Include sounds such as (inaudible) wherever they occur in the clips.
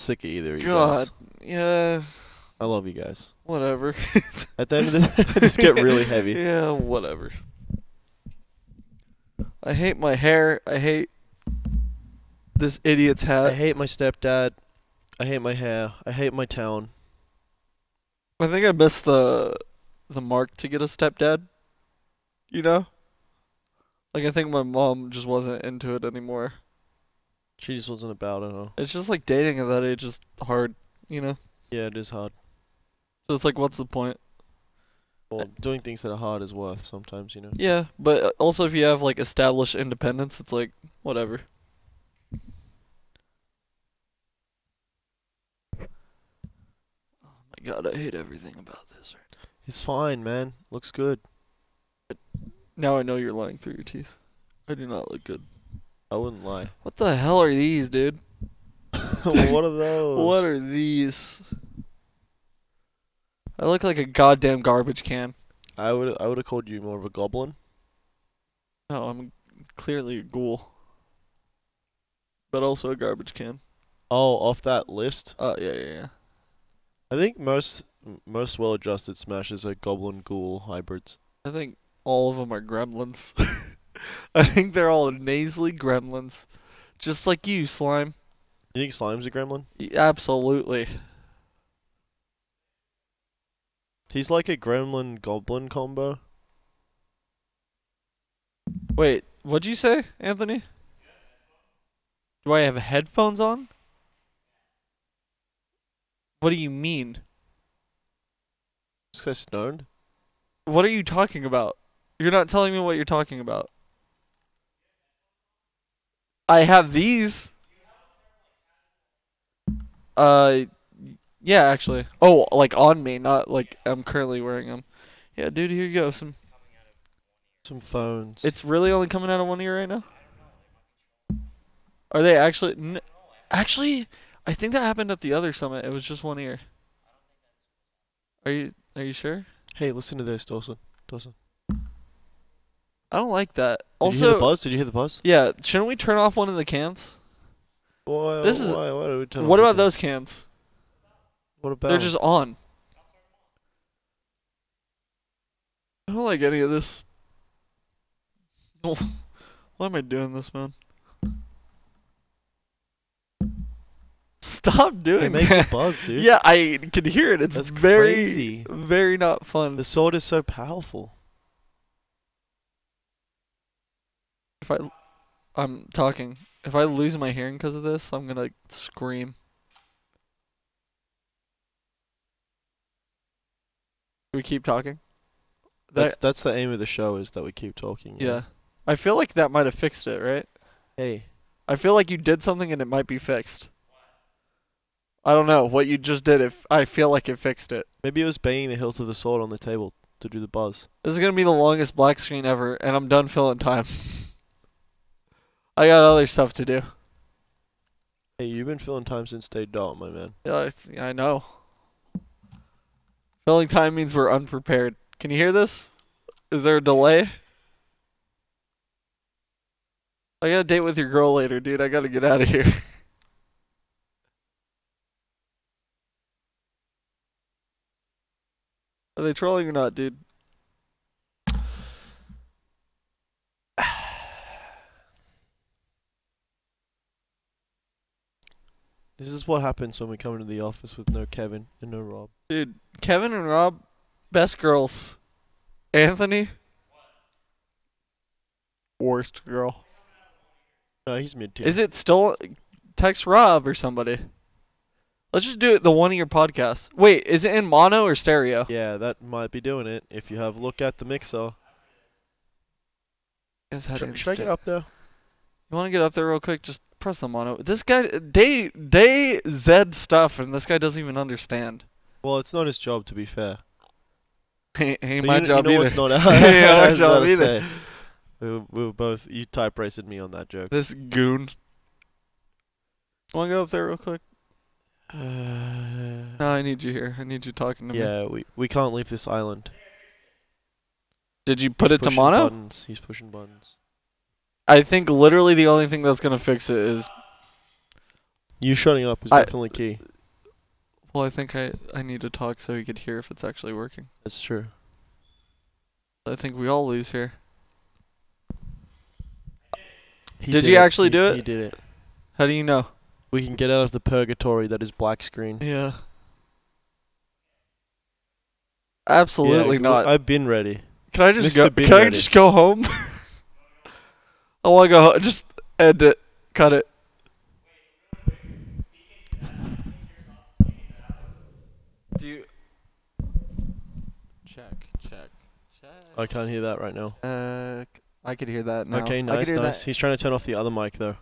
sick of either. Of you God, guys. yeah, I love you guys. whatever. At the end of the, (laughs) I (laughs) just get really heavy. (laughs) yeah, whatever. I hate my hair. I hate this idiot's hat. I hate my stepdad. I hate my hair. I hate my town. I think I missed the the mark to get a stepdad. You know? Like I think my mom just wasn't into it anymore. She just wasn't about. I don't know. It's just like dating at that age is hard, you know? Yeah, it is hard. So it's like what's the point? Well, doing things that are hard is worth sometimes, you know. Yeah, but uh, also if you have like established independence, it's like whatever. Oh my god, I hate everything about this. right It's fine, man. Looks good. Now I know you're lying through your teeth. I do not look good. I wouldn't (laughs) lie. (laughs) What the hell are these, dude? what are those? What are these? I look like a goddamn garbage can. I would I would have called you more of a goblin. No, Oh, I'm clearly a ghoul. But also a garbage can. Oh, off that list, Oh, yeah, yeah, yeah. I think most m- most well-adjusted smashes are goblin ghoul hybrids. I think all of them are gremlins. (laughs) I think they're all nasally gremlins. Just like you, Slime. You think Slime's a gremlin? Y- Absolutely. He's like a gremlin goblin combo. Wait, what'd you say, Anthony? Do I have headphones on? What do you mean? This guy's stoned. What are you talking about? You're not telling me what you're talking about. I have these. Uh, yeah, actually. Oh, like on me, not like I'm currently wearing them. Yeah, dude, here you go. Some. Some phones. It's really only coming out of one ear right now. Are they actually? N- actually, I think that happened at the other summit. It was just one ear. Are you Are you sure? hey, listen to this, Dawson. Dawson. I don't like that. Did you hear Also, the buzz? Did you hear the buzz? Yeah, shouldn't we turn off one of the cans? Why, This is- why, why do we turn What off about the- those cans? What about? They're just on. I don't like any of this. (laughs) Why am I doing this, man? Stop doing It makes (laughs) that. it buzz, dude. Yeah, I can hear it. It's That's very, crazy. very not fun. The sword is so powerful. if I, I'm talking. If I lose my hearing because of this, I'm gonna scream. We keep talking. That's That, that's the aim of the show is that we keep talking. you know? yeah, I feel like that might have fixed it, right? Hey, I feel like you did something and it might be fixed. I don't know what you just did. If I feel like it fixed it. maybe it was banging the hilt of the sword on the table to do the buzz. This is gonna be the longest black screen ever, and I'm done filling time. (laughs) I got other stuff to do. Hey, you've been filling time since day dot, my man. Yeah, I, th- I know. Filling time means we're unprepared. Can you hear this? Is there a delay? I got a date with your girl later, dude. I gotta get out of here. (laughs) Are they trolling or not, dude? This is what happens when we come into the office with no Kevin and no Rob. Dude, Kevin and Rob, best girls. Anthony, worst girl. No, he's mid tier. Is it still text Rob or somebody? Let's just do it the one of your podcast. Wait, is it in mono or stereo? Yeah, that might be doing it. If you have a look at the mixer, Guys, how do you should, should I get insta- up there? You want to get up there real quick? Just press the mono. This guy, they they Zed stuff, and this guy doesn't even understand. (laughs) Well, it's not his job to be fair. Ain't, ain't But my you, kn- job you know either. It's (laughs) not (laughs) Yeah, our I was job about to either. say. We were, we were both. You type raced me on that (sighs) joke. This goon. Want to go up there real quick? Uh, No, I need you here. I need you talking to me. yeah, we we can't leave this island. Did you put He's it to pushing mono? Buttons. He's pushing buttons. I think literally the only thing that's gonna fix it is You shutting up is I- definitely key. Well, I think I, I need to talk so he could hear if it's actually working. That's true. I think we all lose here. He Did you actually He- do it? He did it. How do you know? We can get out of the purgatory that is black screen. Yeah. Yeah, Absolutely w- not. I've been ready. can I just Mr. go? Big Can I Daddy. just go home? (laughs) I want to go. Ho- just end it. Cut it. Do you Check, check, check. I can't hear that right now. Uh, c- I could hear that now. I Okay, could nice, hear nice. That. He's trying to turn off the other mic though.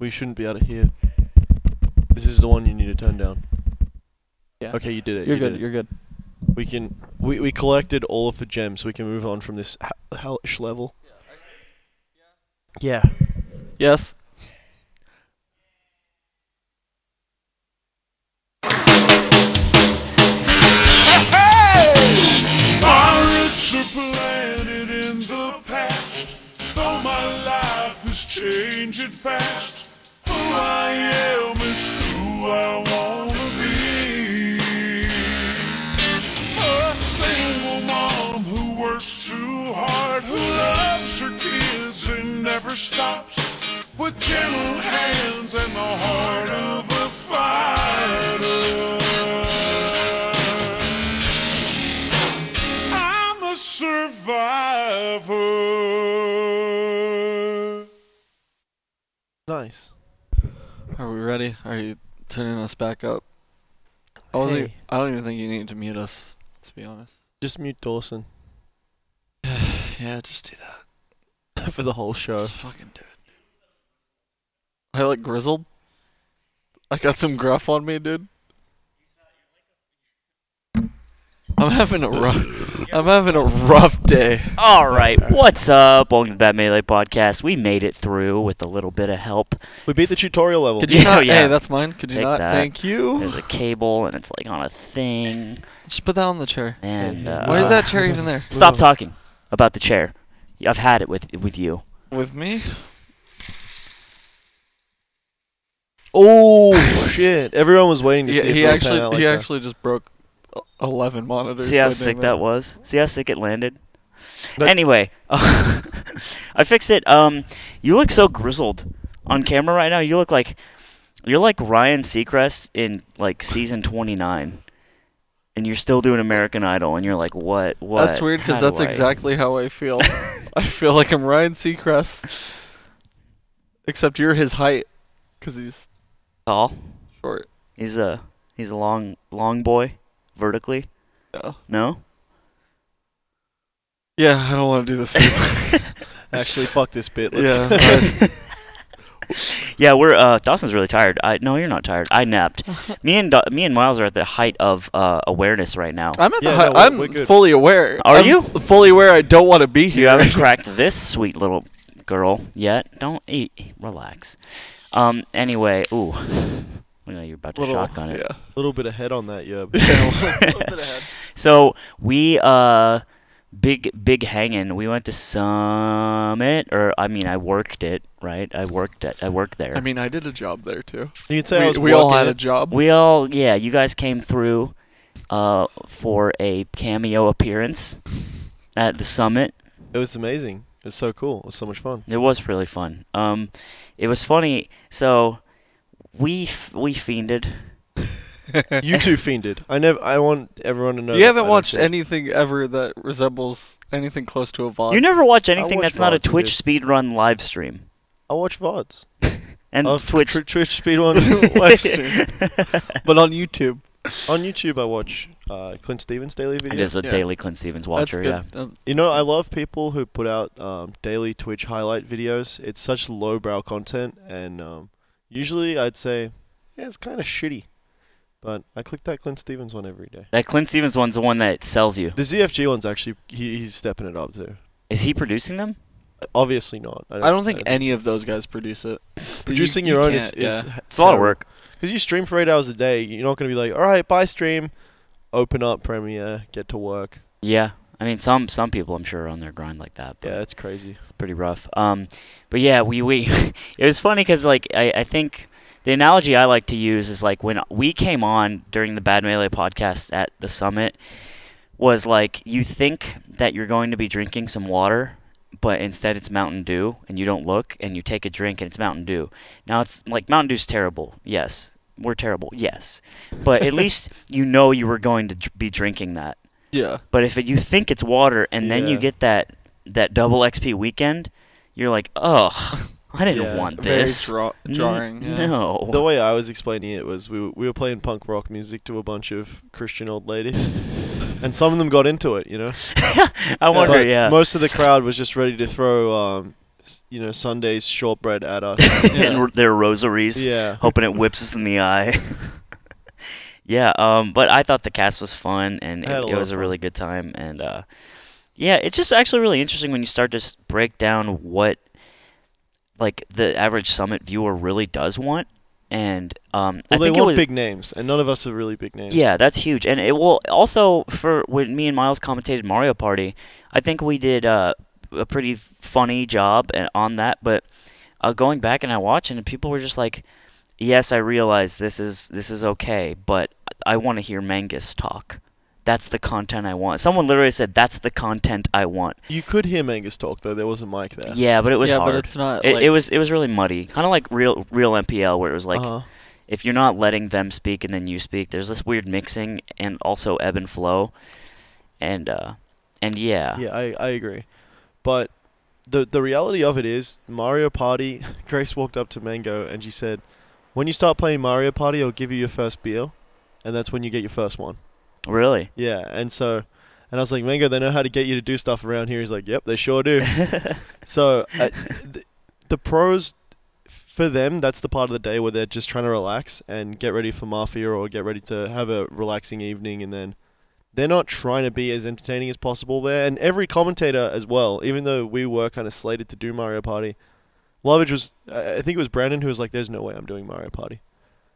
We shouldn't be able to hear. This is the one you need to turn down. Yeah. Okay, you did it. You're you good. did it. You're good. We can. We we collected all of the gems. We can move on from this h- hellish level. Yeah. Yes. Pirates are planted in the past. Though my life is changing fast, who I am is who I wanna be. A single mom who works too hard, who loves her kids and never stops. With gentle hands and the heart of a fighter. I'm a survivor. Nice. Are we ready? Are you turning us back up? I wasn't. e- Hey. I don't even think you need to mute us. To be honest. Just mute Dawson (laughs) yeah, just do that. for the whole show. Let's fucking do it. I look grizzled. I got some gruff on me, dude. I'm having a rough. I'm having a rough day. All right, what's up? Welcome to the Bat Melee Podcast. We made it through with a little bit of help. We beat the tutorial level. Could you not- yeah. Hey, that's mine. Could you Take not? that. Thank you. There's a cable and it's like on a thing. Just put that on the chair. And uh, Why is that chair (laughs) even there? Stop talking about the chair. I've had it with with you. With me? Oh shit! Everyone was waiting to Yeah, see. if he it would pan actually out like uh, he that. actually just broke e- eleven monitors. See how by doing sick that was? See how sick it landed? That- anyway, (laughs) I fixed it. Um, you look so grizzled on camera right now. You look like you're like Ryan Seacrest in like season 29. And you're still doing American Idol, and you're like, what? What? That's weird because How that's do I- (laughs) exactly how I feel. I feel like I'm Ryan Seacrest, except you're his height because he's Tall. short. He's a he's a long long boy, vertically. No. (laughs) No. (laughs) Yeah, I don't want to do this. actually fuck this bit. Let's yeah, go. (laughs) I- Yeah, we're uh, Dawson's really tired. I no, you're not tired. I napped. (laughs) (laughs) me and Da- me and Miles are at the height of uh, awareness right now. I'm at the Yeah, height. no, we're- we're I'm good. fully aware. Are I'm you? fully aware? I don't want to be You here. haven't (laughs) cracked this sweet little girl yet. Don't eat. Relax. Um. Anyway, ooh. Look like you're about to Little- shotgun it. (laughs) yeah. little bit ahead on that, yeah. (laughs) So we uh, big big hanging. We went to Summit, or I mean, I worked it. Right, I worked at I worked there. I mean, I did a job there too. You could say I We, was we all working had a it. job. We all, yeah, you guys came through uh, for a cameo appearance at the summit. It was amazing. It was so cool. It was so much fun. It was really fun. Um, it was funny. So we f- we fiended. You two fiended. I never. I want everyone to know. you that Uh, I haven't don't watched fiend. anything ever that resembles anything close to a VOD. You never watch anything watch that's not a vlogs, dude. Twitch speedrun live stream. I watch vods. And Oh, Twitch. Tw- Twitch (laughs) (laughs) speedruns Live stream. but on YouTube, on YouTube. I watch uh, Clint Stevens daily It videos. is a Yeah. daily Clint Stevens watcher, that's yeah. good. That- You know, I love people who put out um, daily Twitch highlight videos. It's such lowbrow content, and um, usually I'd say yeah, it's kind of shitty. But I click that Clint Stevens one every day. That Clint Stevens one's the one that sells you. The ZFG one's actually he, he's stepping it up too. Is he producing them? Obviously not. I don't think any of those guys produce it. producing You- your you own is, can't, is yeah. It's a lot of work. Because you stream for eight hours a day, you're not going to be like, all right, bye stream, open up Premiere, get to work. Yeah. I mean, some some people I'm sure are on their grind like that. But Yeah, it's crazy. (laughs) It's pretty rough. Um, but yeah, we we it was funny because like I I think the analogy I like to use is like when we came on during the Bad Melee podcast at the summit was like you think that you're going to be drinking some water, but instead it's Mountain Dew, and you don't look, and you take a drink, and it's Mountain Dew. Now it's like Mountain Dew's terrible. Yes, we're terrible. Yes, (laughs) but at least you know you were going to dr- be drinking that. Yeah. But if it, you think it's water and then you Yeah. get that that double XP weekend, you're like, oh, I didn't Yeah, want Very this. dra- N- jarring. yeah. No. The way I was explaining it was we were, we were playing punk rock music to a bunch of Christian old (laughs) ladies, and some of them got into it, you know. I wonder. But yeah. Most of the crowd was just ready to throw, um, s- you know, Sunday's shortbread at us. (laughs) and r- their rosaries, yeah. hoping it whips us in the eye. (laughs) yeah. Um. But I thought the cast was fun, and it, I had a it lot was of a fun. really good time. And uh, yeah, it's just actually really interesting when you start to s- break down what like the average summit viewer really does want. And um, I Well, they think it want was, big names, and none of us are really big names. Yeah, that's huge. And it will also for when me and Miles commentated Mario Party, I think we did uh, a pretty funny job a- on that. But uh, going back and I watched, and people were just like, "Yes, I realize this is this is okay, but I want to hear Mangus talk. That's the content I want." Someone literally said, "That's the content I want." You could hear Mangus talk though. There was a mic there. Yeah, but it was yeah, hard. but it's not. it, like, it was it was really muddy, kind of like real real MPL, where it was like Uh-huh. if you're not letting them speak and then you speak, there's this weird mixing and also ebb and flow, and uh, and yeah, Yeah, I, I agree. But the the reality of it is Mario Party. (laughs) Grace walked up to Mango and she said, "When you start playing Mario Party, I'll give you your first beer, and that's when you get your first one." really. Yeah, and so, and I was like, Mango, they know how to get you to do stuff around here. He's like, Yep, they sure do. so, uh, th- the pros for them, that's the part of the day where they're just trying to relax and get ready for Mafia or get ready to have a relaxing evening, and then they're not trying to be as entertaining as possible there. And every commentator as well, even though we were kind of slated to do Mario Party, Lovage was, I I think it was Brandon who was like, "There's no way I'm doing Mario Party."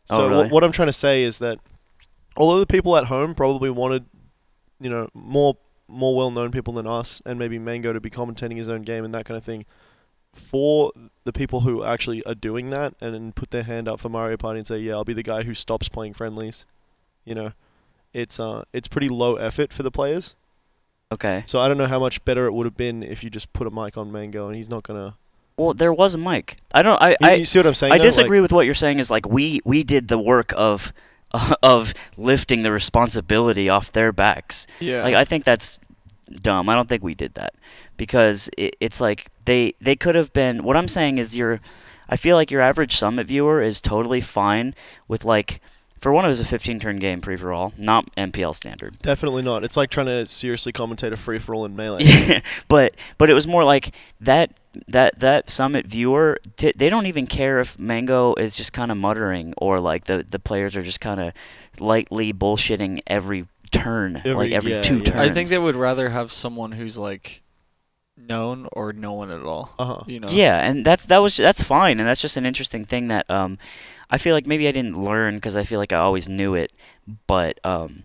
Oh, So really? what, what I'm trying to say is that although the people at home probably wanted, you know, more more well-known people than us, and maybe Mango to be commentating his own game and that kind of thing, for the people who actually are doing that and, then put their hand up for Mario Party and say, "Yeah, I'll be the guy who stops playing friendlies," you know, it's uh, it's pretty low effort for the players. Okay. So I don't know how much better it would have been if you just put a mic on Mango and he's not gonna. Well, there was a mic. I don't. I You, I, you see what I'm saying? I though? Like- disagree with what you're saying. Is like we we did the work of (laughs) of lifting the responsibility off their backs. Yeah. Like I think that's dumb. I don't think we did that because it, it's like they they could have been. What I'm saying is your, I feel like your average summit viewer is totally fine with like, for one, it was a 15 turn game free for all, not MPL standard. Definitely not. It's like trying to seriously commentate a free for all in melee. (laughs) but but it was more like that that that summit viewer t- they don't even care if mango is just kind of muttering or like the the players are just kind of lightly bullshitting every turn like Every- every yeah, two yeah. I turns think they would rather have someone who's like known or no one at all. Uh huh. You know. (laughs) Yeah, and that's that was that's fine, and that's just an interesting thing that um, I feel like maybe I didn't learn because I feel like I always knew it, but um,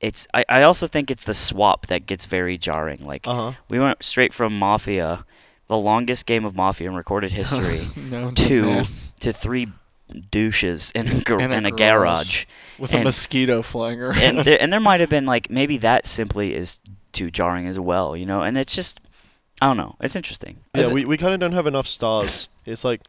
it's I, I also think it's the swap that gets very jarring. Like Uh huh. we went straight from Mafia, the longest game of Mafia in (laughs) recorded history, no. to man. to three douches in a, gar- In a in a garage. garage, With and- a mosquito flying around. and there, and there might have been like maybe that simply is too jarring as well, you know, and it's just I don't know, it's interesting. Yeah, we, we kind of don't have enough stars. It's like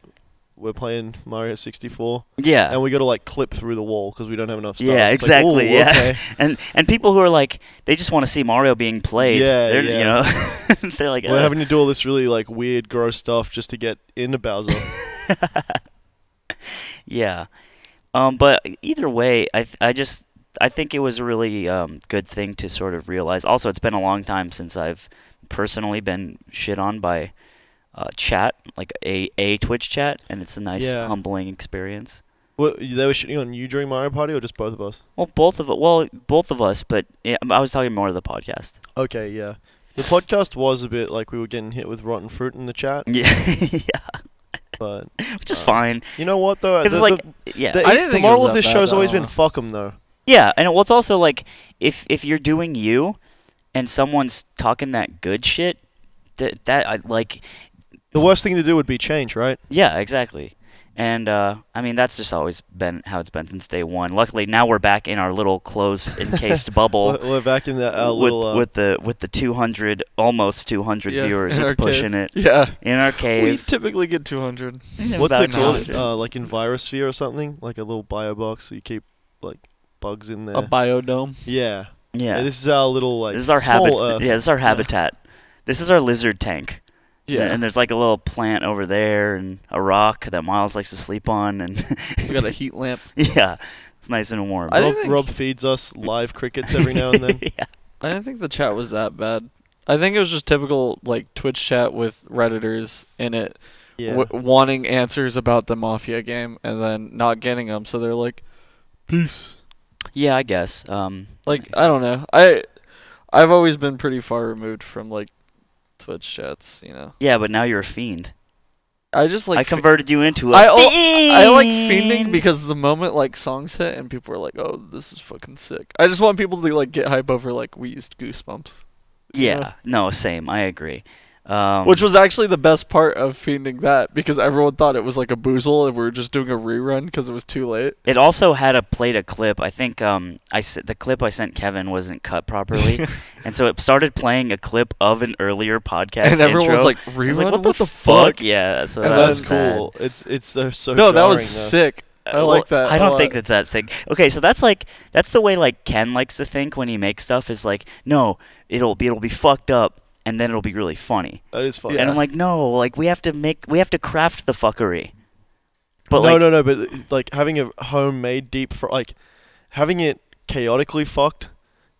we're playing Mario 64 Yeah. and we got to like clip through the wall because we don't have enough stars. Uh. Yeah, It's like, exactly, "Ooh, yeah." okay." (laughs) and and people who are like they just want to see Mario being played. Yeah, they're, yeah. You know, (laughs) they're like, We're "Uh, having to do all this really like weird, gross stuff just to get into (laughs) Bowser. yeah. Um, but either way, I th- I just I think it was a really um, good thing to sort of realize. Also, it's been a long time since I've personally been shit on by uh, chat, like a a Twitch chat, and it's a nice Yeah. humbling experience. what, they were shitting on you during Mario Party or just both of us? Well, both of well, both of us, but yeah, I was talking more of the podcast. Okay, yeah. The podcast was a bit like we were getting hit with rotten fruit in the chat, Yeah, (laughs) (laughs) yeah, but which is Uh, fine. you know what though? (laughs) 'Cause The- it's like, the- yeah. the- I didn't the think it was moral of that this bad, show's though. always been fuck 'em though. Yeah, and well, it's also like if if you're doing you, and someone's talking that good shit, that that I like. The worst thing to do would be change, right? Yeah, exactly. And uh, I mean, that's just always been how it's been since day one. Luckily, now we're back in our little closed, (laughs) encased bubble We're, we're back in that uh, with, little. Uh, with the with the 200, almost 200 (laughs) Yeah, viewers. in It's our cave. pushing it Yeah. (laughs) in our We (laughs) cave. typically get 200. what's About it called? 200. Uh, like Envirosphere or something? Like a little bio box so you keep like bugs in there. A biodome. yeah. yeah, This is our little like this is our small uh, habit. Earth. Yeah, this is our habitat. This is our lizard tank. Yeah. and there's like a little plant over there and a rock that Miles likes to sleep (laughs) on, and (laughs) we got a heat lamp. (laughs) yeah, it's nice and warm. I Rob, didn't think- Rob feeds us live crickets every now and then. (laughs) yeah. I didn't think the chat was that bad. I think it was just typical like Twitch chat with redditors in it Yeah. w- wanting answers about the mafia game and then not getting them, so they're like peace. Yeah, I guess. Um, Like I don't know. I I've always been pretty far removed from like Twitch chats, you know. yeah, but now you're a fiend. I just like I fi- converted you into a I, al- fiend. I like fiending because the moment like songs hit and people are like, "Oh, this is fucking sick." I just want people to like get hype over like we used Goosebumps, yeah, no, same. I agree. Um, which was actually the best part of fiending that because everyone thought it was like a boozle and we were just doing a rerun because it was too late. it also had a played a clip. I think um, I s- the clip I sent Kevin wasn't (laughs) cut properly, and so it started playing a clip of an earlier podcast. and everyone was intro. like, I "Rerun? was like, what, the, fuck?" fuck? Yeah, so And that And then- was that's bad. cool. It's it's so, so No, that was jarring, though. sick. I Uh, like well, that. I a don't lot. think that's that sick. Okay, so that's like that's the way like Ken likes to think when he makes stuff is like, no, it'll be it'll be fucked up and then it'll be really funny. That is fun. And I'm like, no, like we have to make we have to craft the fuckery. But no, like no, no. But uh, like having a homemade deep fry, like having it chaotically fucked,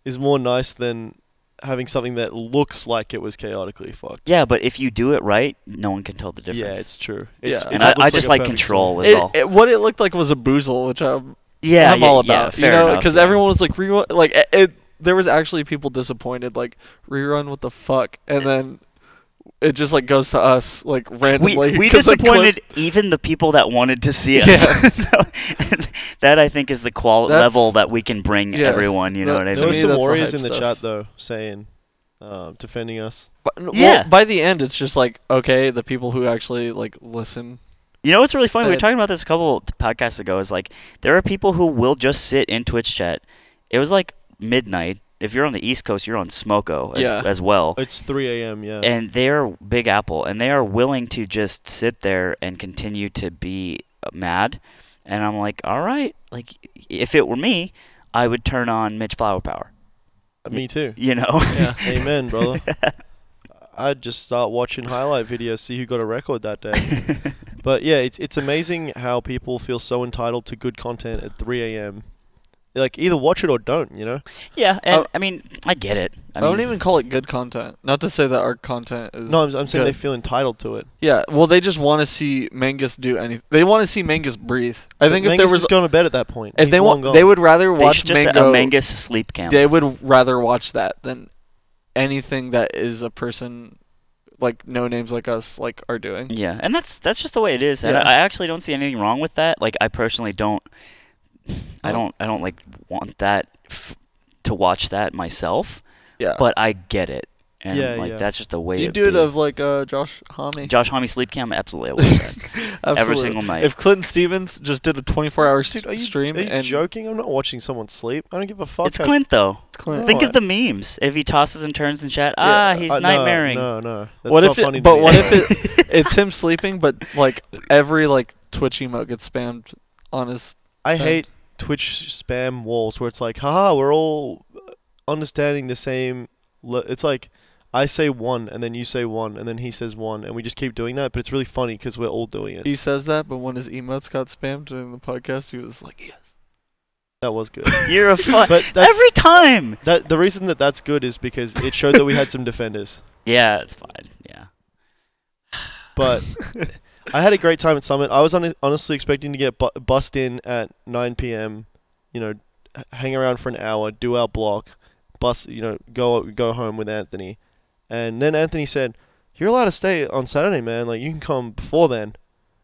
is more nice than having something that looks like it was chaotically fucked. yeah, but if you do it right, no one can tell the difference. Yeah, it's true. Yeah. it and I, looks I just a like perfect control song. was all. It, it, what it looked like was a boozle, which I'm yeah, I'm yeah, all yeah, about. fair you know, enough, because yeah. everyone was like rerun, like it, it, there was actually people disappointed, like rerun, what the fuck, and then it just like goes to us like Eh. we, randomly. we 'cause, like, clip- disappointed even the people that wanted to see us. (laughs) Yeah. No, that I think is the qual That's- level that we can bring Yeah. everyone. You know That- what I mean? to There were me, that's some warriors the hype in the stuff. chat though saying, um, defending us. But, n- well, Yeah. by the end, it's just like okay, the people who actually like (laughs) listen. You know what's really funny? We were Uh, talking about this a couple t- podcasts ago. Is like there are people who will just sit in Twitch chat. It was like midnight. If you're on the East Coast, you're on Smoko as, Yeah. Oh, as well. It's 3 a.m. Yeah. And they're Big Apple, and they are willing to just sit there and continue to be uh, mad. And I'm like, all right. Like if it were me, I would turn on Mitch Flower Power. Me too. You know? Yeah. Amen, (laughs) brother. I'd just start watching highlight videos, see who got a record that day. (laughs) but yeah, it's it's amazing how people feel so entitled to good content at 3 a.m. Like either watch it or don't, you know. (laughs) yeah. And Oh. I mean, I get it. I, I, mean, don't even call it good content. Not to say that our content is No, I'm, I'm saying good. they feel entitled to it. Yeah, well, they just want to see Mangus do anything. They want to see Mangus breathe. I think if there was, going to bed at that point, if He's they long want, gone. they would rather They watch should just Mango. a Mangus sleep camp. They would rather watch that than anything that is a person like no names like us like are doing. Yeah, and that's that's just the way it is. And Yeah. I, I actually don't see anything wrong with that. Like I personally don't, I Oh. don't, I don't like want that f- to watch that myself. Yeah, But I get it, and Yeah, like yeah. that's just the way Oh. you it do it be. of like uh, Josh Homme. Josh Homme sleep cam. Absolutely, I (laughs) watch that every Absolutely. single night. If Clinton Stevens just did a 24-hour Dude, are you, stream are you and joking? I'm not watching someone sleep. I don't give a fuck. it's I- Clint though. Clint, Think Why? of the memes. If he tosses and turns and chat, ah, Oh, Yeah, uh, he's I- uh, no, nightmaring. No, no. That's what not if? funny to It, but me. what (laughs) if it? It's him sleeping, but like every like Twitch emote gets spammed on his. (laughs) I Then- hate Twitch spam walls where it's like, haha, we're all understanding the same. Le-. It's like I say one, and then you say one, and then he says one, and we just keep doing that. But it's really funny because we're all doing it. (laughs) He says that, but when his emotes got spammed during the podcast, he was like, "Yes." That was good. (laughs) (laughs) You're a fun. but that's every time. that. The reason that that's good is because it showed that we had some defenders. Yeah, it's fine. Yeah. But I had a great time at Summit. I was hone- honestly expecting to get bu- bussed in at 9 p.m. You know, h- hang around for an hour, do our block, bus. You know, go go home with Anthony, and then Anthony said, "You're allowed to stay on Saturday, man. Like you can come before then,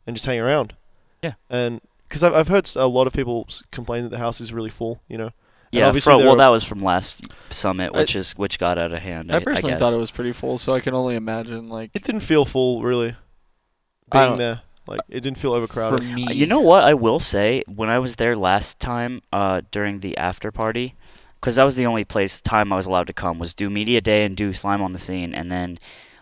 and just hang around." Yeah. And because I've I've heard s- a lot of people s- complain that the house is really full. You know. And Yeah, obviously fro- there well, are- that was from last summit, I- which is which got out of hand. I, I personally guess. thought it was pretty full, so I can only imagine like It didn't feel full really. I Being don't- there. Like it didn't feel For overcrowded. me, Uh, You know what I will say? When I was there last time uh, during the after party, because that was the only place time I was allowed to come was do media day and do slime on the scene, and then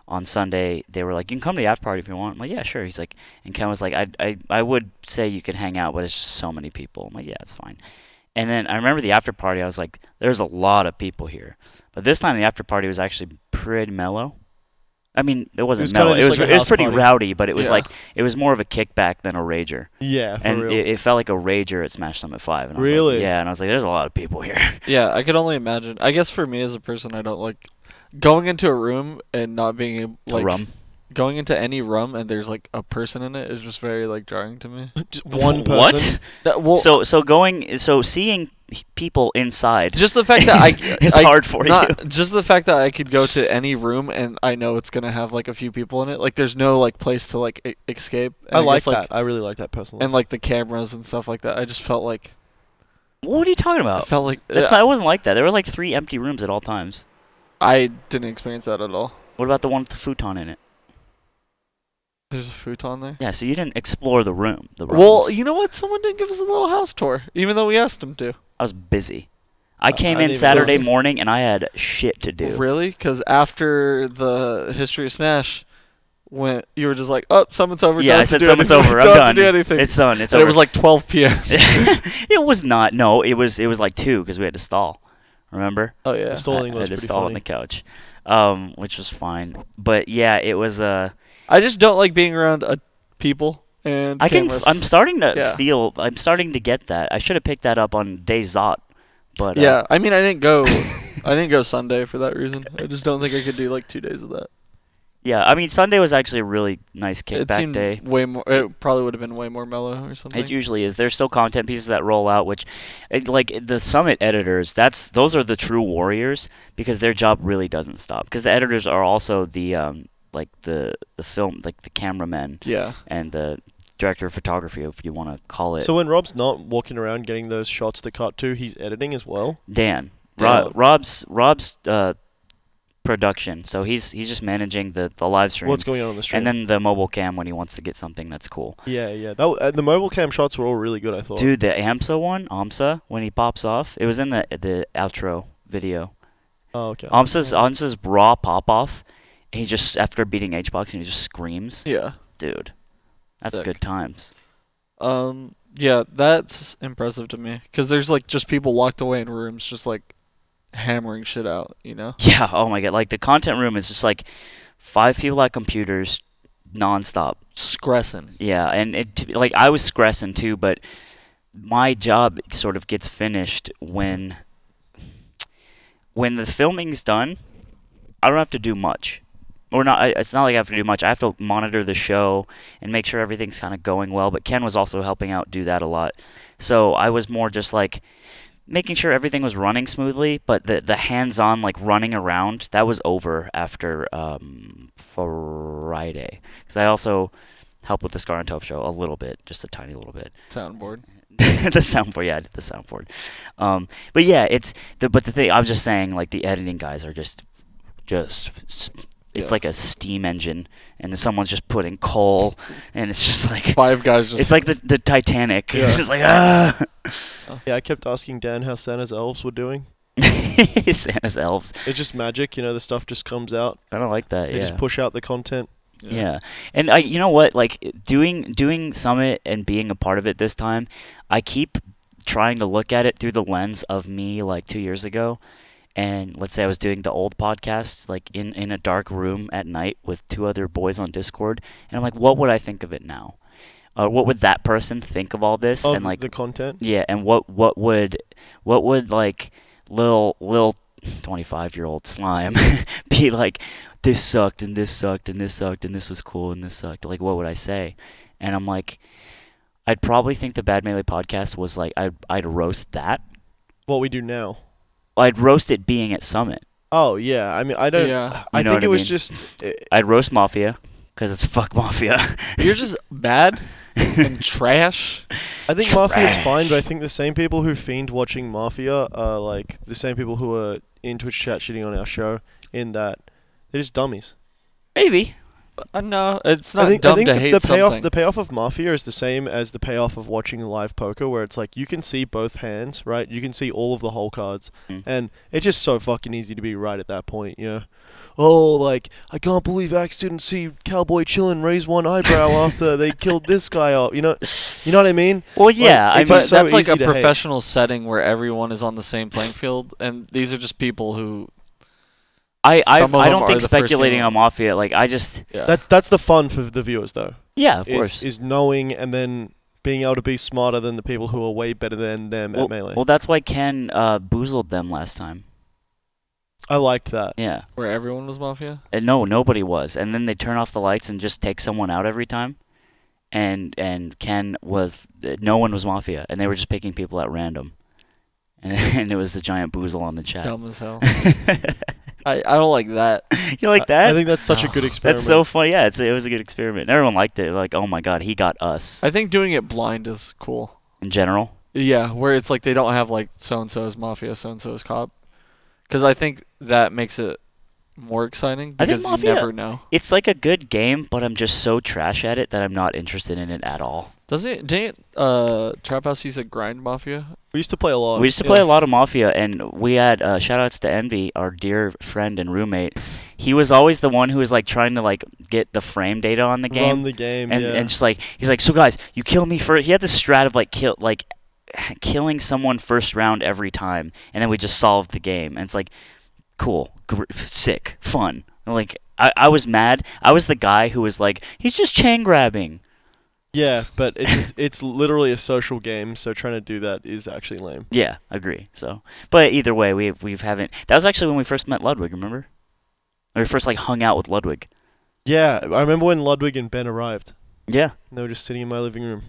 on Sunday they were like, "You can come to the after party if you want." I'm like, "Yeah, sure." He's like, and Ken was like, "I I I would say you could hang out, but it's just so many people." I'm like, "Yeah, it's fine." And then I remember the after party. I was like, "There's a lot of people here," but this time the after party was actually pretty mellow. I mean, it wasn't kinda mellow. It just was like a it was house pretty party. rowdy, but it was Yeah. like it was more of a kickback than a rager Yeah, for and real. it, it felt like a rager at Smash Summit Five. And I was like, Really? yeah, and I was like, "There's a lot of people here." (laughs) Yeah, I could only imagine. I guess for me as a person, I don't like going into a room and not being able like Rum. going into any room and there's like a person in it is just very like jarring to me. Just one person. (laughs) What? That- well, so so going so seeing people inside. just the fact that I (laughs) It's I- hard for not- Just the fact that I could go to any room and I know it's gonna have like a few people in it. Like there's no like place to like e- escape. And I guess, like that. I really like that personally. And like the cameras and stuff like that. I just felt like what are you talking I about? felt like That's uh, Oh. not, it wasn't like that. There were like three empty rooms at all times. I didn't experience that at all. What about the one with the futon in it? There's a futon there. Yeah, so you didn't explore the room. The rooms. Well, you know what? Someone didn't give us a little house tour, even though we asked them to. I was busy. I came I in didn't Saturday even- morning and I had shit to do. Really? Because after the history of Smash, went you were just like, "Oh, summit's over." yeah, don't I have to said do summit's anything. over. Don't I'm have done. To do anything. It's done. It's and it over. was like 12 p.m. (laughs) it was not. No, it was it was like two because we had to stall. Remember? (laughs) oh yeah. Stall- Stalling I- I was had to pretty stall on funny. the couch, um, which was fine. But yeah, it was. Uh, I just don't like being around uh, people and I can. cameras. I'm starting to Yeah. feel. I'm starting to get that. I should have picked that up on day Zot, but uh, yeah, I mean, I didn't go. (laughs) I didn't go Sunday for that reason. I just don't think I could do like two days of that. yeah. I mean, Sunday was actually a really nice it kickback seemed day. way more. It probably would have been way more mellow or something. It usually is. There's still content pieces that roll out, which, it, like the summit editors, that's those are the true warriors because their job really doesn't stop. Because the editors are also the um, like the the film like the cameramen yeah. and the director of photography, if you want to call it. So when Rob's not walking around getting those shots to cut to, he's editing as well. Dan. Rob, Dan. Rob's Rob's uh, production. So he's he's just managing the the live stream, What's going on on the stream? and then the mobile cam when he wants to get something that's cool. yeah, yeah. That w- uh, the mobile cam shots were all really good. I thought. Dude, the AMSA one, AMSA, when he pops off, it was in the the outro video. Oh, okay. AMSA's AMSA's raw pop off. He just after beating HBox and he just screams, Yeah. dude. That's Sick. good times. Um. Yeah, that's impressive to me because there's like just people locked away in rooms, just like hammering shit out. You know. Yeah. Oh my god. Like the content room is just like five people at computers, nonstop. Scressin. Yeah, and it t- like I was stressing too, but my job sort of gets finished when when the filming's done. I don't have to do much, or not. I, it's not like I have to do much. I have to monitor the show and make sure everything's kind of going well. But Ken was also helping out do that a lot, so I was more just like making sure everything was running smoothly. But the the hands on like running around that was over after um, Friday because I also help with the Scar and Tove show a little bit, just a tiny little bit. (laughs) Soundboard. the soundboard, yeah, I did the soundboard. Um, but yeah, it's the but the thing I'm just saying, like the editing guys are just, just it's Yeah. like a steam engine, and then someone's just putting coal, and it's just like Five guys just. (laughs) it's like the the Titanic. (laughs) It's Yeah. just like ah. Oh, yeah, I kept asking Dan how Santa's elves were doing. (laughs) Santa's elves. It's just magic, you know. The stuff just comes out. I don't like that. They yeah. just push out the content. Yeah. And I you know what like doing doing summit and being a part of it this time, I keep trying to look at it through the lens of me like 2 years ago and let's say I was doing the old podcast like in in a dark room at night with two other boys on Discord and I'm like what would I think of it now? Or what would that person think of all this Of and like the content. yeah, and what what would what would like lil lil twenty five year old slime (laughs) be like? This sucked and this sucked and this sucked and this was cool and this sucked. Like, what would I say? And I'm like, I'd probably think the Bad Melee podcast was like I'd I'd roast that. What we do now. I'd roast it being at Summit. Oh yeah. I mean, I don't. Yeah. I You know think what it I was mean. just. It, I'd roast Mafia because it's fuck Mafia. (laughs) You're (laughs) just bad and trash. I think Mafia's Trash. fine, but I think the same people who fiend watching Mafia are like the same people who are in Twitch chat shitting on our show. In that, they're just dummies. Maybe. Uh, no, it's not I think, dumb I think to the, hate the payoff something. the payoff of Mafia is the same as the payoff of watching live poker, where it's like you can see both hands, right? You can see all of the whole cards, Mm. and it's just so fucking easy to be right at that point, you know. Oh, like I can't believe Axe didn't see Cowboy Chillin raise one eyebrow after they killed this guy off. You know, you know what I mean? Well, yeah, it's I mean, but just so that's like easy a to hate. professional setting where everyone is on the same playing field, and these are just people who. I I, some of I them don't are think the first speculating game. on Mafia. Like, I just Yeah. That's that's the fun for the viewers, though. yeah, of is, course. is knowing and then being able to be smarter than the people who are way better than them well, at melee. well, that's why Ken uh, boozled them last time. I liked that. Yeah, where everyone was mafia. and no, nobody was. And then they turn off the lights and just take someone out every time. And and Ken was no one was Mafia, and they were just picking people at random. (laughs) And, and it was the giant boozle on the chat. Dumb as hell. I, I don't like that. (laughs) you like that? I think that's (sighs) such a good experiment. That's so funny. Yeah, it's, it was a good experiment. Everyone liked it. Like, oh my god, he got us I think doing it blind is cool. in general. Yeah, where it's like they don't have like so and so's mafia, so and so's cop, because I think that makes it more exciting I think because you Mafia- never know. It's like a good game, but I'm just so trash at it that I'm not interested in it at all. Doesn't it, didn't uh Trap House use a grind mafia? We used to play a lot. we used to play a lot of Mafia, and we had uh, shout outs to Envy, our dear friend and roommate. He was always the one who was like trying to like get the frame data on the game. Run the game, and yeah. and just like he's like, so guys, you kill me first. He had this strat of like kill like (laughs) killing someone first round every time, and then we just solved the game. And it's like, cool, gr- sick, fun. And, like I, I was mad. I was the guy who was like, he's just chain grabbing. yeah, but it's just- it's literally a social game, so trying to do that is actually lame. Yeah, agree. So, but either way, we we haven't. That was actually when we first met Ludwig. Remember? Or we first like hung out with Ludwig. Yeah, I remember when Ludwig and Ben arrived. Yeah. And they were just sitting in my living room.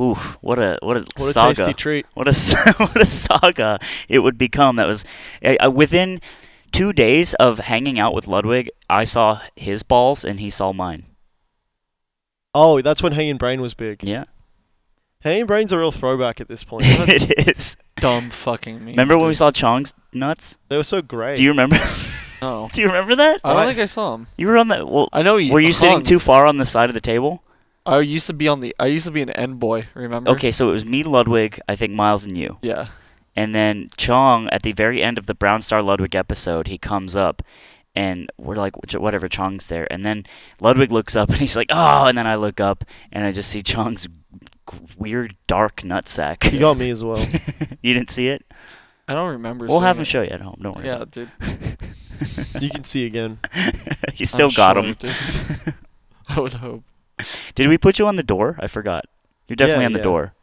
Ooh, what a what a What a saga. tasty treat! What a s- (laughs) what a saga it would become. That was I- I- within two days of hanging out with Ludwig. I saw his balls and he saw mine. Oh, that's when Hanging Brain was big. Yeah, Hanging Brain's a real throwback at this point. (laughs) it is. (laughs) Dumb fucking me. Remember when we saw Chong's nuts? they were so great. Do you remember? (laughs) No, Do you remember that? I don't Why? think I saw him. You were on the. Well, I know you. were you sitting hung. too far on the side of the table? I used to be on the. I used to be an N boy. Remember? Okay, so it was me, Ludwig, I think Miles, and you. Yeah. And then Chong, at the very end of the Brown Star Ludwig episode, he comes up and we're like, "Wh- whatever, Chong's there. And then Ludwig looks up and he's like, oh. And then I look up and I just see Chong's g- weird, dark nutsack. He got me as well. (laughs) you didn't see it? I don't remember. We'll have seeing him it. show you at home. Don't worry. Yeah, about dude. you can see again. it. (laughs) you still I'm got sure, him. (laughs) dude. (laughs) I would hope. Did we put you on the door? I forgot. You're definitely Yeah, on the yeah. door.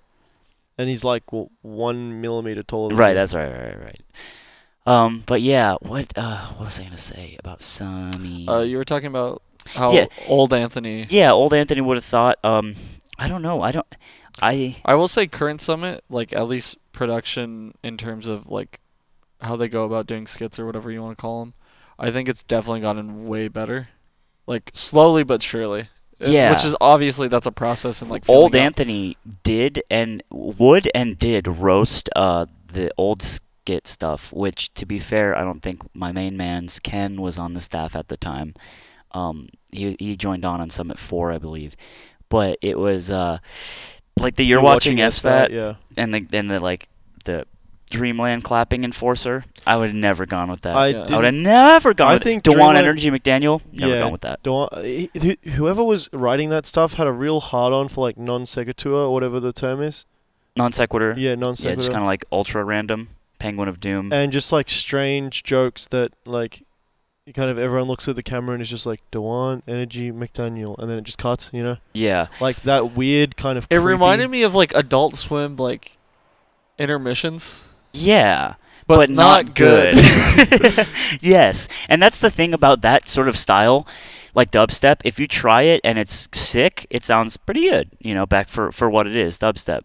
And he's like w- one millimeter taller. Than Right, me. that's right, right, right, right. Um, but yeah, what uh, what was I gonna say about Sammy? Uh, you were talking about how Yeah. old Anthony. yeah, old Anthony would have thought. Um, I don't know. I don't. I I will say current summit, like at least production in terms of like how they go about doing skits or whatever you want to call them. I think it's definitely gotten way better, like slowly but surely. Uh, Which Yeah. is obviously that's a process and like old feeling out- Anthony did and would and did roast uh the old skit stuff. Which, to be fair, I don't think my main man's Ken was on the staff at the time. Um, he he joined on on Summit Four, I believe, but it was uh like the you're watching, SFAT Yeah. and the and the like the Dreamland clapping enforcer. I would have never gone with that. I Yeah. I I would have didn't. never gone I with think Dewan Dreamland- Energy McDaniel. Never Yeah. gone with that. Don't, eh, wh- whoever was writing that stuff had a real hard on for like non sequitur or whatever the term is. Non sequitur. Yeah, non yeah, sequitur. just kind of like ultra random. Penguin of Doom. and just like strange jokes that like you kind of everyone looks at the camera and it's just like Dewan Energy McDaniel, and then it just cuts. You know, yeah. like that weird kind of. It reminded me of like Adult Swim like intermissions, Yeah. But, not, good. (laughs) yes. And that's the thing about that sort of style, like dubstep. If you try it and it's sick, it sounds pretty good, you know, back for, for what it is, dubstep.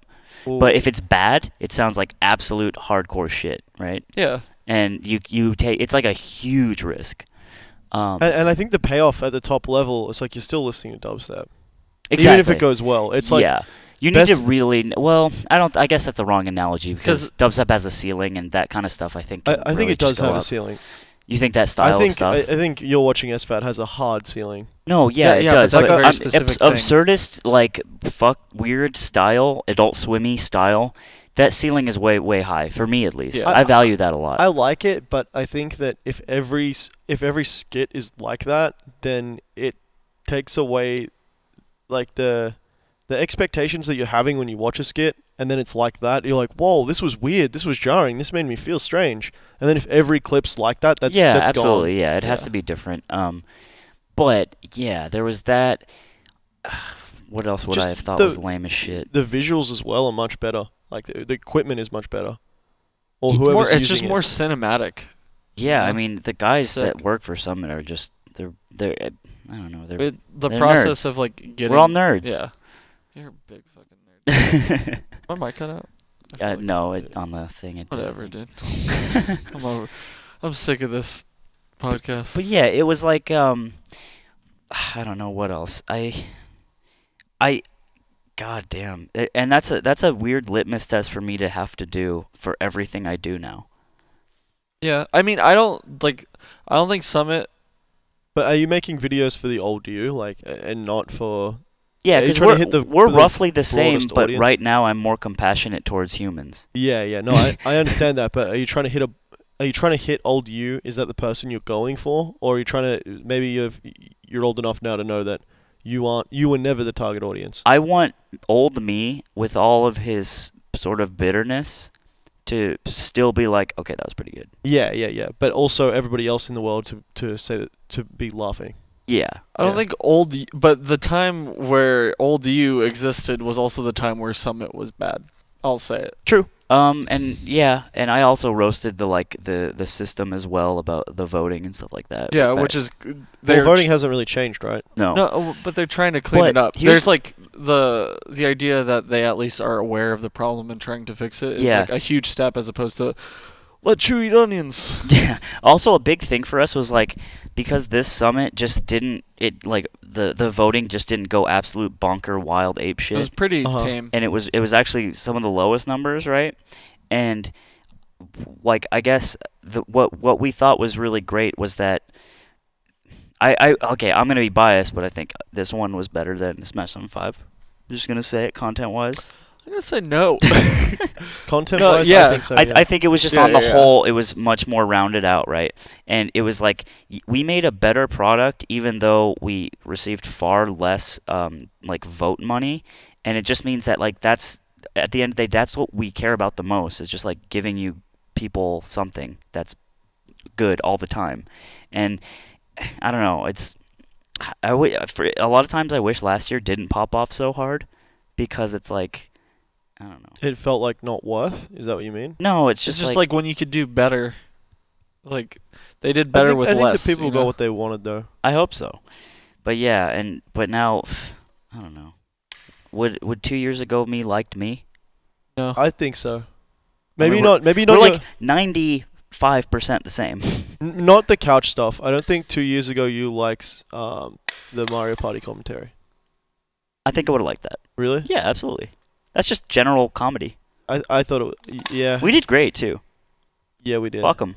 But if it's bad, it sounds like absolute hardcore shit, right? yeah. and you you take it's like a huge risk. Um, and, and I think the payoff at the top level is like you're still listening to dubstep, even exactly. if it goes well. It's like yeah, you need to best- really kn- well. I don't. I guess that's the wrong analogy because 'Cause- dubstep has a ceiling and that kind of stuff. I think. I, can I think really it does just go have a up. ceiling. You think that style I think of stuff? I, I think you're watching SFAT has a hard ceiling. no, Yeah, yeah, it yeah, but does. that's a but very I'm- specific abs- thing. absurdist, like fuck, weird style, adult swimmy style. That ceiling is way, way high for me at least. Yeah. I, value that a lot. I like it, but I think that if every s- if every skit is like that, then it takes away like the the expectations that you're having when you watch a skit, and then it's like that. You're like, whoa, this was weird. This was jarring. This made me feel strange. And then if every clip's like that, that's yeah, that's absolutely. gone. Yeah, it has Yeah. to be different. Um, but yeah, there was that. (sighs) What else would Just I have thought the- was lame as shit? The visuals as well are much better. Like the, the equipment is much better. Or it's whoever's more, it's using just it. more cinematic. Yeah, I Yeah. mean the guys Sick. that work for Summit are just they're they're eh, I don't know they're It, the They're process nerds. of like getting. we're all nerds. Yeah. You're a big fucking nerd. (laughs) My mic cut out. I feel (laughs) uh, like- no, it, on the thing it did. Whatever, (laughs) dude. I'm over. I'm sick of this podcast. But yeah, it was like um (sighs) I don't know what else. I I god damn. A- And that's a that's a weird litmus test for me to have to do for everything I do now. yeah, I mean, I don't like. I don't think Summit. But are you making videos for the old you, like, a- and not for? Yeah, Yeah, you're because trying to we're, hit the- we're the roughly the same, broadest but audience. right now I'm more compassionate towards humans. Yeah, yeah. No, I, I understand that. But are you trying to hit a? Are you trying to hit old you? Is that the person you're going for, or are you trying to? Maybe you've you're old enough now to know that you aren't. You were never the target audience. I want old me with all of his sort of bitterness to still be like, okay, that was pretty good. Yeah, yeah, yeah. But also everybody else in the world to to say that, to be laughing. Yeah. I don't Yeah. think old, y- but the time where old you existed was also the time where Summit was bad. I'll say it. True. Um, and yeah, and I also roasted the like the the system as well about the voting and stuff like that. Yeah, But- which is g- Well, they're voting hasn't really changed, right? no. No, oh, but they're trying to clean But it up. here's- There's like the the idea that they at least are aware of the problem and trying to fix it is Yeah. like a huge step as opposed to let you eat onions. (laughs) Yeah. Also, a big thing for us was like because this summit just didn't it like the the voting just didn't go absolute bonker wild ape It shit. was pretty Uh-huh. tame. Um, and it was it was actually some of the lowest numbers, right? And like I guess the what what we thought was really great was that I I okay I'm gonna be biased, but I think this one was better than Smash on Five. I'm just gonna say it content wise. I'm gonna (laughs) say no. Content No, wise, Oh, yeah, I think so. I, yeah. I think it was just Yeah, on the yeah, yeah. whole, it was much more rounded out, right? And it was like y- we made a better product, even though we received far less um, like vote money, and it just means that like that's at the end of the day, that's what we care about the most is just like giving you people something that's good all the time, and (sighs) I don't know, it's (sighs) I w- for, a lot of times I wish last year didn't pop off so hard because it's like I don't know. it felt like not worth. Is that what you mean? No, it's it's (laughs) just, just like, when you could do better. Like they did better I think, with I think less. the people you got know? what they wanted though. I hope so. But yeah, and but now I don't know. Would would two years ago me liked me? no. I think so. Maybe mean, we're- not. Maybe not. We're your- like ninety five percent the same. (laughs) N- not the couch stuff. I don't think two years ago you liked um, the Mario Party commentary. I think I would have liked that. Really? Yeah, absolutely. That's just general comedy. I I thought it. Was, y- yeah. We did great too. yeah, we did. Welcome.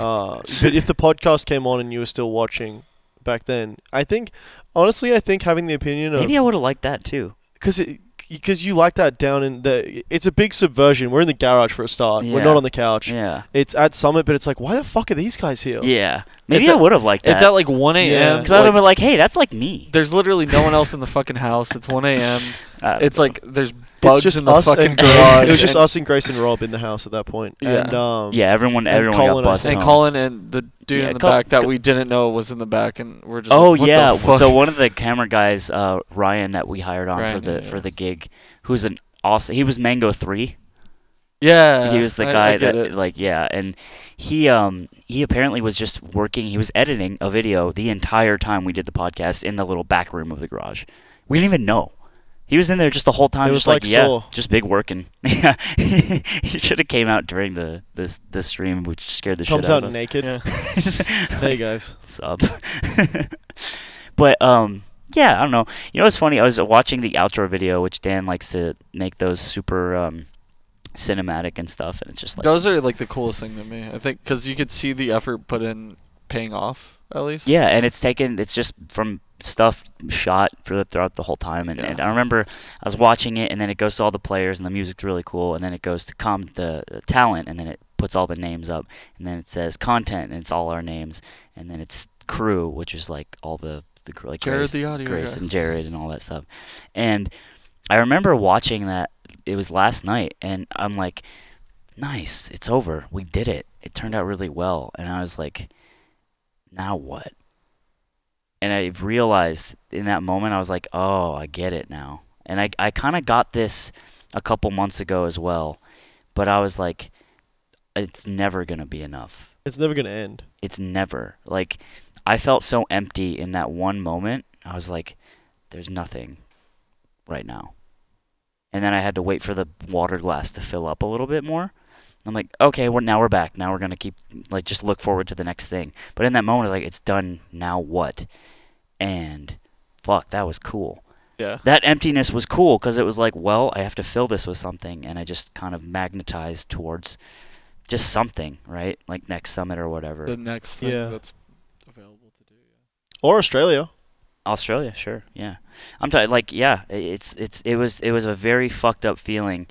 Uh, but if the podcast came on and you were still watching back then, I think honestly, I think having the opinion of Maybe I would have liked that too. because because you like that down in the it's a big subversion. We're in the garage for a start. We're Yeah. not on the couch. Yeah. It's at Summit, but it's like why the fuck are these guys here? Yeah. Maybe It's I a- would have liked It's at that. like 1 a.m. Because I would like, have been like, hey, that's like me. there's literally no one else in the fucking house. It's (laughs) 1 a.m. I don't It's know. like there's bugs it's just in the us fucking and (laughs) garage. it was just and, us and Grace and Rob in the house at that point. Yeah. And, um, yeah, everyone and everyone Colin, got I busted. and on. Colin and the dude Yeah, in the Col- back that Col- we didn't know was in the back, and we're just Oh like, what yeah. The fuck? So one of the camera guys, uh, Ryan, that we hired on Ryan, for the yeah, for yeah. the gig, who's an awesome. He was Mango Three. (laughs) yeah, he was the I- I guy get that it. like yeah, and he um he apparently was just working. He was editing a video the entire time we did the podcast in the little back room of the garage. We didn't even know. He was in there just the whole time, It just was like, like yeah, Saw. just big working. (laughs) Yeah, he should have came out during the this this stream, which scared the comes shit out out of us. naked. (laughs) Yeah. Hey guys. sub. (laughs) but um, yeah, I don't know. You know what's funny? I was watching the outro video, which Dan likes to make those super um, cinematic and stuff, and it's just like Those are like the coolest thing to me. I think because you could see the effort put in paying off at least. Yeah, and it's taken. It's just from stuff shot for the, throughout the whole time. And, Yeah. and I remember I was watching it, and then it goes to all the players, and the music's really cool, and then it goes to com the, the talent, and then it puts all the names up, and then it says content, and it's all our names, and then it's crew, which is like all the the crew, like Jared Grace, the audio Grace guy. and Jared and all that stuff. And I remember watching that. It was last night, and I'm like, nice, it's over. We did it. It turned out really well, and I was like now what? And I realized in that moment, I was like, oh, I get it now. And I, I kind of got this a couple months ago as well, but I was like, it's never going to be enough. It's never gonna end. It's never. Like, I felt so empty in that one moment. I was like, there's nothing right now. And then I had to wait for the water glass to fill up a little bit more. I'm like, okay, well, now we're back. Now we're going to keep, like, just look forward to the next thing. But in that moment, like, it's done. Now what? And fuck, that was cool. Yeah. That emptiness was cool because it was like, well, I have to fill this with something. And I just kind of magnetized towards just something, right? Like next summit or whatever. The next thing Yeah. that's available to do. Or Australia. Australia, sure, yeah. I'm talking like yeah, i- it's it's it was it was a very fucked up feeling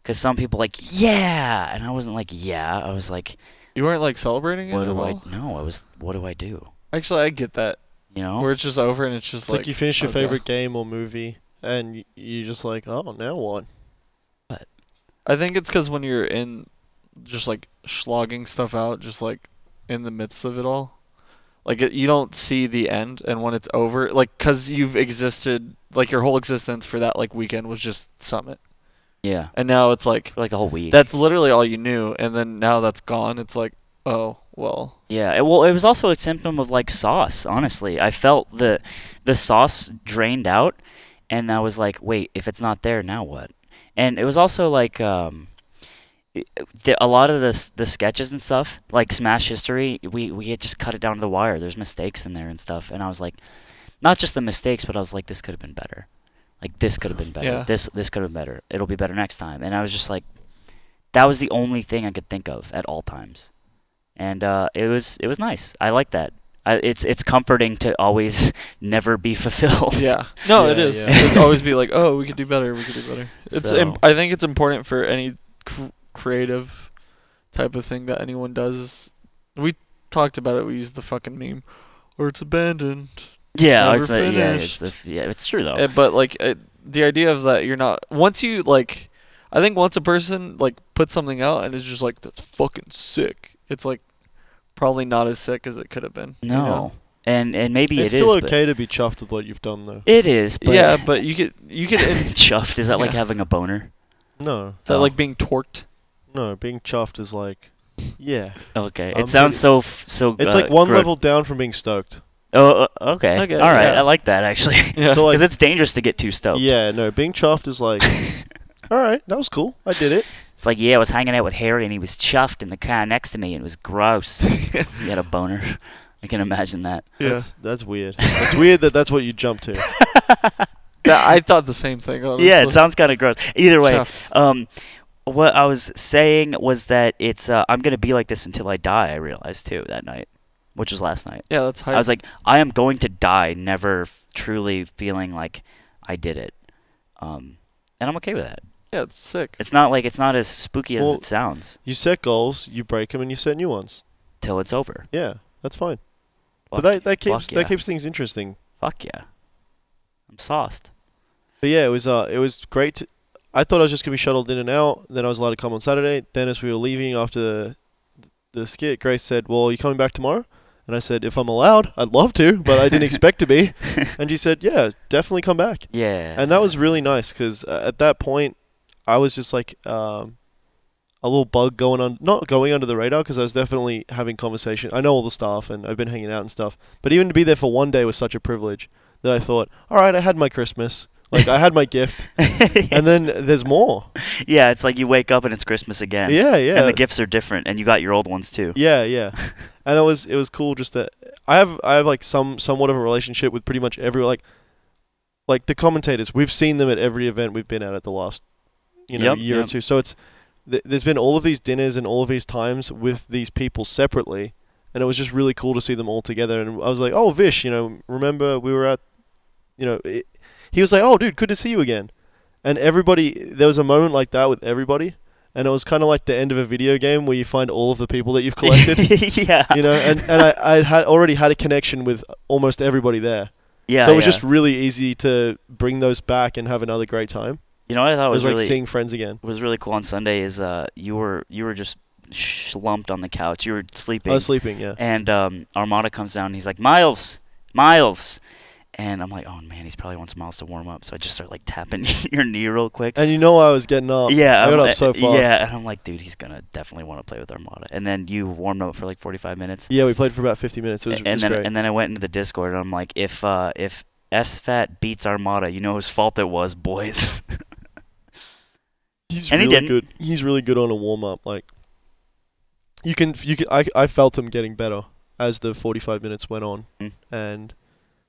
because some people like yeah, and I wasn't like yeah, I was like You weren't like celebrating it. what at do I all? no, I was what do I do? Actually, I get that. You know? Where it's just over and it's just It's like, you finish your okay. favorite game or movie, and y- you just like, oh, now what? I think it's because when you're in, just like slogging stuff out, just like in the midst of it all, like it, you don't see the end, and when it's over, like because you've existed, like your whole existence for that like weekend was just summit, yeah, and now it's like for like the whole week. that's literally all you knew, and then now that's gone. It's like oh (laughs) well, Yeah, it, well, it was also a symptom of like sauce. Honestly, I felt the the sauce drained out, and I was like, wait, if it's not there now, what? And it was also like um, it- the, a lot of the s- the sketches and stuff, like Smash History, we we had just cut it down to the wire. There's mistakes in there and stuff, and I was like, not just the mistakes, but I was like, this could have been better. Like this could have been better. Yeah. This this could have been better. It'll be better next time. And I was just like, that was the only thing I could think of at all times and uh, it was it was nice. I like that. I, it's it's comforting to always (laughs) never be fulfilled. (laughs) yeah, no, it Yeah, is. yeah. It'd always be like oh we could do better, we could do better. It's So- imp- I think it's important for any cr- creative type of thing that anyone does. We talked about it. We used the fucking meme, or it's abandoned. yeah, Never it's, a- yeah, it's finished. the- yeah, it's true though. Eh, but like it, the idea of that you're not once you like, I think once a person like puts something out and is just like that's fucking sick. It's like probably not as sick as it could have been. you no, know? and and maybe it's it is, still but- okay to be chuffed with what you've done, though. it is. But yeah, but you could you (laughs) could in- chuffed. Is that like Yeah. having a boner? No, is that Oh. like being torqued. no, being chuffed is like, (laughs) yeah. Okay, Um, it sounds so f- so. It's uh, like one gro- level down from being stoked. Oh, uh, okay. Okay, All right, yeah. I like that actually, (laughs) (laughs) Yeah. So like, because it's dangerous to get too stoked. yeah, (laughs) no, being chuffed is like, all right, that was cool. I did it. It's like yeah, I was hanging out with Harry and he was chuffed in the car next to me and it was gross. (laughs) he had a boner. I can imagine that. yeah. That's, that's weird. It's weird that that's what you jump to. (laughs) That- I thought the same thing. Honestly. Yeah, it sounds kind of gross. Either way, Chuffed. um, what I was saying was that it's uh, I'm gonna be like this until I die. I realized too that night, which was last night. Yeah, that's hype. I was like, I am going to die, never f- truly feeling like I did it, um, and I'm okay with that. yeah, it's sick. It's not like it's not as spooky as Well- it sounds You set goals, you break them, and you set new ones. till it's over. Yeah, that's fine. but Fuck that yeah. that keeps Fuck yeah. that keeps things interesting. Fuck yeah, I'm sauced. But yeah, it was uh, it was great. To, I thought I was just gonna be shuttled in and out. Then I was allowed to come on Saturday. Then as we were leaving after the, the skit, Grace said, "Well, you coming back tomorrow?" And I said, "If I'm allowed, I'd love to, but I didn't expect to (laughs) be." And she said, "Yeah, definitely come back." yeah, And that was really nice because uh, at that point, I was just like um, a little bug going on, not going under the radar because I was definitely having conversation. I know all the staff and I've been hanging out and stuff. But even to be there for one day was such a privilege that I thought, all right, I had my Christmas. Like I had my (laughs) gift, and then there's more. yeah. It's like you wake up (laughs) and it's Christmas again. Yeah, yeah, And the gifts are different, and you got your old ones too. yeah, (laughs) yeah. And it was it was cool just that I have I have like some somewhat of a relationship with pretty much everyone. Like like the commentators, we've seen them at every event we've been at at the last you know Yep, year yep. or two. So it's th- there's been all of these dinners and all of these times with these people separately, and it was just really cool to see them all together. And I was like, oh, Vish, you know, remember we were at, you know, it, he was like, oh, dude, good to see you again. And everybody, there was a moment like that with everybody, and it was kind of like the end of a video game where you find all of the people (laughs) that you've collected. yeah. You know, and, and I, I had already had a connection with almost everybody there. (laughs) yeah. so it was yeah. just really easy to bring those back and have another great time. you know what I thought It was was like really seeing friends again. was really cool on Sunday is uh you were you were just slumped on the couch. You were sleeping. I was sleeping, yeah. And um, Armada comes down and he's like, Miles, Miles. And I'm like, oh man, he's probably wants Miles to warm up. So I just start like tapping (laughs) your knee real quick. And you know I was getting up. yeah, I I'm got like- up so fast. Yeah, and I'm like, dude, he's gonna definitely want to play with Armada. And then you warmed up for like 45 minutes. Yeah, we played for about 50 minutes. It was, A- it and was then great. and then I went into the Discord and I'm like, if uh, if SFAT beats Armada, you know whose fault it was, boys. (laughs) he's and he really didn't. good. He's really good on a warm up. Like you can, you can. I, I felt him getting better as the 45 minutes went on, Mm. and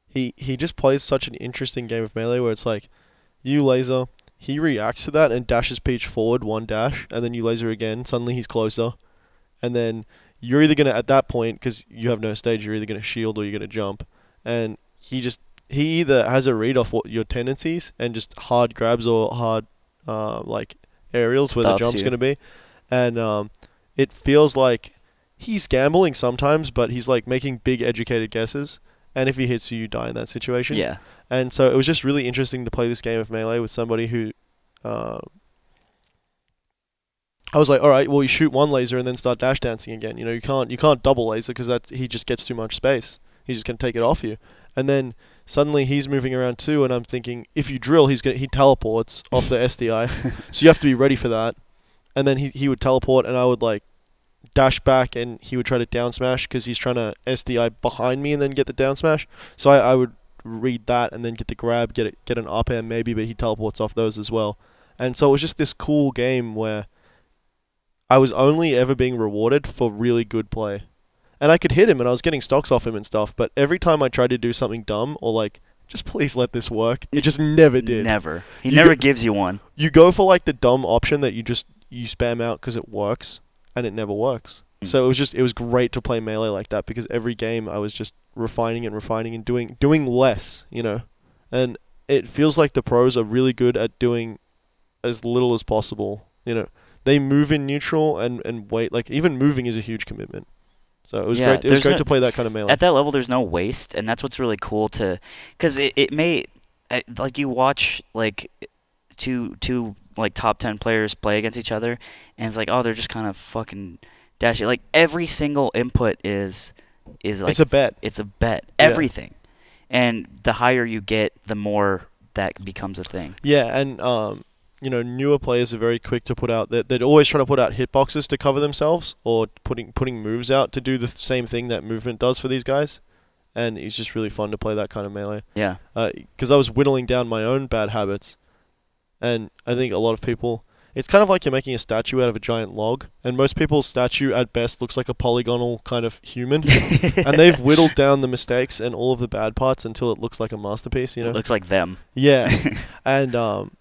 he he just plays such an interesting game of melee where it's like you laser, he reacts to that and dashes Peach forward one dash, and then you laser again. Suddenly he's closer, and then you're either gonna at that point because you have no stage, you're either gonna shield or you're gonna jump, and he just he either has a read off what your tendencies and just hard grabs or hard uh, like aerials where the Stops jump's you. gonna be, and um, it feels like he's gambling sometimes, but he's like making big educated guesses. And if he hits you, you die in that situation. yeah, And so it was just really interesting to play this game of melee with somebody who, uh, I was like, all right, well, you shoot one laser and then start dash dancing again. You know, you can't you can't double laser because that he just gets too much space. He's just gonna take it off you. And then suddenly he's moving around too, and I'm thinking if you drill, he's gonna he teleports off the SDI, so you have to be ready for that. And then he he would teleport, and I would like dash back, and he would try to down smash because he's trying to SDI behind me and then get the down smash. So I, I would read that and then get the grab, get it, get an up air maybe, but he teleports off those as well. And so it was just this cool game where I was only ever being rewarded for really good play. And I could hit him and I was getting stocks off him and stuff, but every time I tried to do something dumb or like, just please let this work, it just never did. never. He You never get- gives you one. You go for like the dumb option that you just you spam out because it works, and it never works. Mm. So it was just it was great to play melee like that because every game I was just refining and refining and doing doing less, you know, and it feels like the pros are really good at doing as little as possible. You know, they move in neutral and and wait. Like even moving is a huge commitment. So it was Yeah, great. It was there's great no- to play that kind of melee. at that level there's no waste and that's what's really cool to because it, it may I- like you watch like two two like top 10 players play against each other and it's like oh they're just kind of fucking dashy like every single input is is like it's a bet. it's a bet Yeah. everything and the higher you get the more that becomes a thing Yeah, and um, you know, newer players are very quick to put out. They're, they're always trying to put out hitboxes to cover themselves, or putting putting moves out to do the th- same thing that movement does for these guys. And it's just really fun to play that kind of melee (laughs) yeah because I was whittling down my own bad habits, and I think a lot of people. It's kind of like you're making a statue out of a giant log, and most people's statue at best looks like a polygonal kind of (laughs) human. and they've whittled down the mistakes and all of the bad parts until it looks like a masterpiece, you know? it looks like them (laughs) Yeah, and um,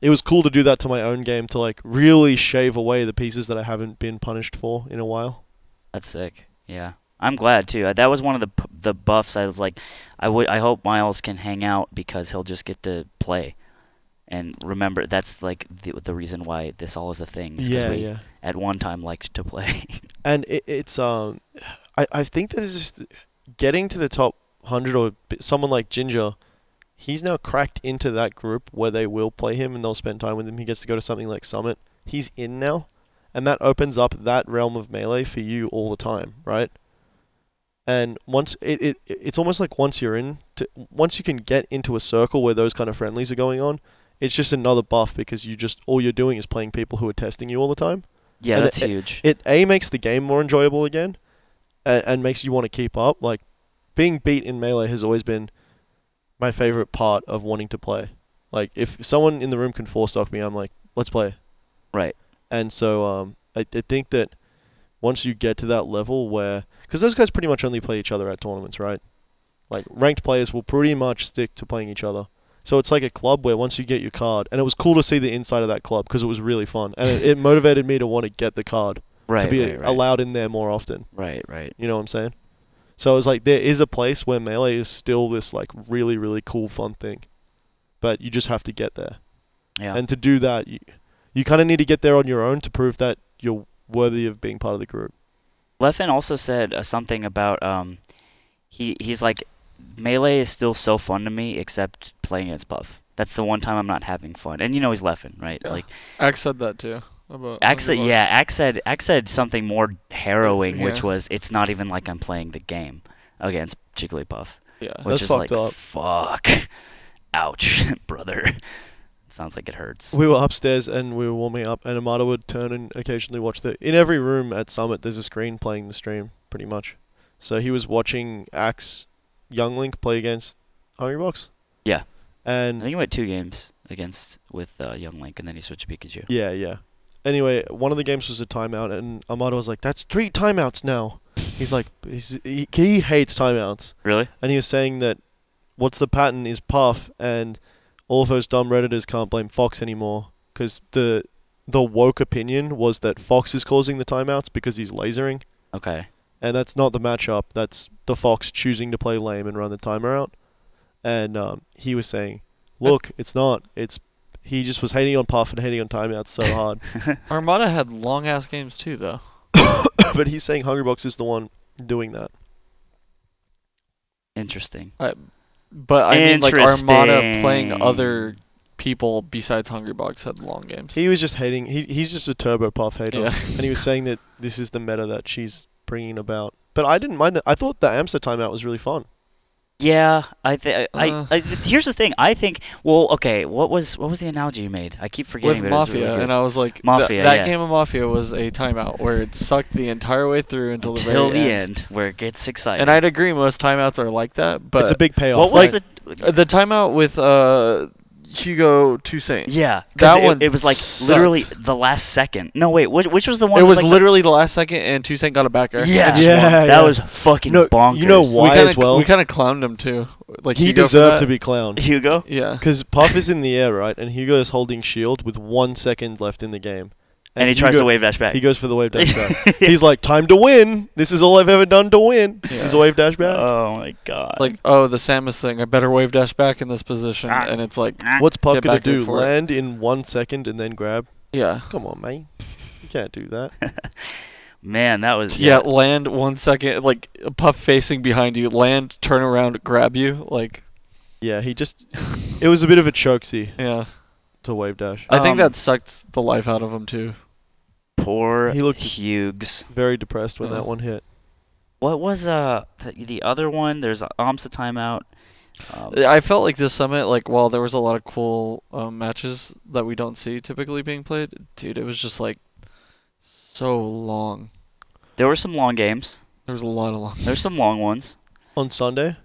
it was cool to do that to my own game to like really shave away the pieces that I haven't been punished for in a while. That's sick. Yeah, I'm glad too. Uh, That was one of the p- the buffs. I was like, I would. I hope Miles can hang out because he'll just get to play. And remember, that's like the, the reason why this all is a thing. is 'cause yeah, we yeah. At one time, liked to play. (laughs) And it, it's um, I I think that is just getting to the top hundred or b- someone like Ginger. He's now cracked into that group where they will play him and they'll spend time with him. He gets to go to something like Summit. He's in now, and that opens up that realm of melee for you all the time, right? and once it, it it's almost like once you're in to, once you can get into a circle where those kind of friendlies are going on it's just another buff because you just all you're doing is playing people who are testing you all the time yeah, And that's it- huge. it a makes the game more enjoyable again and, and makes you want to keep up like being beat in melee has always been my favorite part of wanting to play like if someone in the room can four stock me i'm like let's play Right. and so um, I, I think that once you get to that level where because those guys pretty much only play each other at tournaments right like ranked players will pretty much stick to playing each other So it's like a club where once you get your card, and it was cool to see the inside of that club because it was really fun, and it, it motivated me to want to get the card Right. to be right, right. allowed in there more often. Right. Right. You know what I'm saying? So it's like there is a place where melee is still this like really really cool fun thing, but you just have to get there. Yeah. And to do that, you, you kind of need to get there on your own to prove that you're worthy of being part of the group. Leffen also said uh, something about um, he he's like melee is still so fun to me, except playing against Buff. That's the one time I'm not having fun. And you know he's Leffen, right? Yeah. Like Axe said that too. About Axe, said- about- yeah, Axe said Axe said something more harrowing, which Yeah. was it's not even like I'm playing the game against Jigglypuff, Yeah. which That's is fucked like up. fuck, (laughs) ouch, (laughs) brother. Sounds like it hurts. We were upstairs and we were warming up, and Amada would turn and occasionally watch the. In every room at Summit, there's a screen playing the stream, pretty much. So he was watching Axe Young Link play against Hungry Box. Yeah. And I think he went two games against with uh, Young Link, and then he switched to Pikachu. Yeah, yeah. Anyway, one of the games was a timeout, and Amado was like, "That's three timeouts now." He's like, he's, he, he hates timeouts, Really? and he was saying that what's the pattern is Puff, and all of those dumb redditors can't blame Fox anymore because the the woke opinion was that Fox is causing the timeouts because he's lasering, Okay. and that's not the matchup. That's the Fox choosing to play lame and run the timer out, and um, he was saying, "Look, it's not. It's." He just was hating on Puff and hating on timeouts so hard. Armada had long ass games too, though. (coughs) but he's saying Hungrybox is the one doing that. Interesting. But I mean, like Armada playing Interesting. other people besides Hungrybox had long games. He was just hating. He he's just a turbo puff hater, Yeah. and he was saying that this is the meta that she's bringing about. But I didn't mind that. I thought the Amsa timeout was really fun. Yeah, I think I, Uh. I. Here's the thing. I think. Well, okay. What was what was the analogy you made? I keep forgetting. with but it was Mafia, really good. and I was like, th- Mafia, that yeah. game of Mafia was a timeout where it sucked the entire way through until, Till the very end. where it gets exciting. And I'd agree, most timeouts are like that. But it's a big payoff. what was right? the? uh, the timeout with uh, Hugo Toussaint. yeah, 'cause that it, one It was like sucked. literally the last second. No, wait. Which, which was the one? it that was like literally the last second, and Toussaint got a backer. The, yeah, just won. Yeah, That yeah. was fucking No, bonkers. you know we Why kinda, as well? We kind of clowned him too. Like he Hugo for deserved to that. be clowned (laughs) Hugo. (laughs) Yeah. because Puff is in the air, right? And Hugo is holding shield with one second left in the game, And, he tries Hugo- to wave dash back. He goes for the wave dash (laughs) back. He's like, "Time to win! This is all I've ever done to win." Yeah. He's a wave dash back. Oh my god. Like, oh, the Samus thing. I better wave dash back in this position, Ah. and it's like, What's Puff Get gonna back in do? for it. Land in one second and then grab? yeah, Come on, mate. You can't do that. (laughs) man, that was yeah, land one second, like puff facing behind you, land, turn around, grab you, like, Yeah, he just. It was a bit of a chokesy yeah. to wave dash. I think Um, that sucked the life out of him too. Poor He looked- Hughes. Very depressed when Oh. that one hit. What was uh the, the other one? There's a Amsa timeout. Um, I felt like this summit, like while there was a lot of cool um, matches that we don't see typically being played, dude, it was just like so long. there were some long games. There was a lot of long. There's some long ones. On Sunday?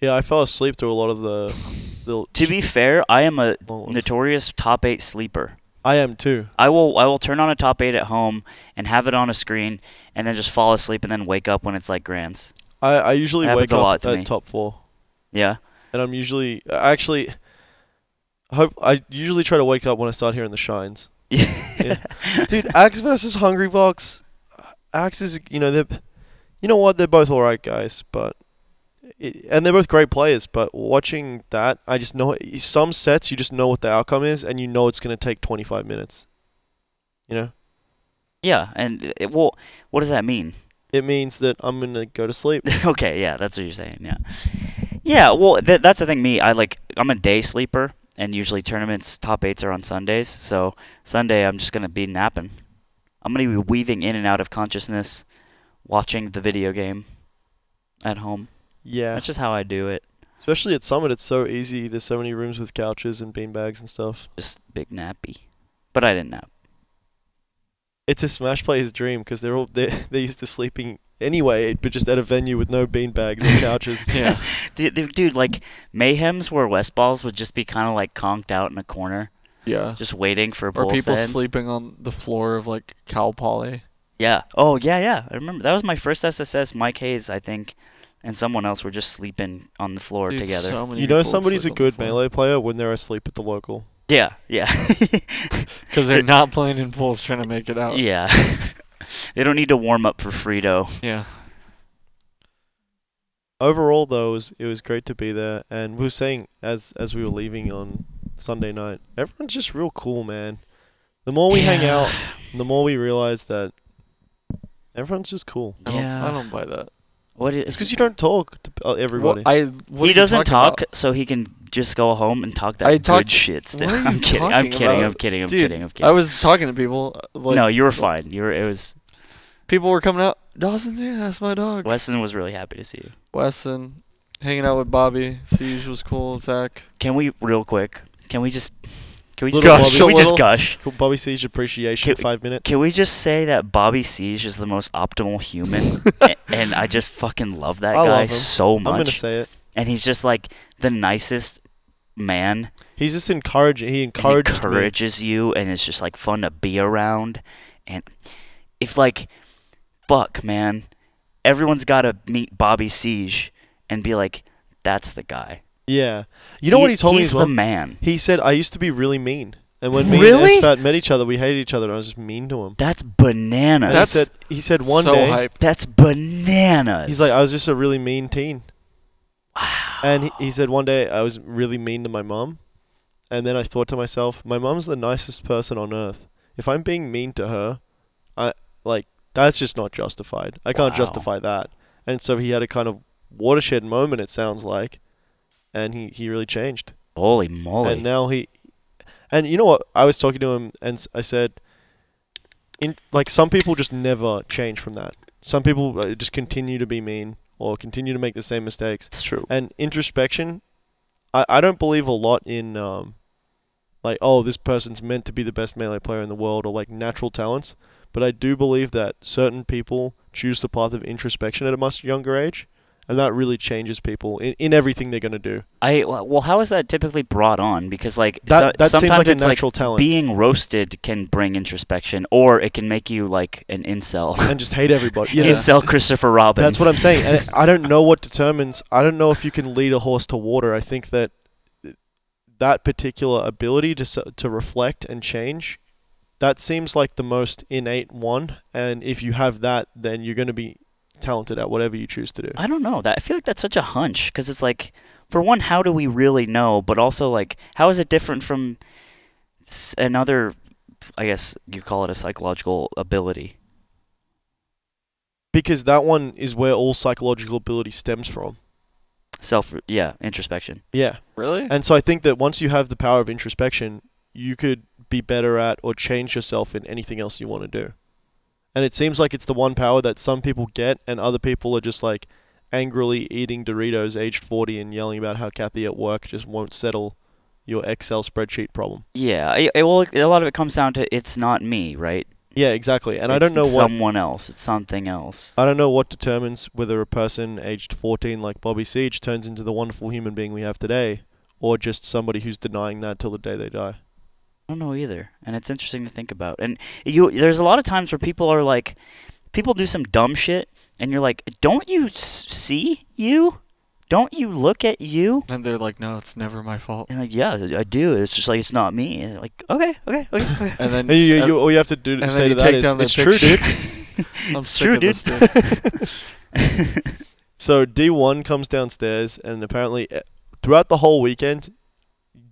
Yeah, I fell asleep through a lot of the. (laughs) the To be fair, I am a long ones. notorious top eight sleeper. I am too. I will I will turn on a top eight at home and have it on a screen and then just fall asleep and then wake up when it's like grands. I, I usually That wake happens up a lot to at me. top four. Yeah. (laughs) And I'm usually. Actually. I Hope I usually try to wake up when I start hearing the shines, Yeah. dude. Axe versus Hungry Box, Axe is you know they're, you know what they're both all right guys, but it, and they're both great players. But watching that, I just know some sets you just know what the outcome is, and you know it's gonna take 25 minutes. You know, Yeah, and it, well, what does that mean? it means that I'm gonna go to (laughs) sleep. okay, yeah, that's what you're saying. Yeah, yeah. Well, th- that's the thing. Me, I like. I'm a day sleeper, and usually tournaments top eights are on Sundays. So Sunday, I'm just gonna be napping. I'm gonna be weaving in and out of consciousness, watching the video game at home. Yeah, That's just how I do it. especially at Summit, it's so easy. There's so many rooms with couches and beanbags and stuff. Just big nappy. But I didn't nap. It's a Smash player's dream because they're all they're, (laughs) they're used to sleeping anyway, but just at a venue with no beanbags and (laughs) couches. Yeah, Dude, dude, dude, like mayhems where West balls would just be kind of like conked out in a corner, yeah. just waiting for a Or bull's people head. sleeping on the floor of like Cal Poly. Yeah. Oh, yeah, yeah. I remember that was my first SSS. Mike Hayes, I think, and someone else were just sleeping on the floor Dude, together. so many You know people would somebody's a sleep on the good floor. melee player when they're asleep at the local. yeah, yeah, Because (laughs) they're not playing in pools trying to make it out. yeah. (laughs) they don't need to warm up for Frito. Yeah. Overall, though, it was, it was great to be there, and we were saying as as we were leaving on Sunday night, everyone's just real cool, man. The more we hang Yeah. out, the more we realize that everyone's just cool. I don't, Yeah. I don't buy that. What is? It's because you don't talk to uh, What- everybody. I, what are he you doesn't talking about? talk, so he can just go home and talk that I good talked- shit. Still, (laughs) What are I'm you kidding. I'm talking kidding. I'm about? kidding. I'm Dude, kidding. I'm kidding. I was talking to people. uh, Like, no, you were fine. You were. It was people were coming out. Dawson's here. That's my dog. Weston was really happy to see you. Weston, hanging out with Bobby. Siege was cool. Zach. Can we real quick? Can we just? Can we just Little gush? Bobby (laughs) Can we just Little- gush? Cool Bobby Siege appreciation Can we- five minutes. Can we just say that Bobby Siege is the most optimal (laughs) human, A- and I just fucking love that I love guy him. so I'm gonna much. say it. and he's just like the nicest man. He's just encouraging. He and encouraged me. encourages you, and it's just like fun to be around. And if like, fuck, man, everyone's got to meet Bobby Siege and be like, that's the guy. Yeah, you know what he told me he's as well. the man. He said I used to be really mean, and when me Really? and Esfat met each other, we hated each other. and I was just mean to him. That's And bananas. That's- he said he said one so day hype. That's bananas. he's like I was just a really mean teen, wow. and he, he said one day I was really mean to my mom, and then I thought to myself, my mom's the nicest person on earth. If I'm being mean to her, I like that's just not justified. I can't Wow. justify that. And so he had a kind of watershed moment. It sounds like, and he he really changed. holy moly. And now he, and you know what? I was talking to him, and s- I said, in like some people just never change from that. Some people uh, just continue to be mean or continue to make the same mistakes. it's true. And introspection, I I don't believe a lot in um, like oh this person's meant to be the best melee player in the world or like natural talents. But I do believe that certain people choose the path of introspection at a much younger age, and that really changes people in, in everything they're gonna do. I well, how is that typically brought on? Because like That so- that seems sometimes like a it's natural like talent. being roasted can bring introspection, or it can make you like an incel. (laughs) and just hate everybody. Yeah, Yeah. incel Christopher Robin. that's what I'm saying. And I don't know what determines. I don't know if you can lead a horse to water. I think that that particular ability to s- to reflect and change, that seems like the most innate one. And if you have that, then you're going to be talented at whatever you choose to do. (laughs) I don't know. That I feel like that's such a hunch because it's like, for one, how do we really know? But also, like, how is it different from s- another? I guess you call it a psychological ability. Because that one is where all psychological ability stems from. Self, yeah, introspection. Yeah. Really? And so I think that once you have the power of introspection, you could be better at or change yourself in anything else you want to do. And it seems like it's the one power that some people get, and other people are just like angrily eating Doritos aged 40 and yelling about how Kathy at work just won't settle your Excel spreadsheet problem. Yeah, I I- well, a lot of it comes down to it's not me, right? Yeah, exactly. And I It's don't know what someone else. It's something else. I don't know what determines whether a person aged 14 like Bobby Siege turns into the wonderful human being we have today or just somebody who's denying that till the day they die. I don't know either, and it's interesting to think about. And you, there's a lot of times where people are like, people do some dumb shit, and you're like, don't you s- see you? Don't you look at you? And they're like, no, it's never my fault. And like, yeah, I do. It's just like it's not me. And like, okay, okay, okay. (laughs) okay. And And (laughs) then you, you, ev- all you have to do to and say to then you that take is down the it's true, picture." dude. I'm It's sick true, of dude. this (laughs) dude. So D1 comes downstairs, and apparently, eh, throughout the whole weekend,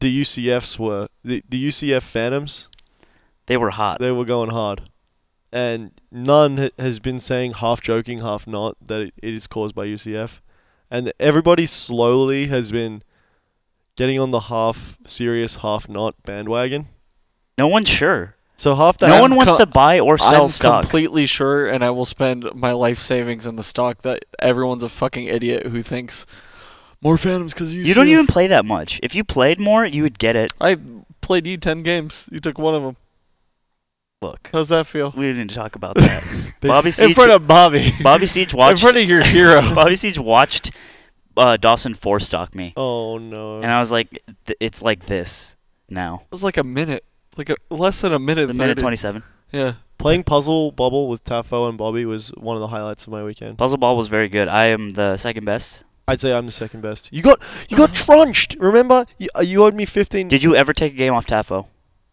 the UCFs were the, the UCF Phantoms. they were hot. They were going hard, and none ha- has been saying half joking, half not that it, it is caused by UCF, and everybody slowly has been getting on the half serious, half not bandwagon. No one's sure. So half the No half- one wants co- to buy or sell I'm stock. completely sure, and I will spend my life savings in the stock that everyone's a fucking idiot who thinks more Phantoms because you. you don't even play that much. If you played more, you would get it. I played you ten games. You took one of them. (laughs) Look, How's that feel? we didn't talk (laughs) about that. Bobby In Siege. front of Bobby. Bobby (laughs) Siege In watched. front of your (laughs) hero. (laughs) Bobby Siege watched uh, Dawson four stock me. Oh no! And I was like, th- it's like this now. It was like a minute, like a less than a minute. The minute 30. 27. Yeah, Playing Puzzle Bubble with Taffo and Bobby was one of the highlights of my weekend. Puzzle Ball was very good. I am the second best. I'd say I'm the second best. You got you got trunched. Remember, you, uh, you owed me 15. Did you ever take a game off Tafo?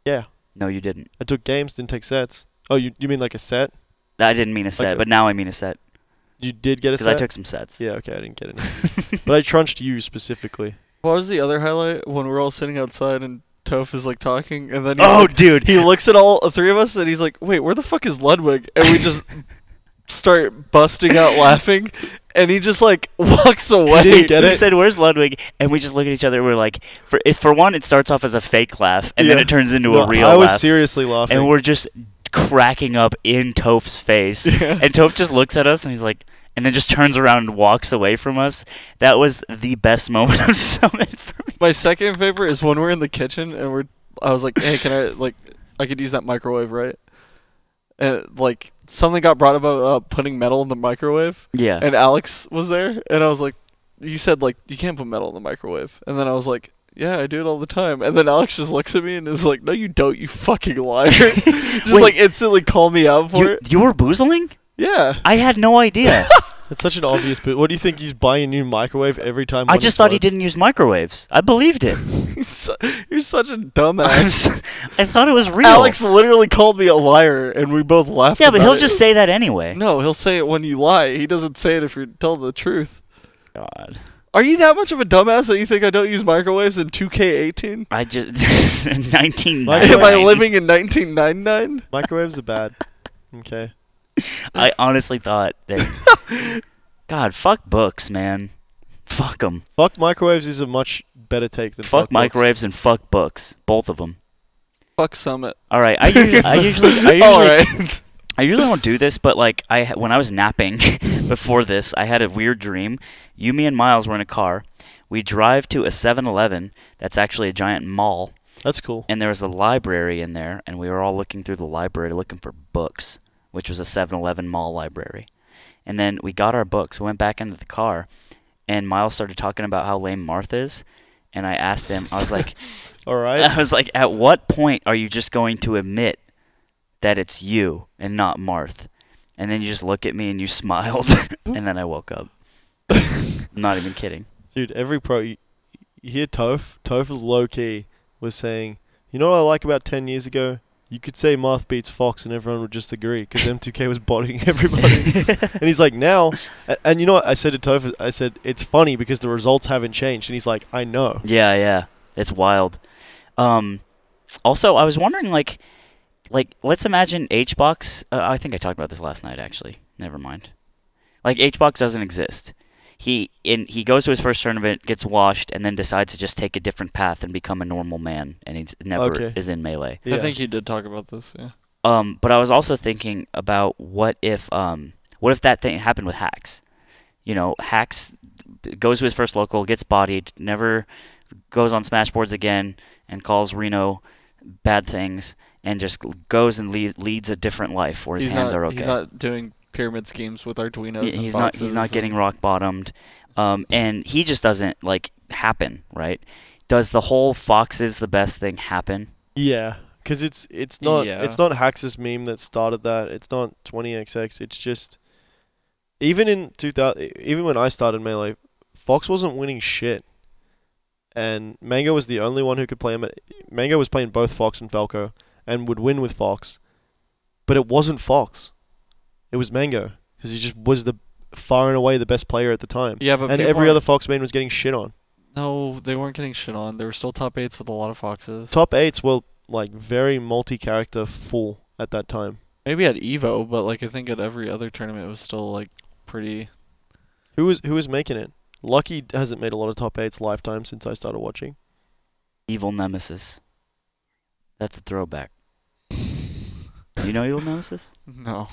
yeah, No, you didn't. I took games, didn't take sets. Oh, you you mean like a set? I didn't mean a set, Okay. but now I mean a set You did get a because I set. took some (laughs) sets. yeah, okay, I didn't get any. (laughs) but I trunched you specifically. What was the other highlight when we're all sitting outside and Toph is like talking, and then he, oh, like, dude. he looks at all uh, three of us and he's like, "Wait, where the fuck is Ludwig?" And we just start busting out laughing, and he just like (laughs) walks away. didn't get he it? said, "Where's Ludwig?" And we just look at each other. We're like, for it's for one, it starts off as a fake laugh, and then Yeah. it turns into No, a real I was laugh, seriously laughing. (laughs) and we're just cracking up in Toph's face. Yeah. (laughs) And Toph just looks at us, and he's like, and then just turns around and walks away from us. That was the best moment of (laughs) Summit for me. My second favorite is when we're in the kitchen and we're. I was like, "Hey, can I like, I could use that microwave, right?" And like something got brought up about uh, putting metal in the microwave, Yeah. and Alex was there, and I was like, "You said like you can't put metal in the microwave," and then I was like, "Yeah, I do it all the time." And then Alex just looks at me and is like, "No, you don't, you fucking liar!" (laughs) just Wait. like instantly call me out for you, it. you were boozling? Yeah, I had no (laughs) idea. It's such an obvious. But what do you think? He's buying a new microwave every time. I one just thought he swips? didn't use microwaves. I (laughs) believed it. So- you're such a I'm dumbass. s- (laughs) I thought it was real. Alex literally called me a liar, and we both laughed. yeah, but about he'll it. just say that anyway. no. He'll say it when you lie. He doesn't say it if you tell the truth. God. Are you that much of a dumbass that you think I don't use microwaves in 2K18? I just (laughs) 1990. Am I living in 1999? Microwaves are bad. Okay. I honestly thought that. (laughs) God, fuck books, man. Fuck them. Fuck microwaves is a much better take than Fuck, fuck, books. microwaves and fuck books. Both of them. Fuck Summit. All right. (laughs) I usually, I usually, I usually, All (laughs) right. I usually don't do this, but like I ha- when I was napping (laughs) before this, I had a weird dream. You, me, and Miles were in a car. We drive to a 7-Eleven that's actually a giant mall, That's cool. and there was a library in there, and we were all looking through the library looking for books, which was a 7-Eleven mall library. And then we got our books, we went back into the car, and Miles started talking about how lame Martha is, and I asked him, I was like, All right. (laughs) I was like, at what point are you just going to admit that it's you and not Marth? And then you just look at me and you smiled, (laughs) and then I (laughs) woke up. I'm not even kidding. Dude, every pro you, you hear Toph. Toph low key was saying, "You know what I like about ten years ago? You could say Marth beats Fox, and everyone would just agree because M2K was botting (laughs) everybody." and he's like, "Now," a- and you know what I said to Toph? I said, "It's funny because the results haven't changed." And he's like, "I know." Yeah, yeah, it's wild. Um, also, I was wondering, like, like let's imagine HBox. Uh, I think I talked about this last night, actually. Never mind. Like HBox doesn't exist. He in he goes to his first tournament, gets washed, and then decides to just take a different path and become a normal man, and he never Okay. is in melee. Yeah. I think you did talk about this. Yeah. Um, but I was also thinking about what if um, what if that thing happened with Hacks? You know, Hacks goes to his first local, gets bodied, never goes on Smashboards again, and calls Reno bad things, and just goes and leads, leads a different life where his he's hands not, are okay. He's not doing pyramid schemes with Arduinos. Yeah, and he's not boxes he's not and- (laughs) getting rock bottomed um, and he just doesn't like happen right does the whole fox is the best thing happen Yeah, because it's it's not Yeah. it's not Hax's meme that started that. It's not 20xx. It's just even in 2000, even when I started melee, Fox wasn't winning shit, and Mango was the only one who could play him. At, Mango was playing both Fox and Falco, and would win with Fox, but it wasn't Fox. It was Mango because he just was the far and away the best player at the time. Yeah, but And people every aren't- other Fox main was getting shit on. No, they weren't getting shit on. They were still top eights with a lot of foxes. Top eights were like very multi-character full at that time. Maybe at Evo, but like I think at every other tournament it was still like pretty. (laughs) Who was who was making it? Lucky hasn't made a lot of top eights lifetime since I started watching. evil nemesis that's a throwback you know evil nemesis No.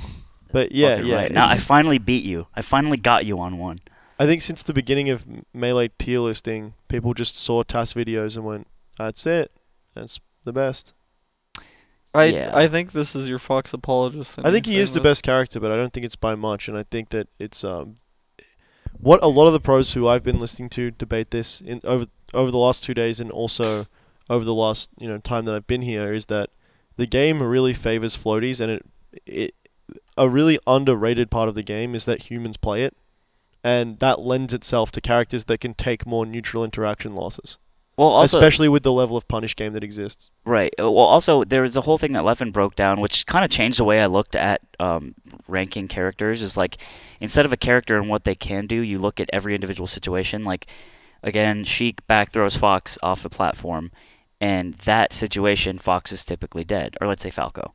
But yeah, Fucking yeah. right. now i it's- finally beat you i finally got you on one I think since the beginning of M- melee tier listing, people just saw TAS videos and went, "That's it. That's the best." I Yeah. I think this is your fox apologist. and I think you're he is the saying best character, but I don't think it's by much. And I think that it's um, what a lot of the pros who I've been listening to debate this in over over the last two days, and also over the last you know time that I've been here, is that the game really favors floaties, and it it, a really underrated part of the game is that humans play it, and that lends itself to characters that can take more neutral interaction losses, Well, also especially with the level of punish game that exists. right. uh, Well, also there was a whole thing that Leffen broke down, which kind of changed the way I looked at um, ranking characters. Is like instead of a character and what they can do, you look at every individual situation. Like again, Sheik back throws Fox off the platform, and that situation, Fox is typically dead, or let's say Falco,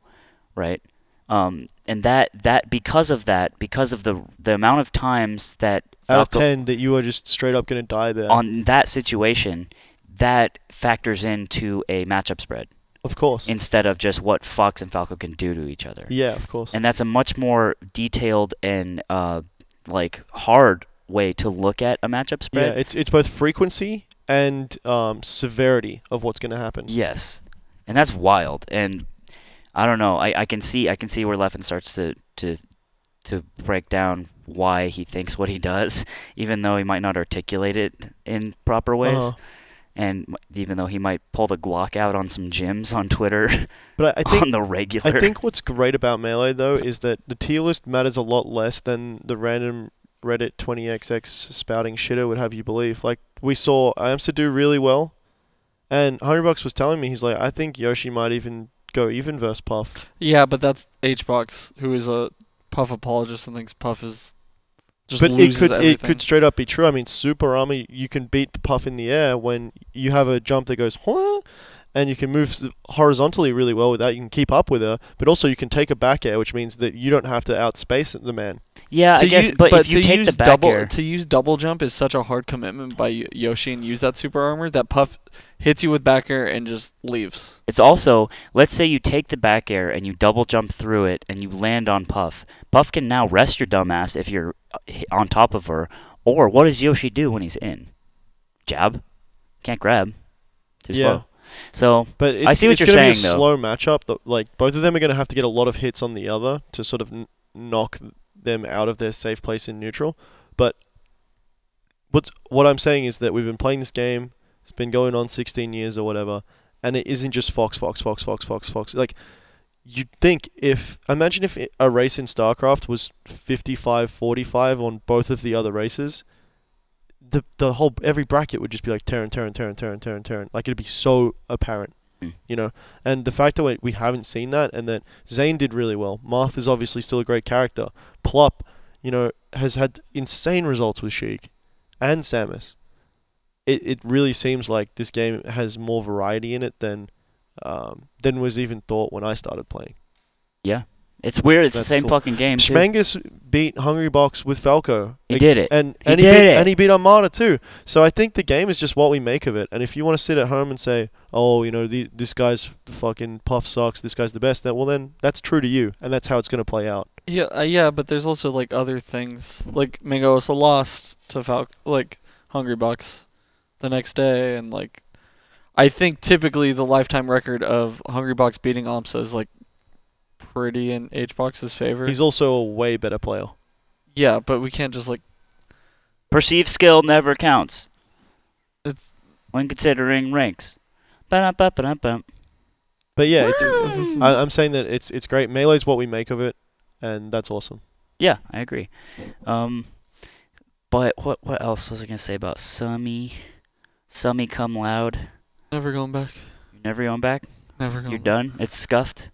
right? Um, and that that because of that, because of the the amount of times that Out of Falco- ten, that you are just straight up gonna die there. on that situation, that factors into a matchup spread of course. instead of just what Fox and Falco can do to each other. yeah, of course. And that's a much more detailed and uh, like hard way to look at a matchup yeah, spread. it's it's both frequency and um, severity of what's gonna happen. Yes, and that's wild. And I don't know. I, I can see I can see where Leffen starts to to to break down why he thinks what he (laughs) does, even though he might not articulate it in proper ways. Uh-huh. and m- even though he might pull the Glock out on some gyms on Twitter But I, I think (laughs) on the regular, I think what's great about Melee though is that the tier list matters a lot less than the random Reddit 20xx spouting shitter would have you believe. Like we saw Amster do really well, and Hundred Bucks was telling me he's like, I think Yoshi might even go even verse Puff. Yeah, but that's H Box, who is a Puff apologist and thinks Puff is just but it loses could everything. it could straight up be true. I mean, Super Army, you can beat Puff in the air when you have a jump that goes huh. And you can move s- horizontally really well with that. You can keep up with her, but also you can take a back air, which means that you don't have to outspace the man. yeah, I To guess. u- but, if you to take use the back double, air, to use double jump is such a hard commitment by Y- Yoshi and use that super armor that Puff hits you with back air and just leaves. it's also let's say you take the back air and you double jump through it and you land on Puff. Puff can now rest your dumbass if you're uh, hi- on top of her. Or what does Yoshi do when he's in? Jab, can't grab, too Yeah. slow. So But it's, see what it's you're going to be a saying, though. slow matchup. That, like both of them are going to have to get a lot of hits on the other to sort of n- knock them out of their safe place in neutral. But what's what I'm saying is that we've been playing this game. It's been going on 16 years or whatever, and it isn't just Fox, Fox, Fox, Fox, Fox, Fox. Like you'd think if imagine if it- a race in StarCraft was 55-45 on both of the other races. The, the whole every bracket would just be like Terran Terran Terran Terran Terran Terran like it'd be so apparent you know. And the fact that we, we haven't seen that, and that Zane did really well. Marth is obviously still a great character. Plop, you know, has had insane results with Sheik and Samus. It it really seems like this game has more variety in it than um, than was even thought when I started playing. it's weird. It's That's the same cool. fucking game. Too. Schmangus beat Hungry Box with Falco. He Ag- did it. And He and did beat, it. And he beat Armada too. So I think the game is just what we make of it. And if you want to sit at home and say, "Oh, you know, the, this guy's fucking puff sucks. This guy's the best," then well, then that's true to you, and that's how it's gonna play out. Yeah, uh, yeah, but there's also like other things. Like Mango also lost to Falcon, like Hungry Bucks, the next day, and like I think typically the lifetime record of Hungry Box beating Omsa is like pretty in H Box's favor. He's also a way better player. yeah, but we can't just like Perceived skill never counts. It's- when considering ranks. Ba-dum-ba-ba-dum-bum. But yeah, it's, I, I'm saying that it's it's great. Melee's what we make of it, and that's awesome. Yeah, I agree. Um, but what what else was I gonna say about Summy? Summy come loud. never going back. You're never going back. Never going. You're back. done. It's scuffed.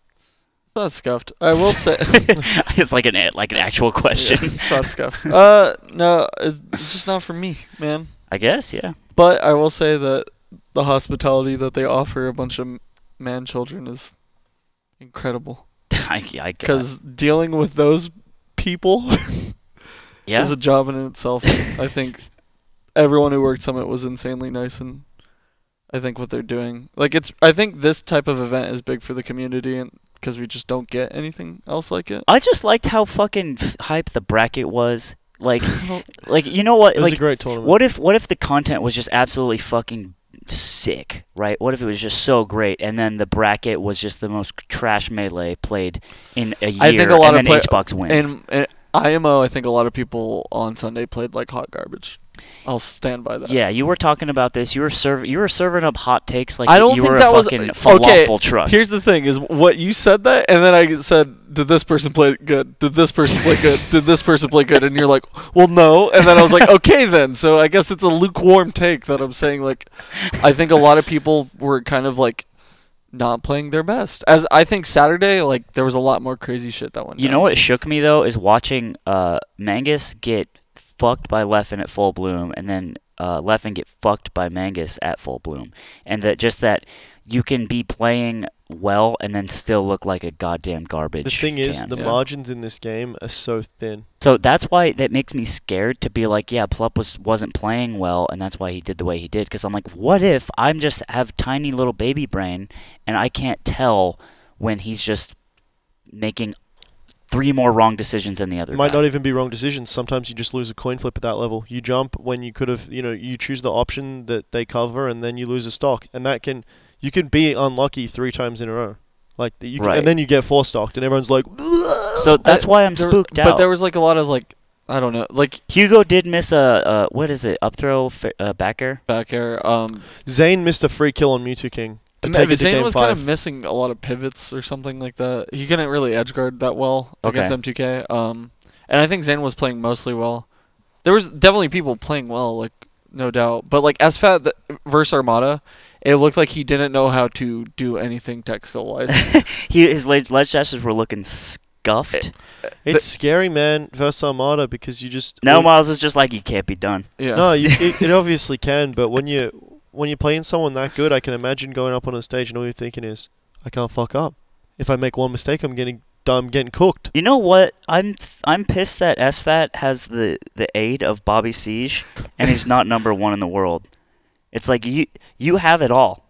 It's not scuffed. I (laughs) will say. it's like an like an actual question. (laughs) Yeah, it's not scuffed. Uh, no, it's, it's just not for me, man. (laughs) I guess. Yeah. (laughs) But I will say that the hospitality that they offer a bunch of man children is incredible. I, I guess. Because dealing with those people Yeah. is a job in itself. I think everyone who worked Summit was insanely nice, and I think what they're doing, like it's, I think this type of event is big for the community, and because we just don't get anything else like (laughs) it. I just liked how fucking f- hype the bracket was. Like, (laughs) Well- like you know what? It was Like a great tournament. What if what if the content was just absolutely fucking sick, right? What if it was just so great, and then the bracket was just the most trash melee played in a year, I think a lot and of then play- Hbox wins. And, and IMO, I think a lot of people on Sunday played like hot garbage. I'll stand by that. Yeah, you were talking about this. You were serv- you were serving up hot takes like I don't you think were that a was- fucking okay, falafel truck. (laughs) Here's the thing: is what you said that, and then I said, "Did this person play good? Did this person play good? Did this person play good?" And you're like, "Well, no." And then I was like, "Okay, then." So I guess it's a lukewarm take that I'm saying. Like, I think a lot of people were kind of like not playing their best. As I think Saturday, like there was a lot more crazy shit that went. You down. know what shook me though is watching uh, Mangus get fucked by Leffen at full bloom, and then uh, Leffen get fucked by Mangus at full bloom, and that just that you can be playing well and then still look like a goddamn garbage. The thing is, can. the Yeah. margins in this game are so thin. so that's why that makes me scared to be like, yeah, Plup was wasn't playing well, and that's why he did the way he did. Because I'm like, what if I'm just have tiny little baby brain, and I can't tell when he's just making three more wrong decisions than the other. It might guy. not even be wrong decisions. Sometimes you just lose a coin flip at that level. You jump when you could have, you know, you choose the option that they cover, and then you lose a stock, and that can you can be unlucky three times in a row, like the- you can, Right. and then you get four stocked, and everyone's like, So that's why I'm There- spooked out. But there was like a lot of like I don't know, like Hugo did miss a uh, what is it? Up throw, fa- uh, back air. back air. Um, Zane missed a free kill on Mewtwo King to Ma- take it to Zane game was five. kind of missing a lot of pivots or something like that. He couldn't really edge guard that well Okay. against M2K. Um, and I think Zane was playing mostly well. There was definitely people playing well, like no doubt. But like Sfat th- versus Armada, it looked like he didn't know how to do anything tech skill (laughs) wise. (laughs) He his ledge, ledge dashes were looking Eh, scuffed. it's scary, man, versus Armada because you just Now eh. all- Miles is just like you can't be done. (laughs) yeah. No, you, it, (laughs) it obviously can, but when you when you're playing someone that good, I can imagine going up on a stage and all you're thinking is, I can't fuck up. If I make one mistake, I'm getting I'm getting cooked. You know what? I'm I'm pissed that SFAT has the the aid of Bobby Siege, and he's not number one in the world. It's like you you have it all.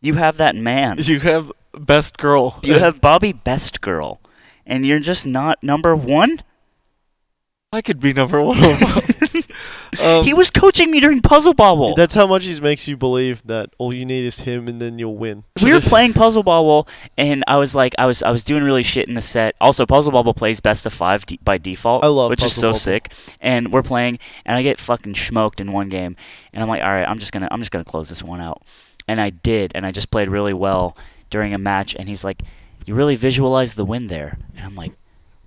You have that man. You have best girl. (laughs) You have Bobby Best Girl, and you're just not number one. (laughs) I could be number one. (laughs) (laughs) um, he was coaching me during Puzzle Bobble. That's how much he makes you believe that all you need is him, and then you'll win. we were playing Puzzle Bobble, and I was like, I was I was doing really shit in the set. Also, Puzzle Bobble plays best of five de- by default, I love which is Puzzle so Bobble. sick. And we're playing, and I get fucking smoked in one game, and I'm like, all right, I'm just gonna I'm just gonna close this one out, and I did, and I just played really well during a match, and he's like, you really visualized the win there, and I'm like,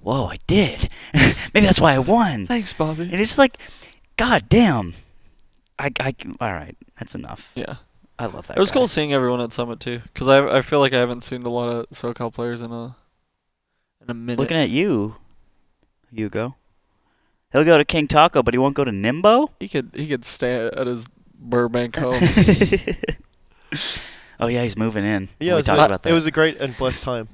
whoa, I did. (laughs) Maybe that's why I won. Thanks, Bobby. And it's just like, god damn, I, I all right, that's enough. Yeah. I love that. It was guy. cool seeing everyone at Summit too, because I I feel like I haven't seen a lot of SoCal players in a in a minute. Looking at you, Hugo. He'll go to King Taco, but he won't go to Nimbo. he could he could stay at, at his (laughs) Burbank home. oh yeah, he's moving in. Yeah, it we was, talked a, about that. it was a great and blessed time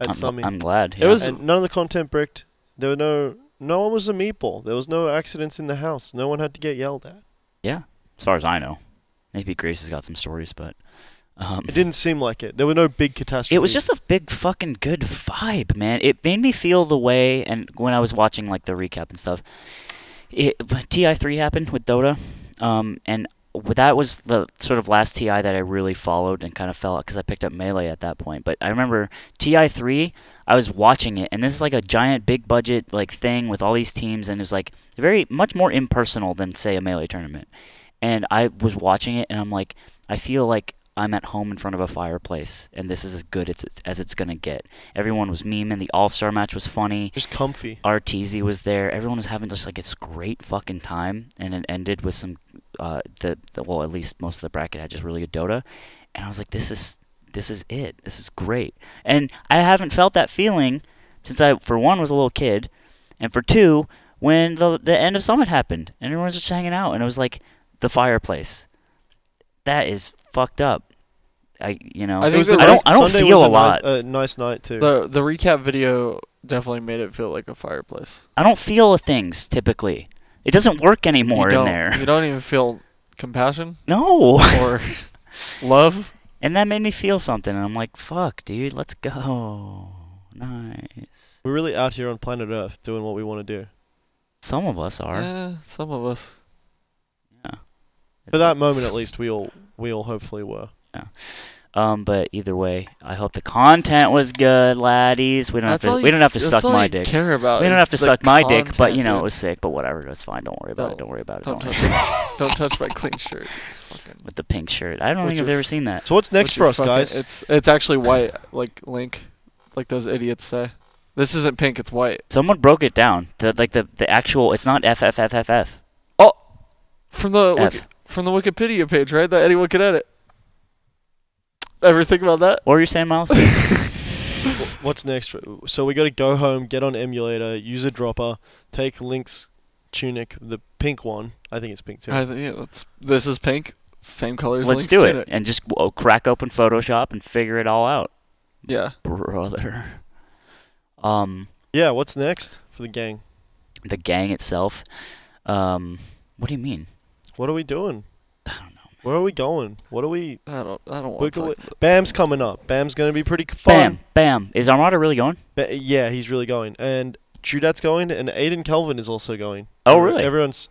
at I'm, Summit. I'm glad. It was- and none of the content bricked. There were no no one was a meatball. There was no accidents in the house. No one had to get yelled at. as far as I know. Maybe Grace has got some stories, but um, It didn't seem like it. There were no big catastrophes. It was just a big fucking good vibe, man. It made me feel the way, and when I was watching like the recap and stuff, it Ti three happened with Dota, um, and w- that was the sort of last Ti that I really followed and kind of fell out because I picked up melee at that point. But I remember Ti three, I was watching it, and this is like a giant big budget like thing with all these teams, and it's like very much more impersonal than say a melee tournament. And I was watching it, and I'm like, I feel like I'm at home in front of a fireplace, and this is as good as it's, as it's gonna get. Everyone was memeing. The All Star match was funny. just comfy. Arteezy was there. Everyone was having just like this great fucking time, and it ended with some, uh, the, the well, at least most of the bracket had just really good Dota, and I was like, this is this is it. This is great, and I haven't felt that feeling since I, for one, was a little kid, and for two, when the the end of Summit happened, and everyone was just hanging out, and it was like the fireplace. That is fucked up. I you know I It think was that a I don't nice- I don't Sunday feel was a ni- lot. A nice night too. the the recap video definitely made it feel like a fireplace. I don't feel things typically. It doesn't work You anymore in don't- there. You don't even feel compassion (laughs) No. or love. And that made me feel something. And I'm like, fuck, dude, let's go. Nice. We're really out here on planet Earth doing what we want to do. Some of us are. Eh, some of us. Yeah. For that moment, at least, we all we all hopefully were. Um, but either way, I hope the content was good, laddies. We don't That's have all to. you- we don't have to that's suck all my you dick. Care about? We don't is have to the suck my dick, but content, you know dude. it was sick. But whatever, that's fine. Don't worry about it. Don't- Don't worry about it. don't worry. touch my, (laughs) don't touch my clean shirt. Fucking- With the pink shirt, I don't With think I've your ever seen that. So what's next with for your us, fucking- guys? It's it's actually white, like Link, like those idiots say. This isn't pink. It's white. Someone broke it down. The like the the actual. It's not FFFFF. Oh, from the wiki, F. from the Wikipedia page, right? That anyone could edit. Ever think about that? What were you (laughs) saying, Miles? Wh- What's next? for- So we got to go home, get on emulator, use a dropper, take Link's tunic, the pink one. I think it's pink too. Uh, I think yeah, that's, this is pink, same color as Let's Link's do it tunic. and just oh, crack open Photoshop and figure it all out, Yeah. brother. Um, yeah. What's next for the gang? the gang itself. Um, what do you mean? What are we doing? I don't know. Where are we going? What are we? I don't. I don't We're want go- to. Bam's coming up. Bam's gonna be pretty c- Bam, fun. bam. Is Armada really going? Ba- yeah, he's really going. And Judat's going, and Aiden Kelvin is also going. Oh, Every- really? Everyone's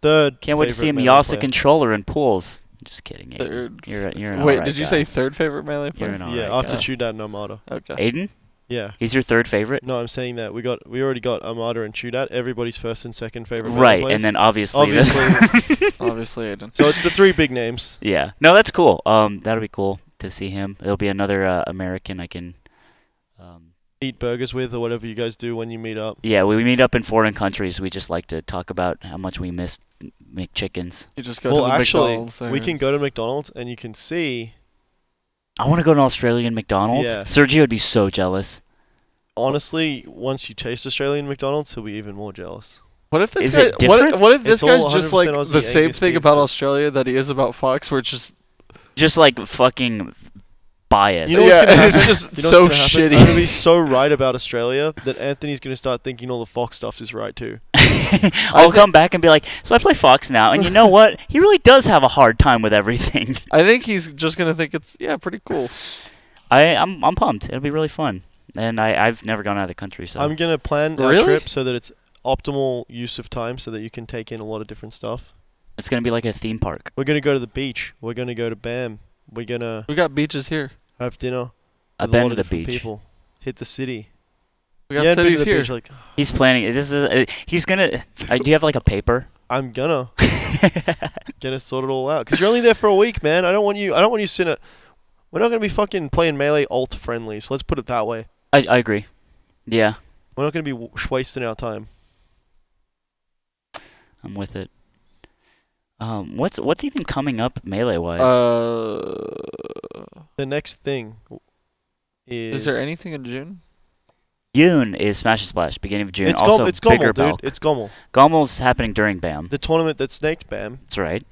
third. Can't wait to see him favorite melee Yasa player. controller in pools. Just kidding. Aiden. Third- You're, a- you're an Wait, alright did you guy. say third favorite melee You're player? an alright Yeah, guy. after Judat and Armada. Okay. Aiden, Yeah. he's your third favorite. No, I'm saying that we got we already got Armada and Chudat, everybody's first and second favorite. melee Right, players. and then obviously, this. obviously. Obviously, (laughs) Aiden. so it's the three big names. (laughs) Yeah. No, that's cool. Um, that'll be cool to see him. It'll be another uh, American I can. Um, Eat burgers with, or whatever you guys do when you meet up. Yeah, when we meet up in foreign countries, we just like to talk about how much we miss m- McChickens. You just go well, to the actually, McDonald's. we or- can go to McDonald's and you can see. I want to go to an Australian McDonald's. Yeah. Sergio would be so jealous. Honestly, once you taste Australian McDonald's, he'll be even more jealous. What if this Is guy? it What if, different? what if this It's all guy's 100% just like Aussie the same Angus thing beef, about though. Australia that he is about Fox? Where it's just Just like fucking bias. You know what's yeah, (laughs) gonna it's happen? just You know so what's gonna happen? I'm gonna be shitty. so right about Australia that Anthony's gonna start thinking all the Fox stuff is right too. I'll come back and be like, so I play Fox now, and you (laughs) know what? He really does have a hard time with everything. (laughs) I think he's just gonna think it's yeah, pretty cool. I, I'm, I'm pumped. It'll be really fun. And I, I've never gone out of the country, so. I'm gonna plan Really? our trip so that it's optimal use of time, so that you can take in a lot of different stuff. it's going to be like a theme park. We're gonna go to the beach. We're gonna go to Bam. We're gonna We got beaches here. have dinner with a I've been lot to of the different beach. people. Hit the city. We got yeah, I've been to cities the here. Beach, like He's planning. This is. Uh, he's going to. Uh, do you have like a paper? (laughs) I'm gonna gonna sort it all out because you're only there for a week, man. I don't want you. I don't want you sitting. At, we're not gonna be fucking playing melee alt friendly. So let's put it that way. I, I agree. Yeah. We're not gonna be w- wasting our time. I'm with it. Um, what's what's even coming up melee wise? Uh, The next thing w- is. is there anything in (laughs) June? June is Smash and Splash, beginning of June. It's, also, Gom- it's bigger Gommel, dude. Balk. It's Gommel. Gommel's happening during BAM. The tournament that snaked Bam. That's right.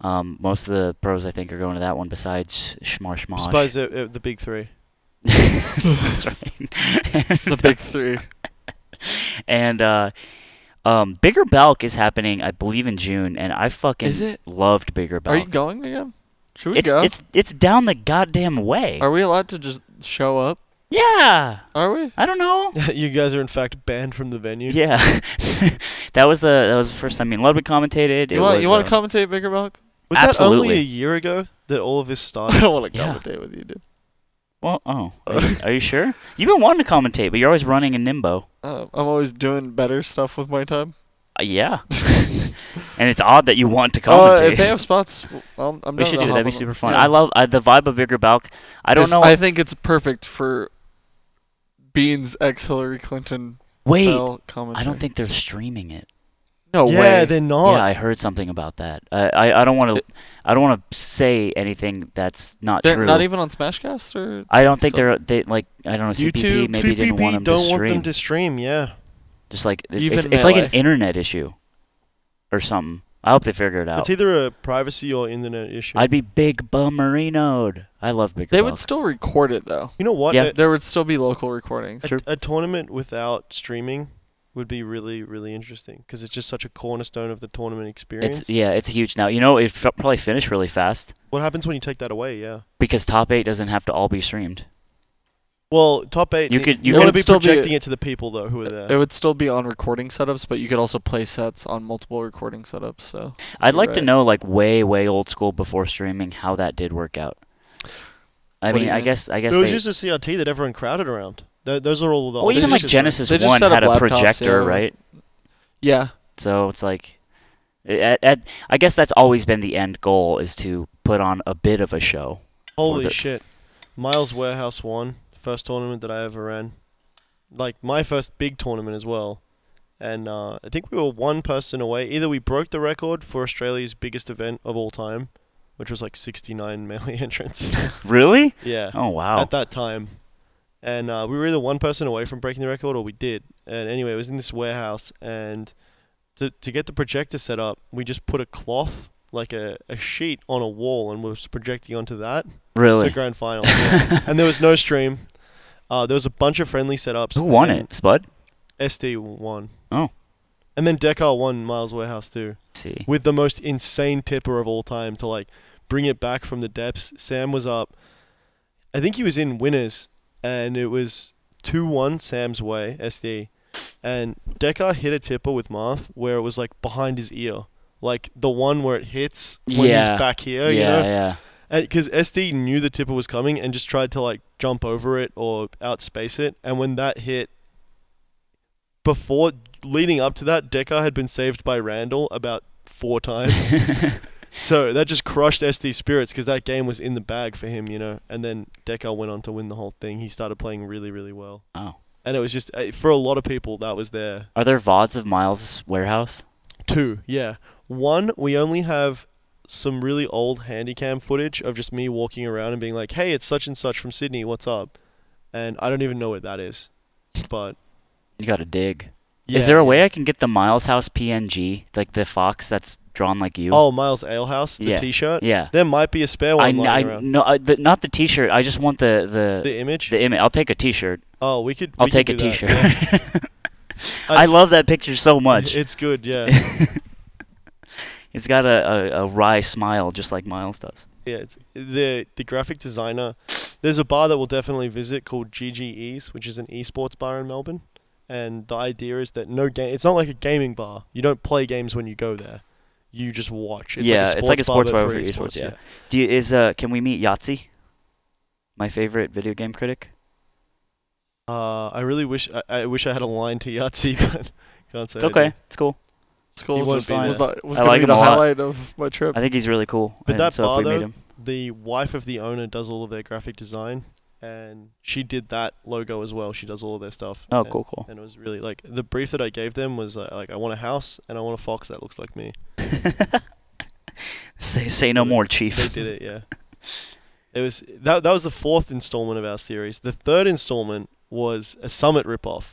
Um, most of the pros I think are going to that one. Besides Schmar Schmosh. Spies are, are the big three. (laughs) (laughs) That's right. The big three. and uh, um, bigger Balk is happening, I believe, in June, and I fucking Is it? loved bigger Are you Balk. going again? Should we it's go? it's it's down the goddamn way. Are we allowed to just show up? yeah. Are we? I don't know. you guys are in fact banned from the venue. Yeah, (laughs) that was the that was the first time. I mean, Ludwig commentated. it You want was, you want uh, to commentate Bigger Buck? Was that Absolutely. only a year ago that all of this started? (laughs) I (laughs) don't want to Yeah. commentate with you, dude. Well, oh, are you, are you sure? You've been wanting to commentate, but you're always running in nimbo. Uh, I'm always doing better stuff with my time. Uh, yeah, (laughs) and it's odd that you want to Uh, commentate. if they have spots, I'm, I'm (laughs) we down should to do that. hop That'd be on super them. fun. Yeah. I love uh, the vibe of Bigger Balk. I don't It's- know. I think it's perfect for Beans ex Hillary Clinton wait, style commentary. I don't think they're streaming it. No yeah, way. they're not. Yeah, I heard something about that. I I, I don't want to. I don't want to say anything that's not They're true. not even on Smashcast or I don't think so- they're they like. I don't know. CPP YouTube, maybe didn't want them don't to want stream. them to stream. Yeah, Just like it- Even it's, it's like an melee. internet issue or something. I hope they figure it out. it's either a privacy or internet issue. Oh. I'd be big bummerinoed. I love big. They would still record it though. you know what? Yeah. A- There would still be local recordings. a, Sure. a tournament without streaming would be really, really interesting because it's just such a cornerstone of the tournament experience. It's yeah, it's huge now. You know, it f- probably finished really fast What happens when you take that away? Yeah. because top eight doesn't have to all be streamed. Well, top eight. You it- could- Uh, You you want to could be still be- projecting it to the people though who are there. Uh, It would still be on recording setups, but you could also play sets on multiple recording setups. So I'd You're like to right. know, like way way old school before streaming, how that did work out. I What do mean, you I mean? guess I guess There was they. used to CRT that everyone crowded around. Th- those are all the. well, old even like Genesis Genesis they just One set had a up laptops, projector, yeah. right? Yeah. So it's like, at, at, I guess that's always been the end goal is to put on a bit of a show. Holy the- shit. Miles Warehouse won. First tournament that I ever ran. Like my first big tournament as well. And uh, I think we were one person away. Either we broke the record for Australia's biggest event of all time, which was like 69 (laughs) melee entrants. Really? yeah. Oh wow! At that time. And uh, we were either one person away from breaking the record or we did. And anyway, it was in this warehouse. And to, to get the projector set up, we just put a cloth, like a, a sheet, on a wall and was projecting onto that really? the grand final. (laughs) yeah. and there was no stream. Uh, there was a bunch of friendly setups. Who won and it? Spud? SD won. Oh. And then Deckard won Miles Warehouse too, Let's see. with the most insane tipper of all time to like bring it back from the depths. Sam was up. I think he was in winners, and it was two one Sam's way SD, and Deckard hit a tipper with Marth where it was like behind his ear, like the one where it hits when Yeah. he's back here. yeah, you know? yeah. because SD knew the tipper was coming and just tried to like jump over it or outspace it. And when that hit, before leading up to that, Decker had been saved by Randall about four (laughs) times. so that just crushed SD's spirits because that game was in the bag for him, you know. And then Decker went on to win the whole thing. He started playing really, really well. Oh. And it was just eh, for a lot of people that was there. Are there vods of Miles Warehouse? Two, yeah. One, we only have some really old handycam footage of just me walking around and being like, "Hey, it's such and such from Sydney. What's up?" And I don't even know what that is, but You gotta dig. yeah, Is there a yeah. way I can get the Miles House PNG, like the fox that's drawn like you? Oh, Miles Alehouse, the Yeah. T-shirt. yeah. There might be a spare I, one kn- lying I around. no, I, the, not the T-shirt. I just want the the The image. the image. I'll take a T-shirt. oh, we could. I'll we could take a do that, T-shirt. yeah. (laughs) (laughs) I love that picture so much. It's good. Yeah. It's got a, a, a wry smile, just like Miles does. yeah. It's the the graphic designer. There's a bar that we'll definitely visit called GGE's, which is an esports bar in Melbourne. and the idea is that no game it's not like a gaming bar you don't play games when you go there you just watch it's Yeah, like a sports it's like a sports bar, bar but for for esports, esports, yeah. Do you, is uh can we meet Yahtzee? My favorite video game critic. uh, i really wish I, I wish i had a line to yahtzee (laughs) but can't say It's I okay. do. It's cool. He School won't was, be was, there. the, was I gonna like be him the a lot. highlight of my trip. I think he's really cool. But and that so if we bar, meet though- him, the wife of the owner does all of their graphic design and she did that logo as well she does all of their stuff oh and, cool, cool. (laughs) and it was really like the brief that i gave them was uh, like i want a house and i want a fox that looks like (laughs) me say say no more, chief. they did it, yeah. It was that that was the fourth installment of our series. The third installment was a summit ripoff.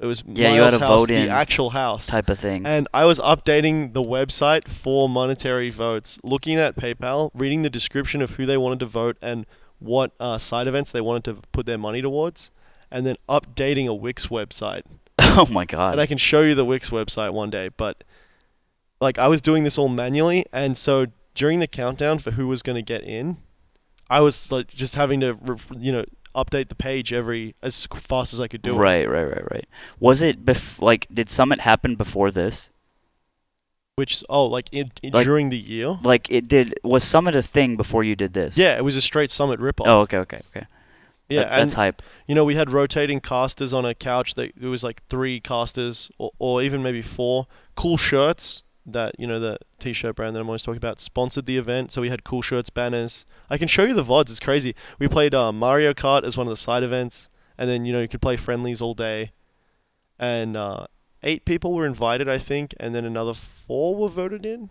It was Yeah, you Miles had a house, vote the in actual house. type (laughs) of thing. And I was updating the website for monetary votes, looking at PayPal, reading the description of who they wanted to vote and what uh, side events they wanted to put their money towards, and then updating a Wix website (laughs) oh my god. and I can show you the Wix website one day, but like I was doing this all manually, and so during the countdown for who was going to get in, I was like just having to ref- you know update the page every as fast as I could do it, right, right, right, right. Was it bef- like did summit happen before this? which oh like, in, in- Like- during the year, Like it did was summit a thing before you did this? yeah, it was a straight Summit ripoff. Oh, okay, okay, okay. yeah, That- and that's hype. you know we had rotating casters on a couch that it was like three casters or, or even maybe four cool shirts that you know the t-shirt brand that i'm always talking about sponsored the event so we had cool shirts banners i can show you the vods it's crazy we played uh, mario kart as one of the side events and then you know you could play friendlies all day and uh, eight people were invited i think and then another four were voted in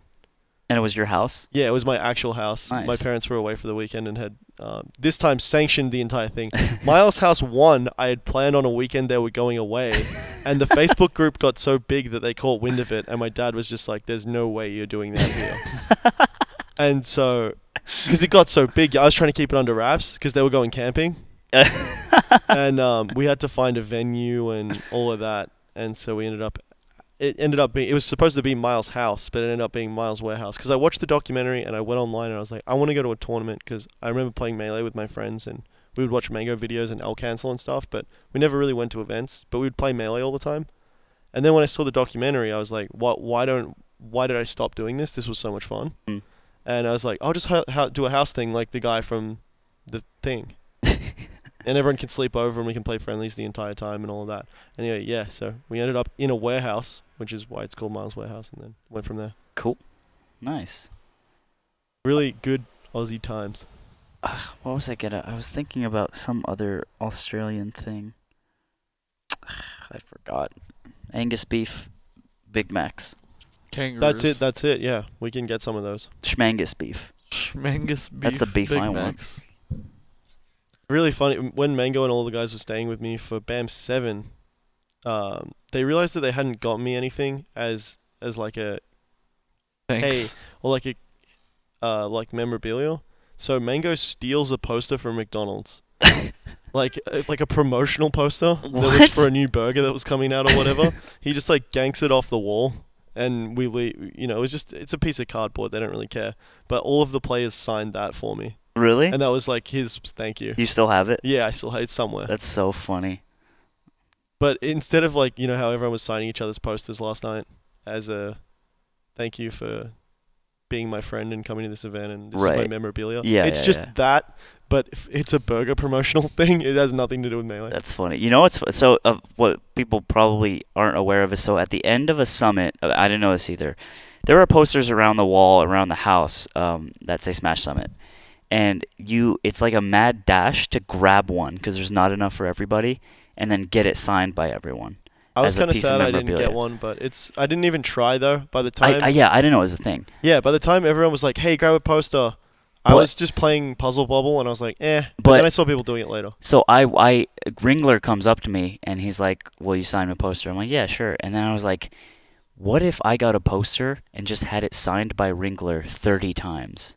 And it was your house? yeah, it was my actual house. My Nice. parents were away for the weekend and had um, this time sanctioned the entire thing. (laughs) Miles House One, I had planned on a weekend they were going away, and the (laughs) Facebook group got so big that they caught wind of it, and my dad was just like, "There's no way you're doing that (laughs) here." and so, because it got so big, I was trying to keep it under wraps because they were going (laughs) camping, and um, we had to find a venue and all of that, and so we ended up it ended up being it was supposed to be Miles' house, but it ended up being Miles' warehouse because I watched the documentary and I went online and I was like, I want to go to a tournament because I remember playing melee with my friends and we would watch Mango videos and El Cancel and stuff, but we never really went to events, but we would play melee all the time. And then when I saw the documentary, I was like, what? Why don't? Why did I stop doing this? This was so much fun. Mm. And I was like, I'll just ho- ho- do a house thing like the guy from the thing. and everyone can sleep over and we can play friendlies the entire time and all of that. Anyway, yeah, so we ended up in a warehouse, which is why it's called Mars Warehouse, and then went from there. Cool. Nice. Really good Aussie times. Ugh, what was I gonna? I was thinking about some other Australian thing. (sighs) I forgot. Angus beef, Big Macs, Kangaroos. That's it, that's it, yeah. We can get some of those. Schmangus beef. (laughs) Schmangus beef. That's the beef Big I want. Macs. really funny when Mango and all the guys were staying with me for BAM Seven. Um, they realized that they hadn't got me anything as as like a (laughs) Thanks. or like a uh, like memorabilia. So Mango steals a poster from McDonald's, like uh, like a promotional poster that was What? for a new burger that was coming out or whatever. he just like ganks it off the wall, and we leave. You know, it was just it's a piece of cardboard. They don't really care. But all of the players signed that for me, (laughs) Really? and that was like his thank you. You still have it? Yeah, I still have it somewhere. That's so funny. But instead of like you know how everyone was signing each other's posters last night as a thank you for being my friend and coming to this event and this is my Right. memorabilia. Yeah, it's yeah, just yeah. that, but if it's a burger promotional (laughs) thing. It has nothing to do with melee. That's funny. You know what's so uh, what people probably aren't aware of is so at the end of a summit, uh, I didn't know this either. There are posters around the wall around the house um, that say Smash Summit, and you it's like a mad dash to grab one because there's not enough for everybody, and then get it signed by everyone. I was as a kind of piece of sad I didn't get memorabilia. one, but it's I didn't even try though. By the I, time I, yeah, I didn't know it was a thing. yeah, by the time everyone was like, "Hey, grab a poster," I But- was just playing Puzzle Bubble and I was like, "Eh," but, But- then I saw people doing it later. So I, I Ringler comes up to me and he's like, "Will you sign my poster?" I'm like, "Yeah, sure." And then I was like, "What if I got a poster and just had it signed by Ringler 30 times?"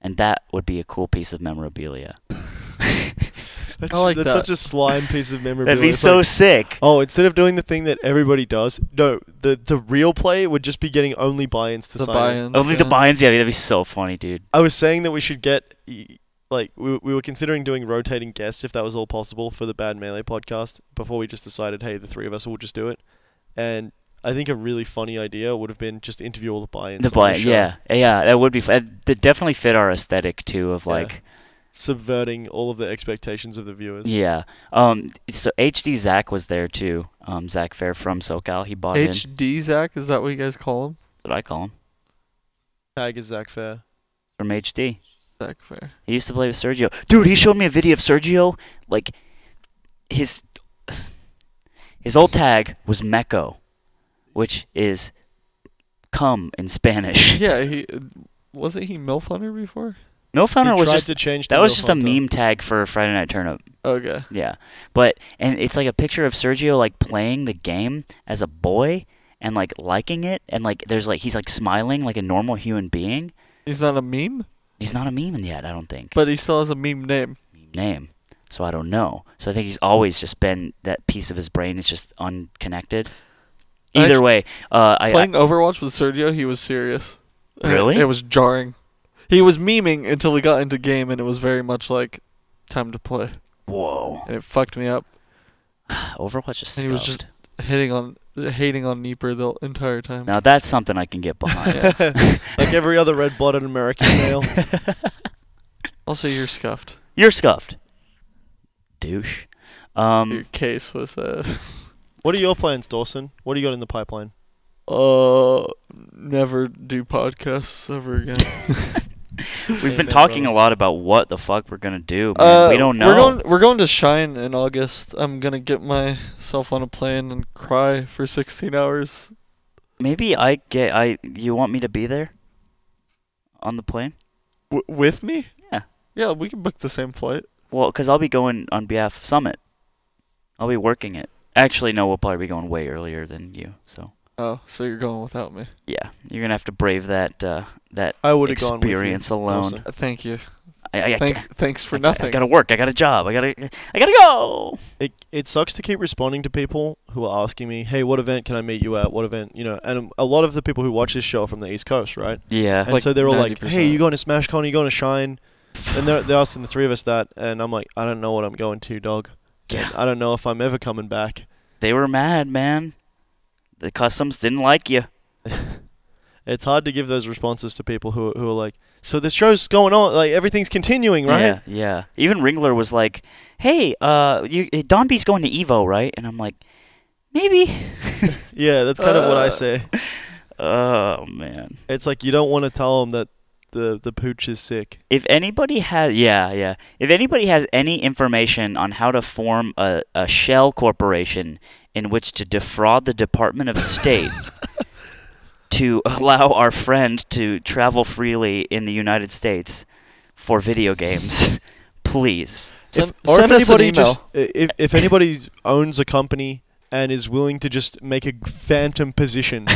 And that would be a cool piece of memorabilia. That's, like that's that. such a slime piece of (laughs) memorabilia. That'd be It's so like- sick. Oh, instead of doing the thing that everybody does, no, the the real play would just be getting only buy-ins to The sign. it. buy-ins. Only the yeah. binds, yeah, that'd be so funny, dude. I was saying that we should get e- like we we were considering doing rotating guests if that was all possible for the Bad Melee podcast before we just decided, hey, the three of us will just do it. And I think a really funny idea would have been just interview all the buy-ins. The on bind, show, yeah, yeah, that would be. f- That definitely fit our aesthetic too, of Yeah. like. subverting all of the expectations of the viewers. Yeah. Um. So HD Zach was there too. Um. Zach Fair from SoCal. He bought in. That's HD Zach, is that what you guys call him? what I call him Tag is Zach Fair. from HD. Zach (laughs) Fair. He used to play with Sergio. Dude, he showed me a video of Sergio. Like his his old tag was Meco, which is come in Spanish. Yeah, he wasn't he MILF Hunter before? Milf Hunter he was tried just to change. that to was Milf just a Hunter. (laughs) meme tag for Friday Night Turnup. Okay. Yeah. But and it's like a picture of Sergio like playing the game as a boy and like liking it and like there's like he's like smiling like a normal human being. He's not a meme, He's not a meme yet, I don't think. but he still has a meme name. name. So I don't know. So I think he's always just been that piece of his brain is just unconnected. I Either actu- way, uh, I, Playing Overwatch with Sergio, he was serious. And it- Really? It, was jarring. He was memeing until we got into game, and it was very much like time to play, whoa, (sighs) and it fucked me up. Overwatch is And he was just- scuffed. Hitting on, hating on Nieper the entire time. now that's something I can (laughs) get behind. like every other red-blooded (laughs) American male. Also, you're scuffed. You're scuffed, douche. Your Um, case was uh, What are your plans, Dawson? What do you got in the pipeline? uh, never do podcasts ever again. we've been Amen, talking brother. a lot about what the fuck we're gonna do. Man. Uh, (laughs) we don't know. We're going, we're going to Shine in August. I'm gonna get myself on a plane and cry for 16 hours. Maybe I get I. You want me to be there on the plane? W- with me? Yeah. Yeah, we can book the same flight. Well, because I'll be going on behalf of Summit. I'll be working it. Actually, no, we'll probably be going way earlier than you. So Oh, so you're going without me? yeah, you're gonna have to brave that uh, that I would have gone with you, experience alone. Dawson. Uh, Thank you. I, I, I, Thanks. Thanks for I- nothing. I gotta work. I got a job. I gotta. I gotta go. It it sucks to keep responding to people who are asking me, "Hey, what event can I meet you at? What event?" You know, and a lot of the people who watch this show are from the East Coast, right? Yeah. And Like so they're all like, "Hey, 90%. you going to Smash Con? You going to Shine?" And they're they're asking the three of us that, and I'm like, "I don't know what I'm going to, dog. Yeah. And I don't know if I'm ever coming back." They were mad, man. The customs didn't like you. it's hard to give those responses to people who who are like, so the show's going on, like everything's continuing, right? Yeah, yeah. Even Ringler was like, "Hey, uh, you, Donby's going to Evo, right?" And I'm like, "Maybe." Yeah, that's kind of what I Uh. say. oh man. It's like you don't want to tell them that the the pooch is sick. If anybody has, yeah, yeah. If anybody has any information on how to form a, a shell corporation in which to defraud the Department of State to allow our friend to travel freely in the United States for video games, please. Send, if, or send if anybody anybody email. just i- if if anybody owns a company and is willing to just make a g- phantom position,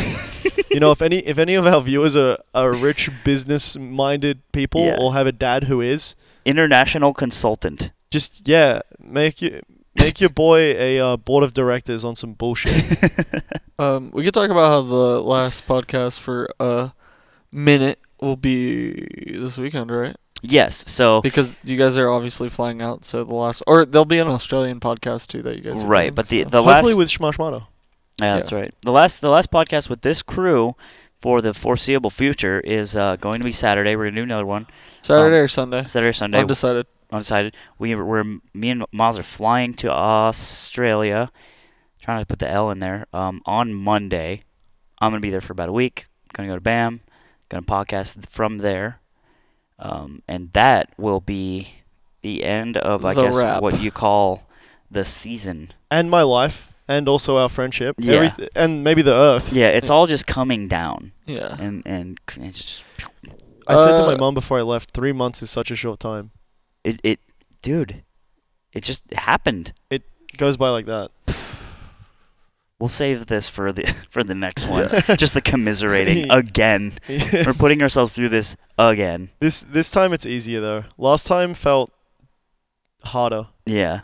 you know, if any if any of our viewers are, are rich business minded people Yeah. or have a dad who is, International consultant. just yeah, make you make your boy a uh, board of directors on some bullshit. um, we could talk about how the last podcast for a minute will be this weekend, right? Yes. So Because you guys are obviously flying out, so the last or there'll be an Australian podcast too that you guys are right, doing, but (laughs) the so- the last Hopefully with Schmashmato. Yeah, that's right. The last the last podcast with this crew for the foreseeable future is uh, going to be Saturday. We're gonna do another one Saturday um, or Sunday, Saturday, Sunday. undecided. undecided. We we're me and Miles are flying to Australia. Trying to put the L in there. Um, on Monday, I'm gonna be there for about a week. Gonna go to BAM. Gonna podcast from there. Um, and that will be the end of I The guess wrap. what you call the season. and my life and also our friendship Yeah. everyth- and maybe the earth Yeah, it's all just coming down Yeah. and and it's just. i said to my Uh, mom before i left three months is such a short time It, it, dude, it just happened. it goes by like that We'll save this for the (laughs) for the next one. (laughs) just the (laughs) commiserating again. We're Yeah. putting ourselves through this again. (laughs) this this time it's easier though last time felt harder Yeah.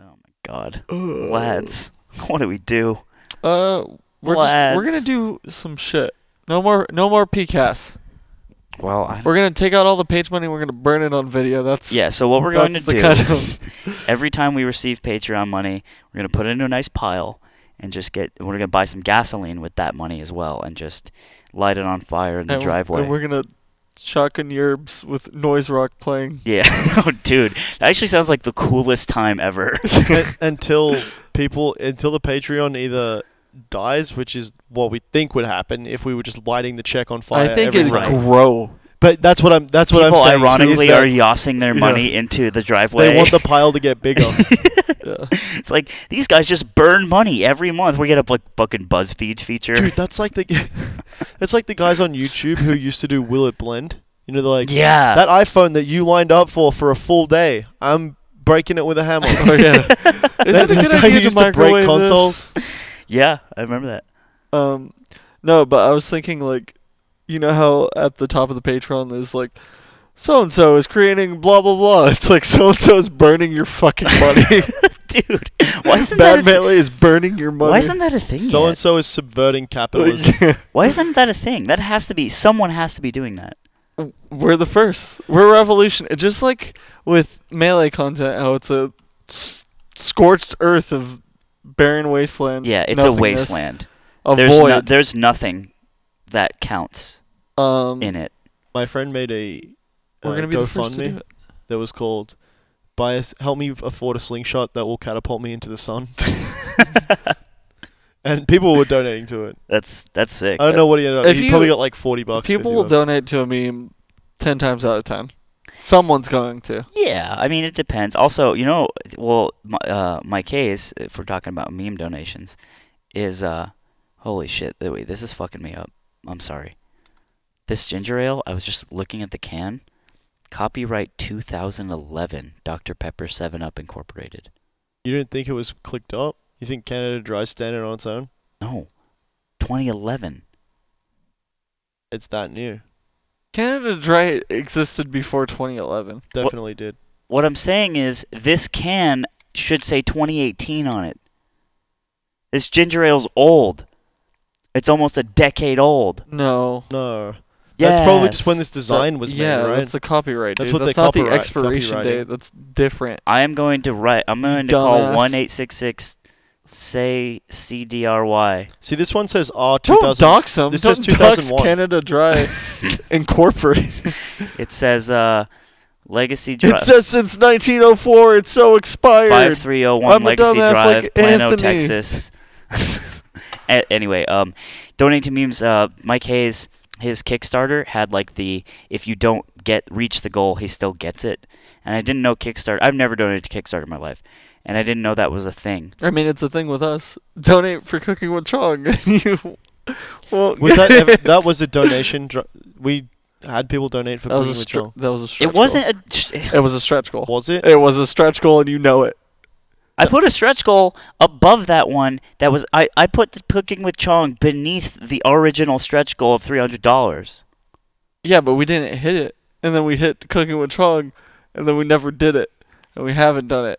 Oh my god, lads, what do we do? Uh, we're just, we're gonna Lads. do some shit. No more, no more PCAS. Well, I We're gonna take out all the page money. We're gonna burn it on video. That's yeah. So what we're going to that's the do kind of- every time we receive Patreon money, we're gonna put it into a nice pile and just get. We're gonna buy some gasoline with that money as well, and just light it on fire in the and we're- driveway. And we're gonna shotgun yerbs with noise rock playing. Yeah. (laughs) oh, dude. That actually sounds like the coolest time ever. (laughs) Un- until people until the patreon either dies which is what we think would happen if we were just lighting the check on fire I think every it'd time. (laughs) grow. but that's what i'm that's what People i'm saying is ironically that are yossing their Yeah. money into the driveway. they want the pile to get (laughs) bigger Yeah. it's like these guys just burn money every month. We get a like fucking BuzzFeed feature. dude that's like the (laughs) that's like the guys on youtube who used to do will it blend you know they're like yeah. that iPhone that you lined up for for a full day, I'm breaking it with a (laughs) hammer. oh yeah. Is That- it (laughs) a that good guy idea to used to break microwave this? (laughs) consoles? yeah, I remember that. (laughs) Um, no, but I was thinking like, you know how at the top of the Patreon is like, so and so is creating blah blah blah. (laughs) It's like so and so is burning your fucking money. (laughs) Dude. Why isn't Bad that a, Manly is burning your money. why isn't that a thing? So and yet? so is subverting capitalism. (laughs) Like, Why isn't that a thing? That has to be someone has to be doing that. We're the first. We're revolution. It's Just like with melee content, how it's a s- scorched earth of barren wasteland. Yeah, it's nothingness, a wasteland. A there's no- void. there's nothing that counts um, in Mm. it. (laughs) My friend made a uh, we're gonna be the first to do GoFundMe it. that was called "Buy a s help me afford a slingshot that will catapult me into the sun," (laughs) and people were donating to it. That's that's sick. I don't know what he ended up. If He you- probably got like forty bucks. People 50 will bucks. donate to a meme ten times out of ten. Someone's going to. Yeah, I mean it depends. Also, you know, well, my, uh, my case, if we're talking about meme donations, is uh, holy shit! th- Wait, this is fucking me up. I'm sorry. This ginger ale, I was just looking at the can. Copyright 2011, Dr Pepper Seven Up Incorporated. You didn't think it was clicked up? You think Canada Dry standing on its own? No, 2011. It's that new. Canada Dry existed before 2011. Definitely did. What I'm saying is, this can should say 2018 on it. This ginger ale's old. It's almost a decade old. No. No, that's probably just when Yes. this design was yeah, made, right? that's the copyright. That's dude. what that's they not the copyright- expiration copyrighted. date. That's different. I am going to write. I'm going to Dumbass. call one eight six six say CDRY. See, this one says R two Don't thousand. dox them. this Don't is dox 2001. (laughs) Canada Dry Incorporated. It says uh, Legacy Drive. it says since 1904, it's so expired. Five three zero one I'm a Legacy dumbass Drive, like Plano, Anthony. Texas. (laughs) A- anyway, um, donate to memes. Uh, Mike Hayes, his Kickstarter had like the if you don't get reach the goal, he still gets it. And I didn't know Kickstarter. I've never donated to Kickstarter in my life, and I didn't know that was a thing. I mean, it's a thing with us. Donate for cooking with Chong, (laughs) and you. Well, Was that (laughs) ever, that was a donation? Dr- we had people donate for that was a Cooking with str- Joel. that was a stretch. It wasn't a. Goal. It was a stretch goal. Was it? It was a stretch goal, and you know it. I put a stretch goal above that one. That was I. I put the cooking with Chong beneath the original stretch goal of three hundred dollars. Yeah, but we didn't hit it, and then we hit cooking with Chong, and then we never did it, and we haven't done it,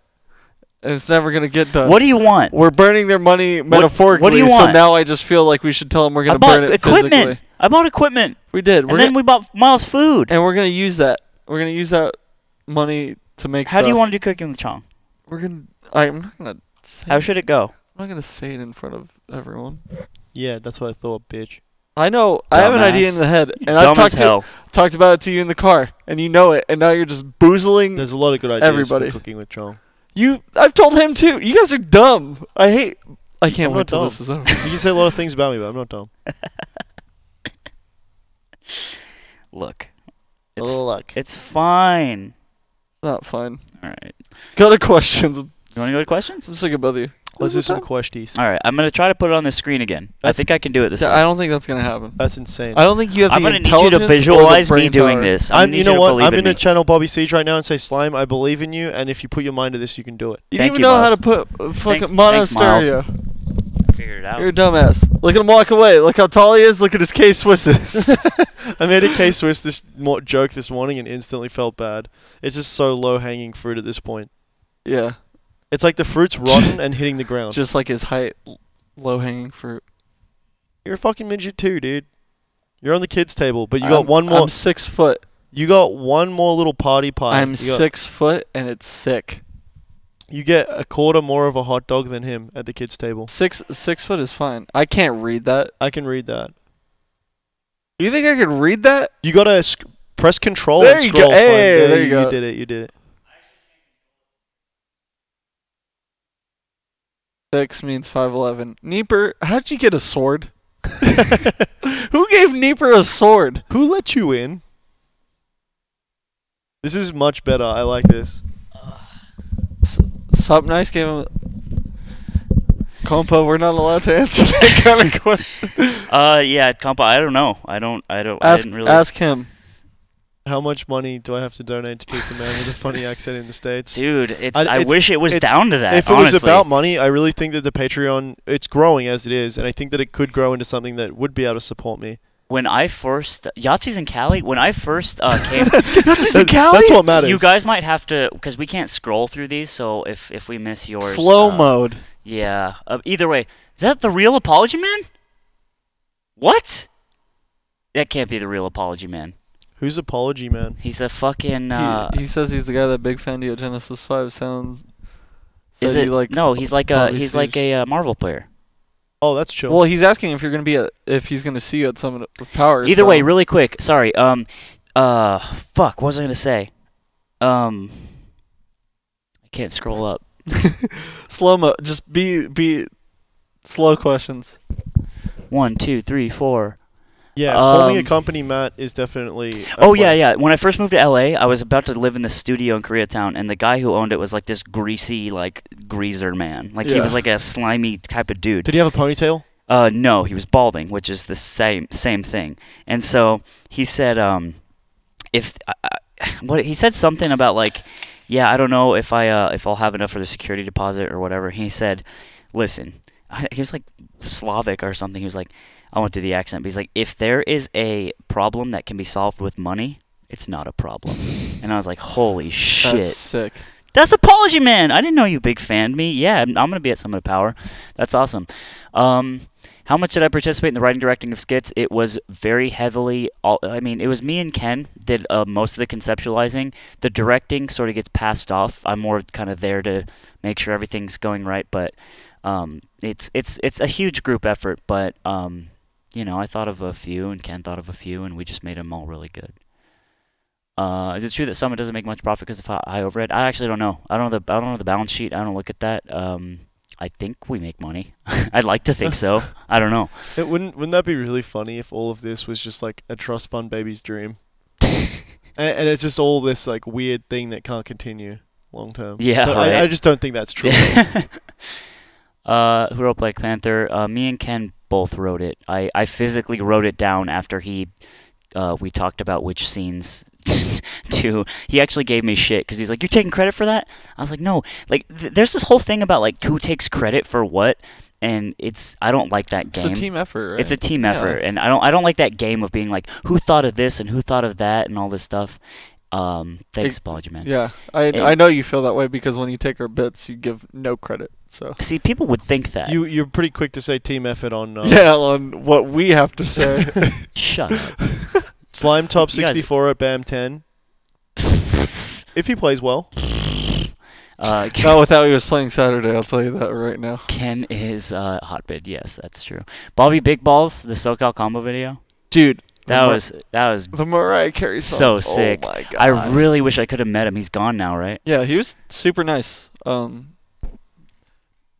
and it's never gonna get done. What do you want? Uh, We're burning their money metaphorically. what do you So want? now I just feel like we should tell them we're I gonna bought burn it equipment. physically. I bought equipment, We did. We're and then we bought Miles food. and we're gonna use that. We're gonna use that money to make. How do you stuff. want to do cooking with Chong? We're gonna. I'm not gonna. Say How should it go? I'm not gonna say it in front of everyone. Yeah, that's what I thought, bitch. I know. I have an idea in Dumbass. the head, and I've Dumb talked as to, hell. talked about it to you in the car, and you know it, and now you're just boozling. There's a lot of good ideas Everybody. for Cooking with Joel. you. I've told him too. You guys are dumb. I hate. I can't I'm wait not till dumb. this is over. You can say a lot of things about me, but I'm not dumb. Look, it's luck. it's fine. not fun. All right. Go to questions. I'm You want to go to questions? sick of both of you. Let's do some Th- questies. All right. I'm gonna try to put it on the screen again. I That's- think I can do it this I time. don't think that's gonna happen. That's insane. I don't think you have I'm the gonna need you intelligence to or the visualize me brain doing power. this. I'm, I'm, gonna you need know to what? believe I'm in gonna me. channel Bobby Siege right now and say, "Slime, I believe in you, and if you put your mind to this, you can do it." You Thank didn't even you, know how Miles. to put uh, Thanks- fucking mono thanks, Miles. stereo. Figure it out. You're a dumbass. Look at him walk away. Look how tall he is. Look at his K (laughs) Swiss is. I made a K Swiss this mo- joke this morning and instantly felt bad. It's just so low hanging fruit at this point. yeah, It's like the (laughs) fruit's rotten and hitting the ground. just like his height, low hanging fruit. You're a fucking midget too, dude. You're on the kids' table, but you I'm- got one more. I'm six foot. you got one more little party pie. I'm you got- six foot, and it's sick. You get a quarter more of a hot dog than him at the kids' table. Six six foot is fine. I can't read that. I can read that. You think I could read that? You gotta sc- press control There and you go. scroll. Slime. Hey, Yeah, there you go. You did it. You did it. Six means five eleven. Neeper, how'd you get a sword? (laughs) Who gave Neeper a sword? (laughs) Who let you in? This is much better. I like this. S- Sup nice gave him. Compo, we're not allowed to answer (laughs) that kind of question. Uh, yeah, compa. I don't know. I don't. I don't. I ask didn't really. ask (laughs) him. How much money do I have to donate to keep the man with a (laughs) funny accent in the states? Dude, it's. I- I, it's- wish it was it's- down to that. if it honestly. was about money, I really think that the Patreon it's growing as it is, and I think that it could grow into something that would be able to support me. when I first Yahtzees in Cali, when I first uh, came, That's just a That- That's what matters. you guys might have to because we can't scroll through these. So if if we miss yours, Slow uh, mode. yeah. Uh, either way, is that the real apology man? What? That can't be the real apology man. Who's apology man? He's a fucking. He- Uh, he, says he's the guy that Big Fan Genesis Five sounds. is said it he, like no? He's like a Bobby he's like Sears. a uh, Marvel player. Oh, that's chill. Well, he's asking if you're gonna be at, if he's gonna see you at Summit of Power. Either so- way, really quick. Sorry. Um, uh, fuck. What was I gonna say? Um, I can't scroll up. (laughs) slow mo. Just be be slow questions. One, two, three, four. yeah, forming a um, company, Matt, is definitely. a Oh yeah, plan. yeah. When I first moved to LA, I was about to live in this studio in Koreatown, and the guy who owned it was like this greasy, like greaser man. Like he Yeah. was like a slimy type of dude. Did he have a ponytail? Uh, no, he was balding, which is the same same thing. And so he said, um, if I I- (sighs) what he said something about like, yeah, I don't know if I uh, if I'll have enough for the security deposit or whatever. He said, listen, (laughs) he was like Slavic or something. He was like, I won't do the accent, but he's like, if there is a problem that can be solved with money, it's not a problem. And I was like, holy shit. That's sick. That's Apology Man. I didn't know you big fanned me. Yeah, I'm, I'm gonna be at Summit of Power. That's awesome. Um, how much did I participate in the writing and directing of skits? It was very heavily. All, I mean, it was me and Ken did uh, most of the conceptualizing. The directing sort of gets passed off. I'm more kind of there to make sure everything's going right, but Um, it's it's it's a huge group effort, but um, you know, I thought of a few, and Ken thought of a few, and we just made them all really good. Uh, is it true that Summit doesn't make much profit because of hi- high overhead? I actually don't know. I don't know the I don't know the balance sheet. I don't look at that. Um, I think we make money. (laughs) I'd like to think so. I don't (laughs) know. It wouldn't wouldn't that be really funny if all of this was just like a trust fund baby's (laughs) dream, and, and it's just all this like weird thing that can't continue long term. Yeah, But right. I, I just don't think that's true. (laughs) uh, who wrote Black Panther? Uh, me and Ken both wrote it. I, I physically wrote it down after he uh, we talked about which scenes (laughs) to. He actually gave me shit because he's like, "You're taking credit for that." I was like, "No." Like, th- there's this whole thing about like who takes credit for what, and it's I don't like that game. It's a team effort, right? It's a team Yeah. effort, and I don't I don't like that game of being like who thought of this and who thought of that and all this stuff. Um, thanks, Ex- Apology Man. Yeah, I And- I know you feel that way because when you take our bits, you give no credit. So See, people would think that. you you're pretty quick to say team effort on uh, (laughs) yeah, on what we have to say. (laughs) Shut up. slime top You guys- sixty four at BAM ten. If he plays well, (laughs) Uh, Not without he was playing Saturday. I'll tell you that right now. Ken is uh, hot bid. Yes, that's true. Bobby Big Balls, the SoCal combo video. Dude, That the Mar- was that was. the Mariah Carey song. so Oh sick. my God. I really wish I could have met him. He's gone now, right? yeah, he was super nice. Um,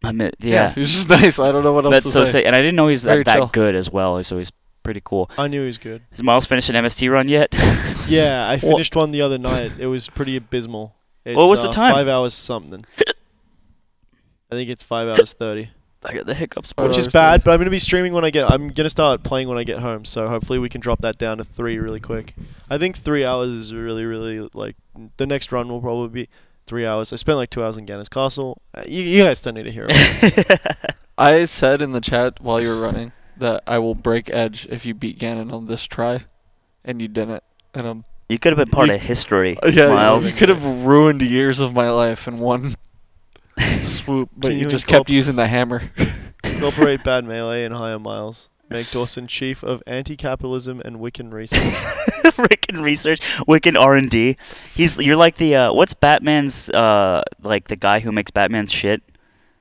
I mean, yeah. yeah. he was (laughs) just nice. I don't know what else that's to so say. sick. And I didn't know he's Very that, that chill. good as well. So he's pretty cool. I knew he was good. Has Miles finished an MST run yet? (laughs) Yeah, I Well- finished one the other night. It was pretty abysmal. It's, What was the uh, time? Five hours something. I think it's five hours thirty, I got the hiccups. Five boys. (laughs) which is hours bad. 30. But I'm gonna be streaming when I get. I'm gonna start playing when I get home. So hopefully we can drop that down to three really quick. I think three hours is really, really like the next run will probably be three hours. I spent like two hours in Gannis Castle. Uh, You, you guys don't need to hear it. I said in the chat while you were running that I will break Edge if you beat Ganon on this try, and you didn't. And I'm you could have been part You- of history, (laughs) yeah, Miles. you could have ruined years of my life in one (laughs) swoop, but Can you you just kept incorpor- using the hammer. (laughs) Incorporate bad (laughs) melee and higher miles. Make Dawson chief of anti-capitalism and Wiccan research. (laughs) Wiccan research, Wiccan R and D. He's you're like the uh, what's Batman's uh, like the guy who makes Batman's shit.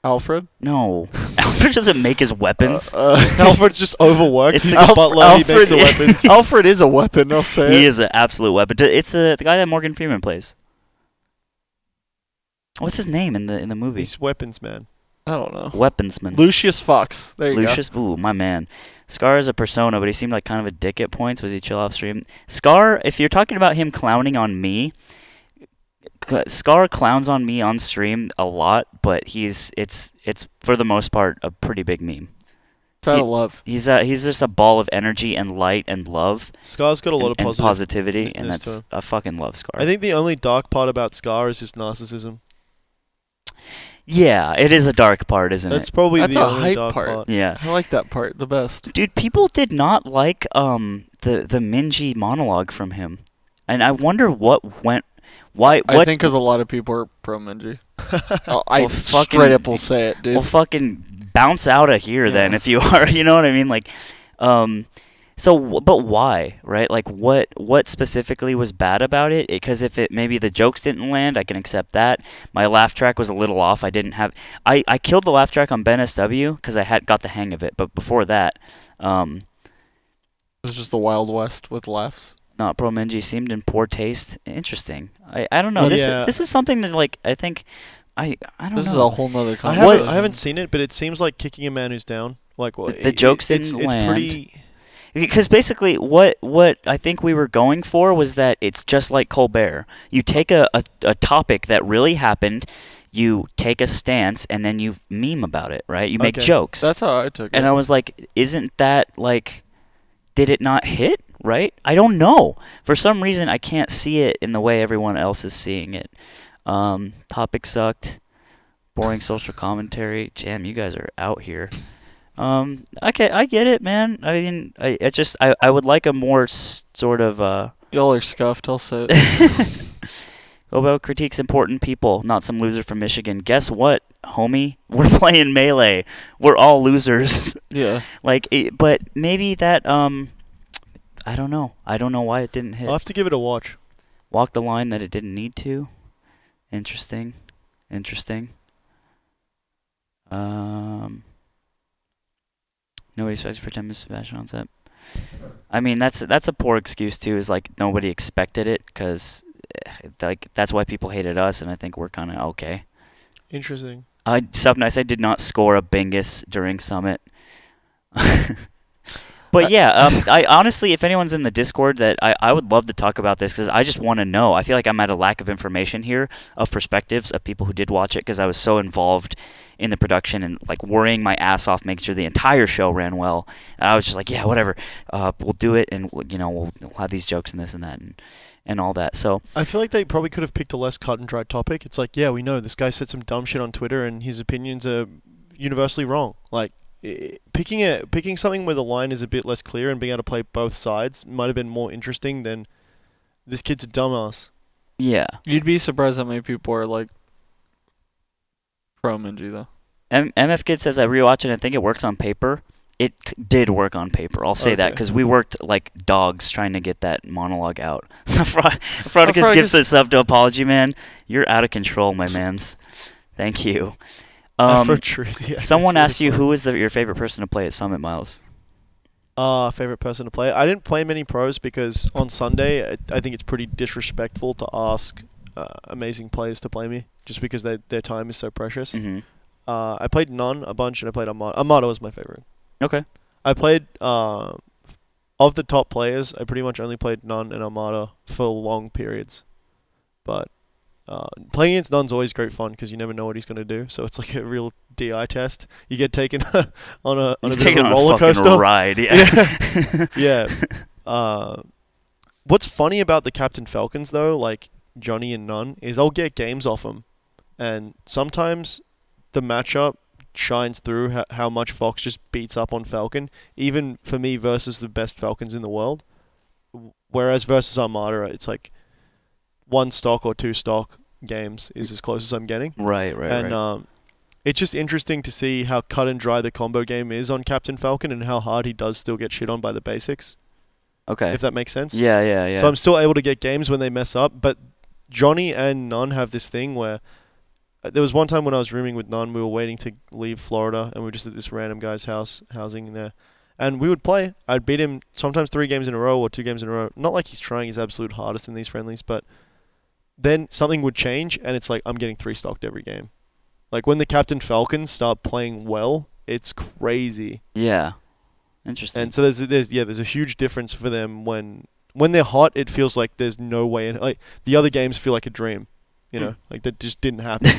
Alfred. Uh, No, (laughs) Alfred doesn't make his weapons. (laughs) Alfred's just overworked. It's He's Alf- the butler. he makes the Alfred- weapons. (laughs) Alfred is a weapon. I'll say. he it. is an absolute weapon. D- It's uh, the guy that Morgan Freeman plays. What's his name in the in the movie? He's weapons man. I don't know. Weaponsman. Lucius Fox. There you Lucius. Ooh, my man. Scar is a persona, but he seemed like kind of a dick at points. Was he chill off stream? Scar, if you're talking about him clowning on me, cl- Scar clowns on me on stream a lot, but he's it's it's for the most part a pretty big meme. go. That's he- out of love. He's a, he's just a ball of energy and light and love Scar's got a lot of and, and positive. positivity, and ness to that's him. I fucking love Scar. I think the only dark part about Scar is his narcissism. yeah, it is a dark part, isn't it? That's probably That's the a only hype dark part. part. Yeah. I like that part the best. Dude, people did not like um the the Minji monologue from him. And I wonder what went why what I think because a lot of people are pro Minji. (laughs) (laughs) I I Well, fucking- straight up will say it, dude. will fucking bounce out of here then Yeah. if you (laughs) are, you know what I mean? Like um so w- but why, right? Like what what specifically was bad about it? Because if it maybe the jokes didn't land, I can accept that. My laugh track was a little off. I didn't have I I killed the laugh track on Ben SW cuz I had got the hang of it, but before that um It's just the Wild West with laughs. not pro Minji seemed in poor taste. Interesting. I, I don't know. This Yeah. is, this is something that like I think I I don't This is know. a whole nother I What- haven't, conversation. I haven't seen it, but it seems like kicking a man who's down. Like what? The- the jokes it's, didn't it's land. pretty. because basically what what I think we were going for was that it's just like Colbert. You take a, a, a topic that really happened, you take a stance and then you meme about it, right? You make Okay. jokes. That's how I took it. and I was like, isn't that like did it not hit? Right? I don't know. For some reason I can't see it in the way everyone else is seeing it. Um, topic sucked. Boring social commentary. Damn, you guys are out here. Um, okay, I get it, man. I mean, I, I just I, I would like a more s- sort of uh Y'all are scuffed. I'll say it. (laughs) Obo critiques important people, not some loser from Michigan. Guess what, homie? (laughs) We're playing melee. We're all losers. (laughs) Yeah. Like, it, but maybe that. Um, I don't know. I don't know why it didn't hit. I'll have to give it a watch. Walked a line that it didn't need to. Interesting. Interesting. Um, nobody expected for ten minutes Sebastian on set. I mean, that's that's a poor excuse too. Is like nobody expected it because, like, that's why people hated us, and I think we're kind of okay. Interesting. Uh, sub nice. I did not score a bingus during summit. (laughs) but I- yeah, um, I honestly, if anyone's in the Discord, that I, I would love to talk about this because I just want to know. I feel like I'm at a lack of information here of perspectives of people who did watch it because I was so involved in the production and like worrying my ass off, making sure the entire show ran well. And I was just like, yeah, whatever, uh, we'll do it, and we'll- you know, we'll, we'll have these jokes and this and that and and all that. So I feel like they probably could have picked a less cut and dry topic. It's like, yeah, we know this guy said some dumb shit on Twitter, and his opinions are universally wrong. Like i- picking a picking something where the line is a bit less clear and being able to play both sides might have been more interesting than this kid's a dumbass. yeah. You'd be surprised how many people are like pro Minji though. M- MF Kid says I rewatched it and think it works on paper. It c- did work on paper. I'll say that Okay. because we worked like dogs trying to get that monologue out. (laughs) Fro- Frodicus Frodicus- gives a sub to Apology Man. You're out of control, my man's. Thank you. Uh, (laughs) Um, Afrotruth, yeah, someone that's asked really you who was the, your favorite person to play at Summit Miles. Uh, favorite person to play. I didn't play many pros because on Sunday, I, I think it's pretty disrespectful to ask uh, amazing players to play me just because they, their time is so precious. hmm Uh, I played none a bunch, and I played Amada. Amada was my favorite. Okay. I played uh, of the top players. I pretty much only played none and Armada for long periods, but uh, playing against nun's always great fun because you never know what he's going to do. So it's like a real DI test. You get taken (laughs) on a on a, You're bit of a taking on roller a fucking coaster. ride. Yeah. (laughs) Yeah. yeah. Uh, what's funny about the Captain Falcons though, like Johnny and Nunn, is I'll get games off them, and sometimes the matchup shines through how, how much Fox just beats up on Falcon, even for me versus the best Falcons in the world. W- Whereas versus Armada, it's like one stock or two stock games is as close as I'm getting right, right, and right. um, it's just interesting to see how cut and dry the combo game is on Captain Falcon and how hard he does still get shit on by the basics, okay. uh, if that makes sense. Yeah, yeah, yeah. So I'm still able to get games when they mess up, but Johnny and Nun have this thing where uh, there was one time when I was rooming with Nun, we were waiting to leave Florida, and we were just at this random guy's house, housing there. And we would play. I'd beat him sometimes three games in a row or two games in a row. Not like he's trying his absolute hardest in these friendlies, but then something would change, and it's like I'm getting three stocked every game. Like when the Captain Falcons start playing well, it's crazy. yeah. Interesting. And so there's there's yeah there's a huge difference for them when when they're hot it feels like there's no way in like the other games feel like a dream, you know Hmm. like that just didn't happen.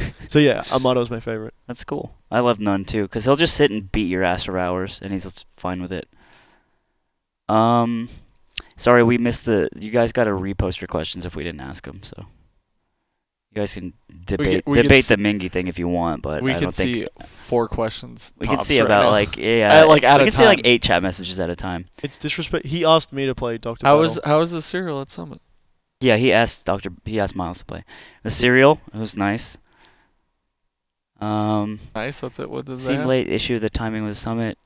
(laughs) so yeah, Amato's my favorite. That's cool. I love Nunn too, because he'll just sit and beat your ass for hours, and he's just fine with it. Um, sorry, we missed the. You guys got to repost your questions if we didn't ask them. So you guys can debate we could debate s- the Mingy thing if you want, but we I could don't think see four questions. we can tops see right about now. (laughs) like yeah, At, like, at we a can see like time. eight chat messages at a time. It's disrespect. He asked me to play Doctor. how was how was the cereal at Summit? Yeah, he asked Doctor. He asked Miles to play the cereal. It was nice. Um, Nice. That's it. What does that? Seemed late issue. The timing was summit.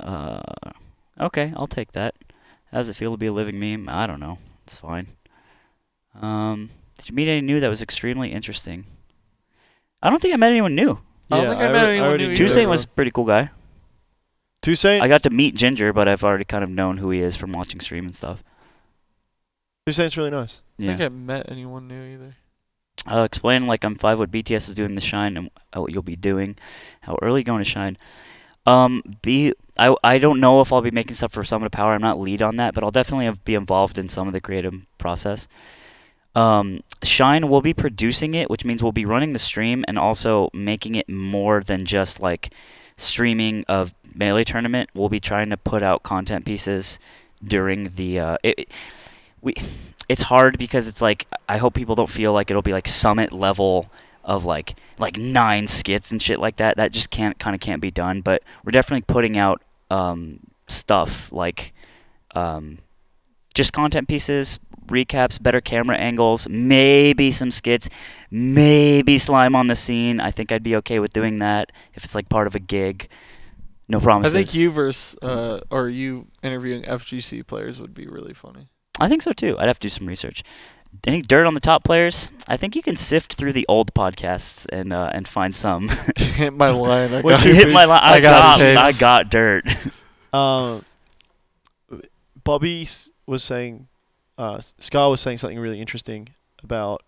Uh, okay, I'll take that. How does it feel to be a living meme? I don't know. It's fine. Um, did you meet any new that was extremely interesting? I don't think I met anyone new. I don't think I met anyone new either. Tuesday was a pretty cool guy. Tuesday. I got to meet Ginger, but I've already kind of known who he is from watching stream and stuff. Tuesday's really nice. I Yeah. think I met anyone new either. I'll explain like I'm five what BTS is doing the shine and uh, what you'll be doing, how early you're going to shine. Um, be I I don't know if I'll be making stuff for Summit of Power. I'm not lead on that, but I'll definitely have- be involved in some of the creative process. Um, Shine will be producing it, which means we'll be running the stream and also making it more than just like streaming of melee tournament. We'll be trying to put out content pieces during the uh, it, it- we. It's hard because it's like I hope people don't feel like it'll be like summit level of like like nine skits and shit like that. That just can't kind of can't be done. But we're definitely putting out um, stuff like um, just content pieces, recaps, better camera angles, maybe some skits, maybe slime on the scene. I think I'd be okay with doing that if it's like part of a gig. No I promises. think you versus uh, or you interviewing FGC players would be really funny. (laughs) I think so too. I'd have to do some research. any dirt on the top players? I think you can sift through the old podcasts and uh, and find some. Hit my line. I What got you- you (laughs) hit my line. I, I got got, I tapes. got dirt. (laughs) Um, Bobby s- was saying, uh, Scar was saying something really interesting about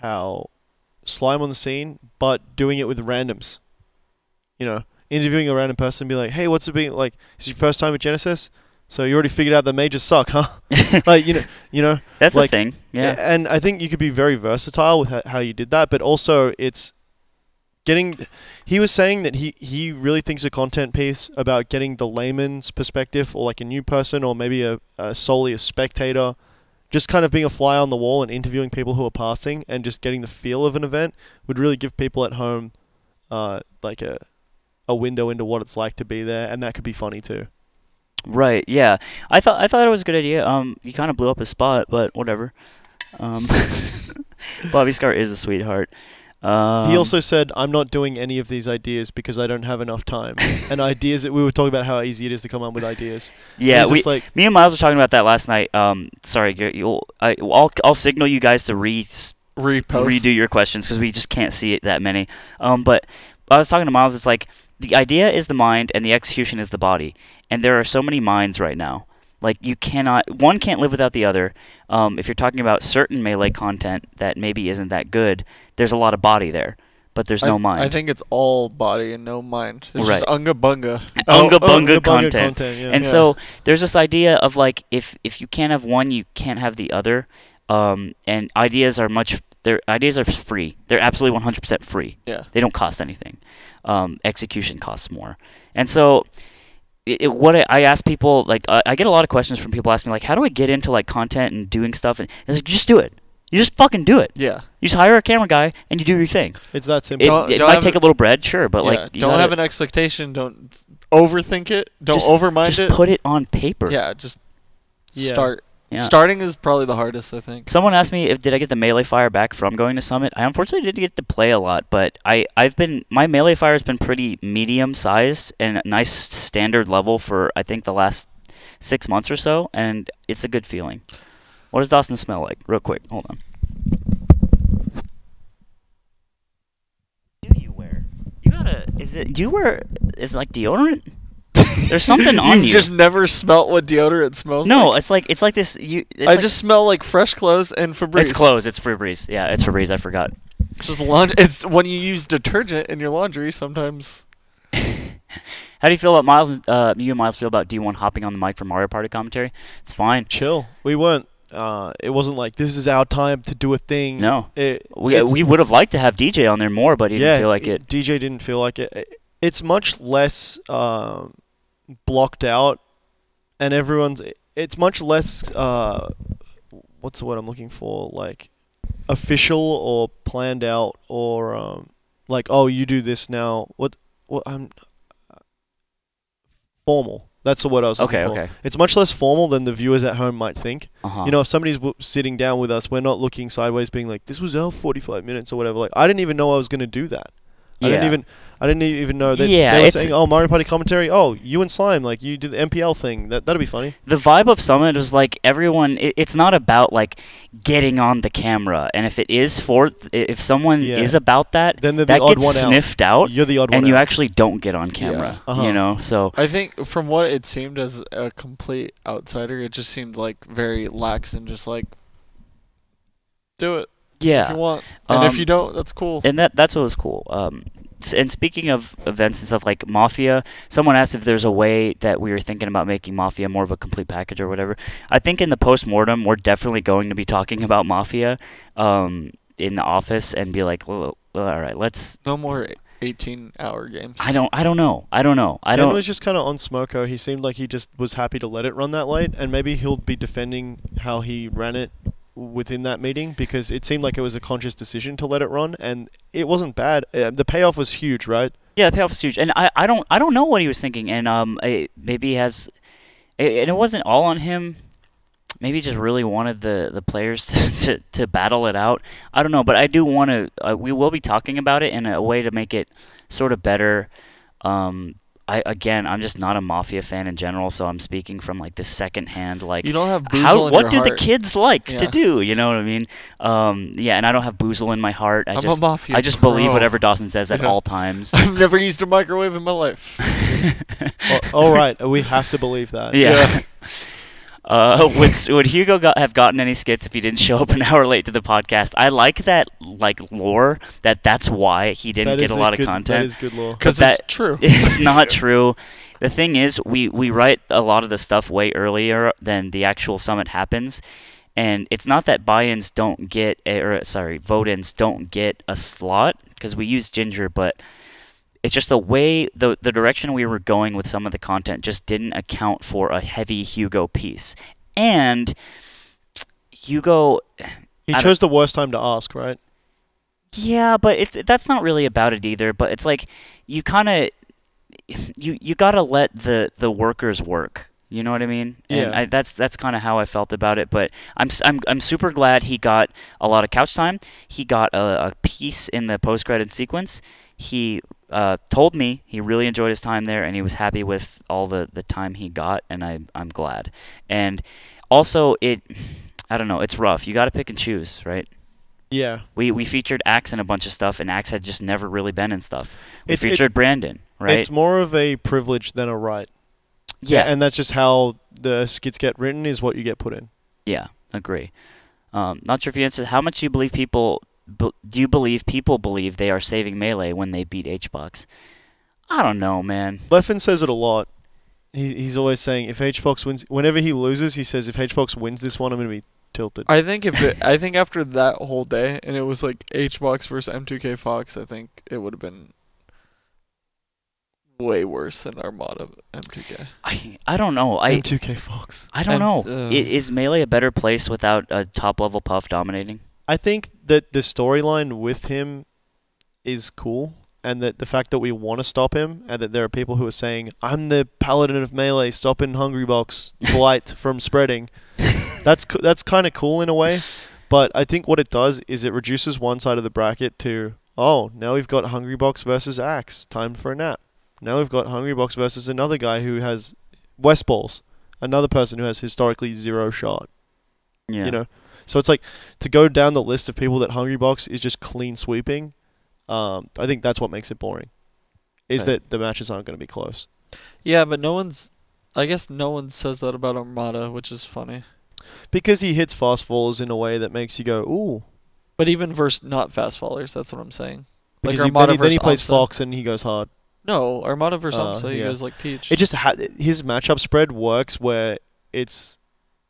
how slime on the scene, but doing it with randoms. You know, interviewing a random person, be like, "Hey, what's it been like? Is your first time at Genesis? So you already figured out that mages suck, huh? (laughs) like, you know, you know, That's Like, a thing. Yeah. and I think you could be very versatile with ho- how you did that, but also it's getting. He was saying that he, he really thinks a content piece about getting the layman's perspective or like a new person or maybe a, a solely a spectator, just kind of being a fly on the wall and interviewing people who are passing and just getting the feel of an event would really give people at home uh, like a, a window into what it's like to be there, and that could be funny too. Right. Yeah. I thought I thought it was a good idea. Um, you kind of blew up his spot, but whatever. Um, (laughs) Bobby Scar is a sweetheart. Um, He also said, "I'm not doing any of these ideas because I don't have enough (laughs) time." and ideas that we were talking about how easy it is to come up with ideas. yeah. it's We, just like me and Miles were talking about that last night. Um, sorry, Garrett, you'll I, I'll I'll signal you guys to re repost. redo your questions because we just can't see it that many. Um, but I was talking to Miles. It's like the idea is the mind and the execution is the body, and there are so many minds right now. Like you cannot one can't live without the other. Um, if you're talking about certain melee content that maybe isn't that good, there's a lot of body there, but there's I- no mind. I think it's all body and no mind. It's just Oh, Right. unga (laughs) bunga. Unga bunga Bunga content. yeah. And Yeah. so there's this idea of like if if you can't have one, you can't have the other. Um, and ideas are much their ideas are free. They're absolutely 100% free. Yeah. They don't cost anything. Um, execution costs more. And so it, it- what I, I ask people like I, I get a lot of questions from people asking like how do I get into like content and doing stuff and it's like just do it. You just fucking do it. Yeah. You just hire a camera guy and you do your thing. it's that It, simple. Don't- it don't might have take a- a little bread, sure, but Yeah, like you don't gotta have an expectation. Don't overthink it. Don't Just- overmind just it. put it on paper. yeah, just Yeah. start. Yeah. Starting is probably the hardest, I think. Someone asked me if did I get the melee fire back from going to summit. I unfortunately didn't get to play a lot, but I I've been my melee fire has been pretty medium sized and a nice standard level for I think the last six months or so, and it's a good feeling. What does Dawson smell like? Real quick, hold on. Do you wear? You gotta. Is it? Do you wear? Is it like deodorant? There's something on You've (laughs) you. just never smelt what deodorant smells no, like. it's like it's like this. You. It's I like- just smell like fresh clothes and Febreze. It's clothes. It's Febreze. Yeah, it's Febreze. I forgot. It's just laundry. It's when you use detergent in your laundry. Sometimes How do you feel about Miles? Uh, you and Miles feel about D1 hopping on the mic for Mario Party commentary? It's fine. Chill. We weren't. Uh, it wasn't like this is our time to do a thing. No. It, We, Mm. it's- we would have liked to have DJ on there more, but he didn't feel like it. DJ didn't feel like it. It- It's much less um, blocked out, and everyone's. It's much less. Uh, what's the word I'm looking for? Like official or planned out or um, like oh you do this now. What? What? I'm formal. That's the word I was looking Okay, for. okay. It's much less formal than the viewers at home might think. Uh-huh. You know, if somebody's w- sitting down with us, we're not looking sideways, being like, "This was our 45 minutes" or whatever. Like, I didn't even know I was going to do that. I didn't Yeah. even, I didn't e- even know that Yeah, they were it's- saying, "Oh, Mario Party commentary." Oh, you and Slime, like you do the MPL thing. That that'll be funny. the vibe of Summit was like everyone. It, it's not about like getting on the camera, and if it is for, if someone Yeah. is about that, Then they're the that odd gets one out. sniffed out, You're the odd and one. you out. actually don't get on camera. Yeah. Uh-huh. You know, so I think from what it seemed as a complete outsider, it just seemed like very lax and just like do it if you yeah, want, and if Um, you don't, that's cool. and that that's what was cool. Um, s- and speaking of events and stuff like Mafia, someone asked if there's a way that we were thinking about making Mafia more of a complete package or whatever. I think in the post mortem, we're definitely going to be talking (laughs) about Mafia um, in the office and be like, well, all right, let's. No more 18-hour games. I don't. I don't know. I don't know. I Ken don't. was just kind of on Smoko. He seemed like he just was happy to let it run that late, and maybe he'll be defending how he ran it within that meeting because it seemed like it was a conscious decision to let it run, and it wasn't bad. Uh, the payoff was huge, right? Yeah, the payoff is huge, and I, I don't I don't know what he was thinking, and um I, maybe he has, i and it wasn't all on him. Maybe he just really wanted the the players (laughs) to, to, to battle it out. I don't know, but I do want to. Uh, we will be talking about it in a way to make it sort of better, um, I again, I'm just not a mafia fan in general, so I'm speaking from like the second hand. Like, you don't have boozle how in what your do the heart. kids like to Yeah. do? You know what I mean? Um, yeah, and I don't have boozle in my heart. I I'm just a mafia. I just believe bro. whatever Dawson says at Yeah. (laughs) all times. I've never used a microwave in my (laughs) life. Oh, all right, we have to believe that. (laughs) Yeah. (laughs) Uh, would would Hugo got, have gotten any skits if he didn't show up an (laughs) hour late to the podcast? I like that like lore that that's why he didn't That is get a lot of good, That content. is good lore. Because But it's (laughs) true. it's not true. The thing is, we, we write a lot of the stuff way earlier than the actual summit happens. And it's not that buy-ins don't get, or sorry, vote-ins don't get a slot because we use Ginger, but it's just the way the the direction we were going with some of the content just didn't account for a heavy Hugo piece. And Hugo, He I don't- chose the worst time to ask, right? yeah, but it's that's not really about it either. But it's like you kind of you you gotta let the the workers work. You know what I mean? And Yeah. I, that's that's kind of how I felt about it. But I'm, s- I'm I'm super glad he got a lot of couch time. He got a, a piece in the post credit sequence. He uh, told me he really enjoyed his time there and he was happy with all the, the time he got and I I'm glad. And also it I don't know, it's rough. You gotta pick and choose, right? Yeah. We we featured Axe in a bunch of stuff, and Axe had just never really been in stuff. We It's- it's- featured Brandon, right? It's more of a privilege than a right. yeah, And that's just how the skits get written is what you get put in. yeah, agree. Um, not sure if you answered. How much do you believe people? Be, do you believe people believe they are saving melee when they beat H box? I don't know, man. Leffen says it a lot. He, he's always saying if HBox wins, whenever he loses, he says if HBox wins this one, I'm gonna be tilted. I think if it, I think after that whole day, and it was like H Box versus M2K Fox, I think it would have been way worse than Armada M2K. I I don't know. I M2K Fox. I don't I'm know. s- I uh, is melee a better place without a top level puff dominating? I think that the storyline with him is cool, and that the fact that we want to stop him, and that there are people who are saying, "I'm the paladin of melee, stopping Hungry Box blight from spreading." That's co- that's kind of cool in a way, but I think what it does is it reduces one side of the bracket to, "Oh, now we've got Hungry Box versus Axe. Time for a nap." Now we've got Hungry Box versus another guy who has West Balls, another person who has historically zero shot (laughs) Yeah. you know. So it's like to go down the list of people that Hungry Box is just clean sweeping. Um, I think that's what makes it boring, is Right. that the matches aren't going to be close. Yeah, but no one's. I guess no one says that about Armada, which is funny. Because he hits fast falls in a way that makes you go, ooh. But even versus not fast followers, that's what I'm saying. Like Because he, then, Armada he, then he versus plays Amsa. Fox and he goes hard. No, Armada versus Uh, Amsa, he yeah. goes like Peach. It just ha- his matchup spread works where it's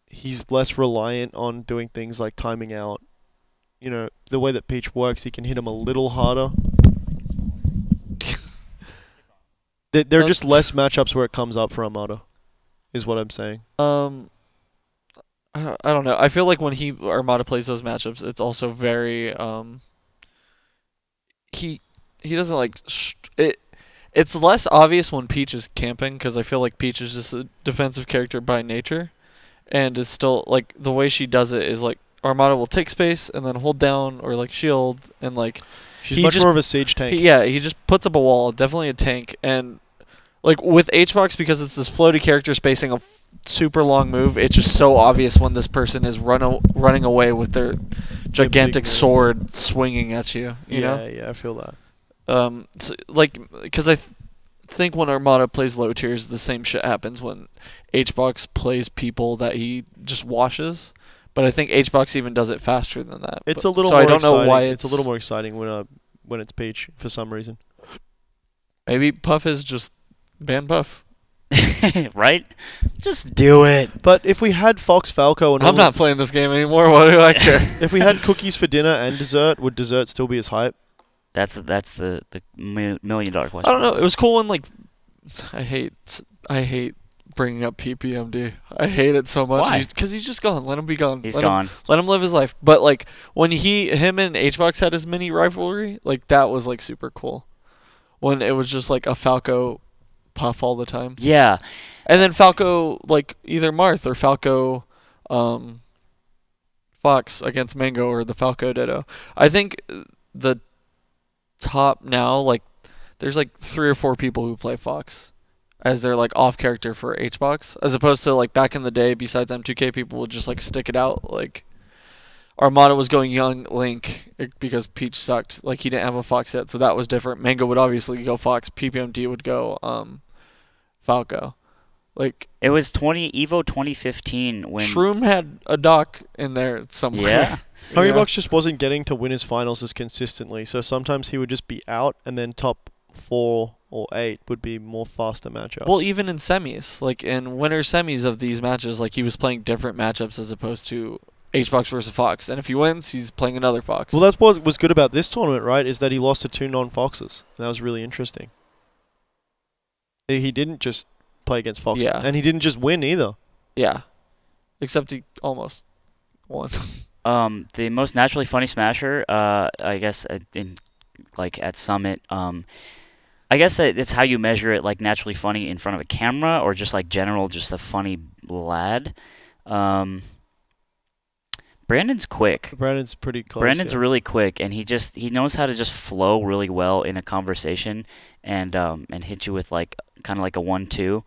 he's less reliant on doing things like timing out. You know the way that Peach works, he can hit him a little (laughs) harder. There there are just less That's- matchups where it comes up for Armada, is what I'm saying. Um, I I don't know. I feel like when he Armada plays those matchups, it's also very um. He he doesn't like sh- it. It's less obvious when Peach is camping because I feel like Peach is just a defensive character by nature, and is still like the way she does it is like Armada will take space and then hold down or like shield and like She's He much just- more of a siege he- tank. yeah he just puts up a wall definitely a tank and like with Hbox because it's this floaty character spacing a f- super long move it's just so obvious when this person is run o- running away with their gigantic move. sword swinging at you you yeah, know yeah, I feel that. um so, like because I th- think when Armada plays low tiers the same shit happens when Hbox plays people that he just washes. But I think Hbox even does it faster than that. It's But- a little so more I don't exciting. know why it's, a little more exciting when uh when it's Peach for some reason. Maybe Puff is just ban Puff. (laughs) right? Just do it. But if we had Fox Falco and all I'm the- not playing this game anymore. (laughs) What do I care? (laughs) if we had cookies for dinner and dessert, would dessert still be as hype? That's that's the the mi- million dollar question. I don't know. It was cool when like I hate I hate bringing up PPMD. I hate it so much. Why? Because he's just gone. Let him be gone. He's Let him- gone. let him live his life. But like when he him and Hbox had his mini rivalry, like that was like super cool. When it was just like a Falco puff all the time. Yeah. And then Falco, like either Marth or Falco, um, Fox against Mango or the Falco Ditto. I think uh, the top now, like, there's like three or four people who play Fox. as their like off character for HBox, as opposed to like back in the day. Besides M2K, people would just like stick it out. Like Armada was going young Link eh, because Peach sucked. Like he didn't have a Fox yet, so that was different. Mango would obviously go Fox. PPMD would go um Falco. Like It was 20 Evo 2015 when Shroom had a doc in there somewhere. (laughs) Yeah. Hungry Yeah. Box just wasn't getting to winners finals as consistently, so sometimes he would just be out, and then top four or eight would be more faster matchups. Well, even in semis, like in winner semis of these matches, like he was playing different matchups as opposed to HBox versus Fox. And if he wins, he's playing another Fox. well, that's what was good about this tournament, right? Is that he lost to two non-foxes, and that was really interesting. He he didn't just play against Fox, Yeah. and he didn't just win either. yeah. Except he almost won. Um, the most naturally funny smasher, uh, I guess, uh, in like at Summit. Um, I guess that it's how you measure it, like naturally funny in front of a camera, or just like general, just a funny lad. Um, Brandon's quick. Brandon's pretty close. Brandon's yeah. really quick, and he just he knows how to just flow really well in a conversation, and um and hit you with like kind of like a one-two.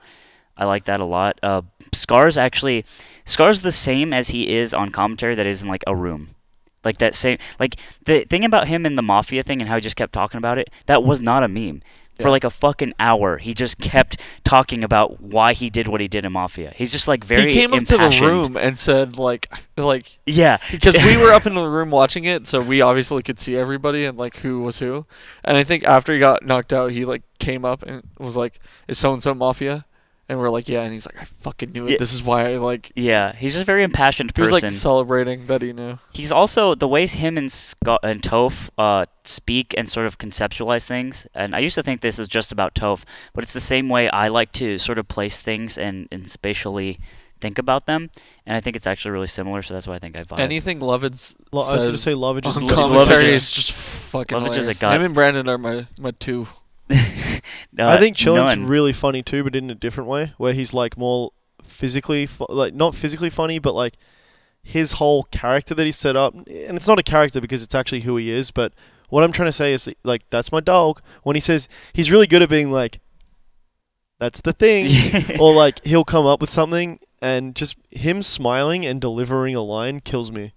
I like that a lot. Uh, Scar's actually Scar's the same as he is on commentary that is in like a room, like that same like the thing about him and the mafia thing and how he just kept talking about it. That was not a meme. For Yeah. like a fucking hour, he just kept talking about why he did what he did in Mafia. He's just like very he came up to the impassioned. room and said, like, (laughs) like, Yeah, because we were (laughs) up in the room watching it, so we obviously could see everybody and like who was who. And I think after he got knocked out, he like came up and was like, "Is so and so mafia?" And we're like, "Yeah." And he's like, "I fucking knew it. Yeah. This is why I like." yeah, he's just a very impassioned He was person. like celebrating that he knew. He's also the ways him and Scott and Toph uh, speak and sort of conceptualize things. And I used to think this was just about Toph, but it's the same way I like to sort of place things and, and spatially think about them. And I think it's actually really similar, so that's why I think I vibe. (laughs) Anything Lovitz Lo- I was gonna says say Lovage is on Lovitz commentary is- is just fucking Lovitz is a hilarious. god. Him and Brandon are my my two. Uh, I think Chilling's none. really funny too, but in a different way, where he's like more physically, fu- like not physically funny, but like his whole character that he set up, and it's not a character because it's actually who he is. But what I'm trying to say is like that's my dog. When he says he's really good at being like, that's the (laughs) thing, or like he'll come up with something and just him smiling and delivering a line kills me.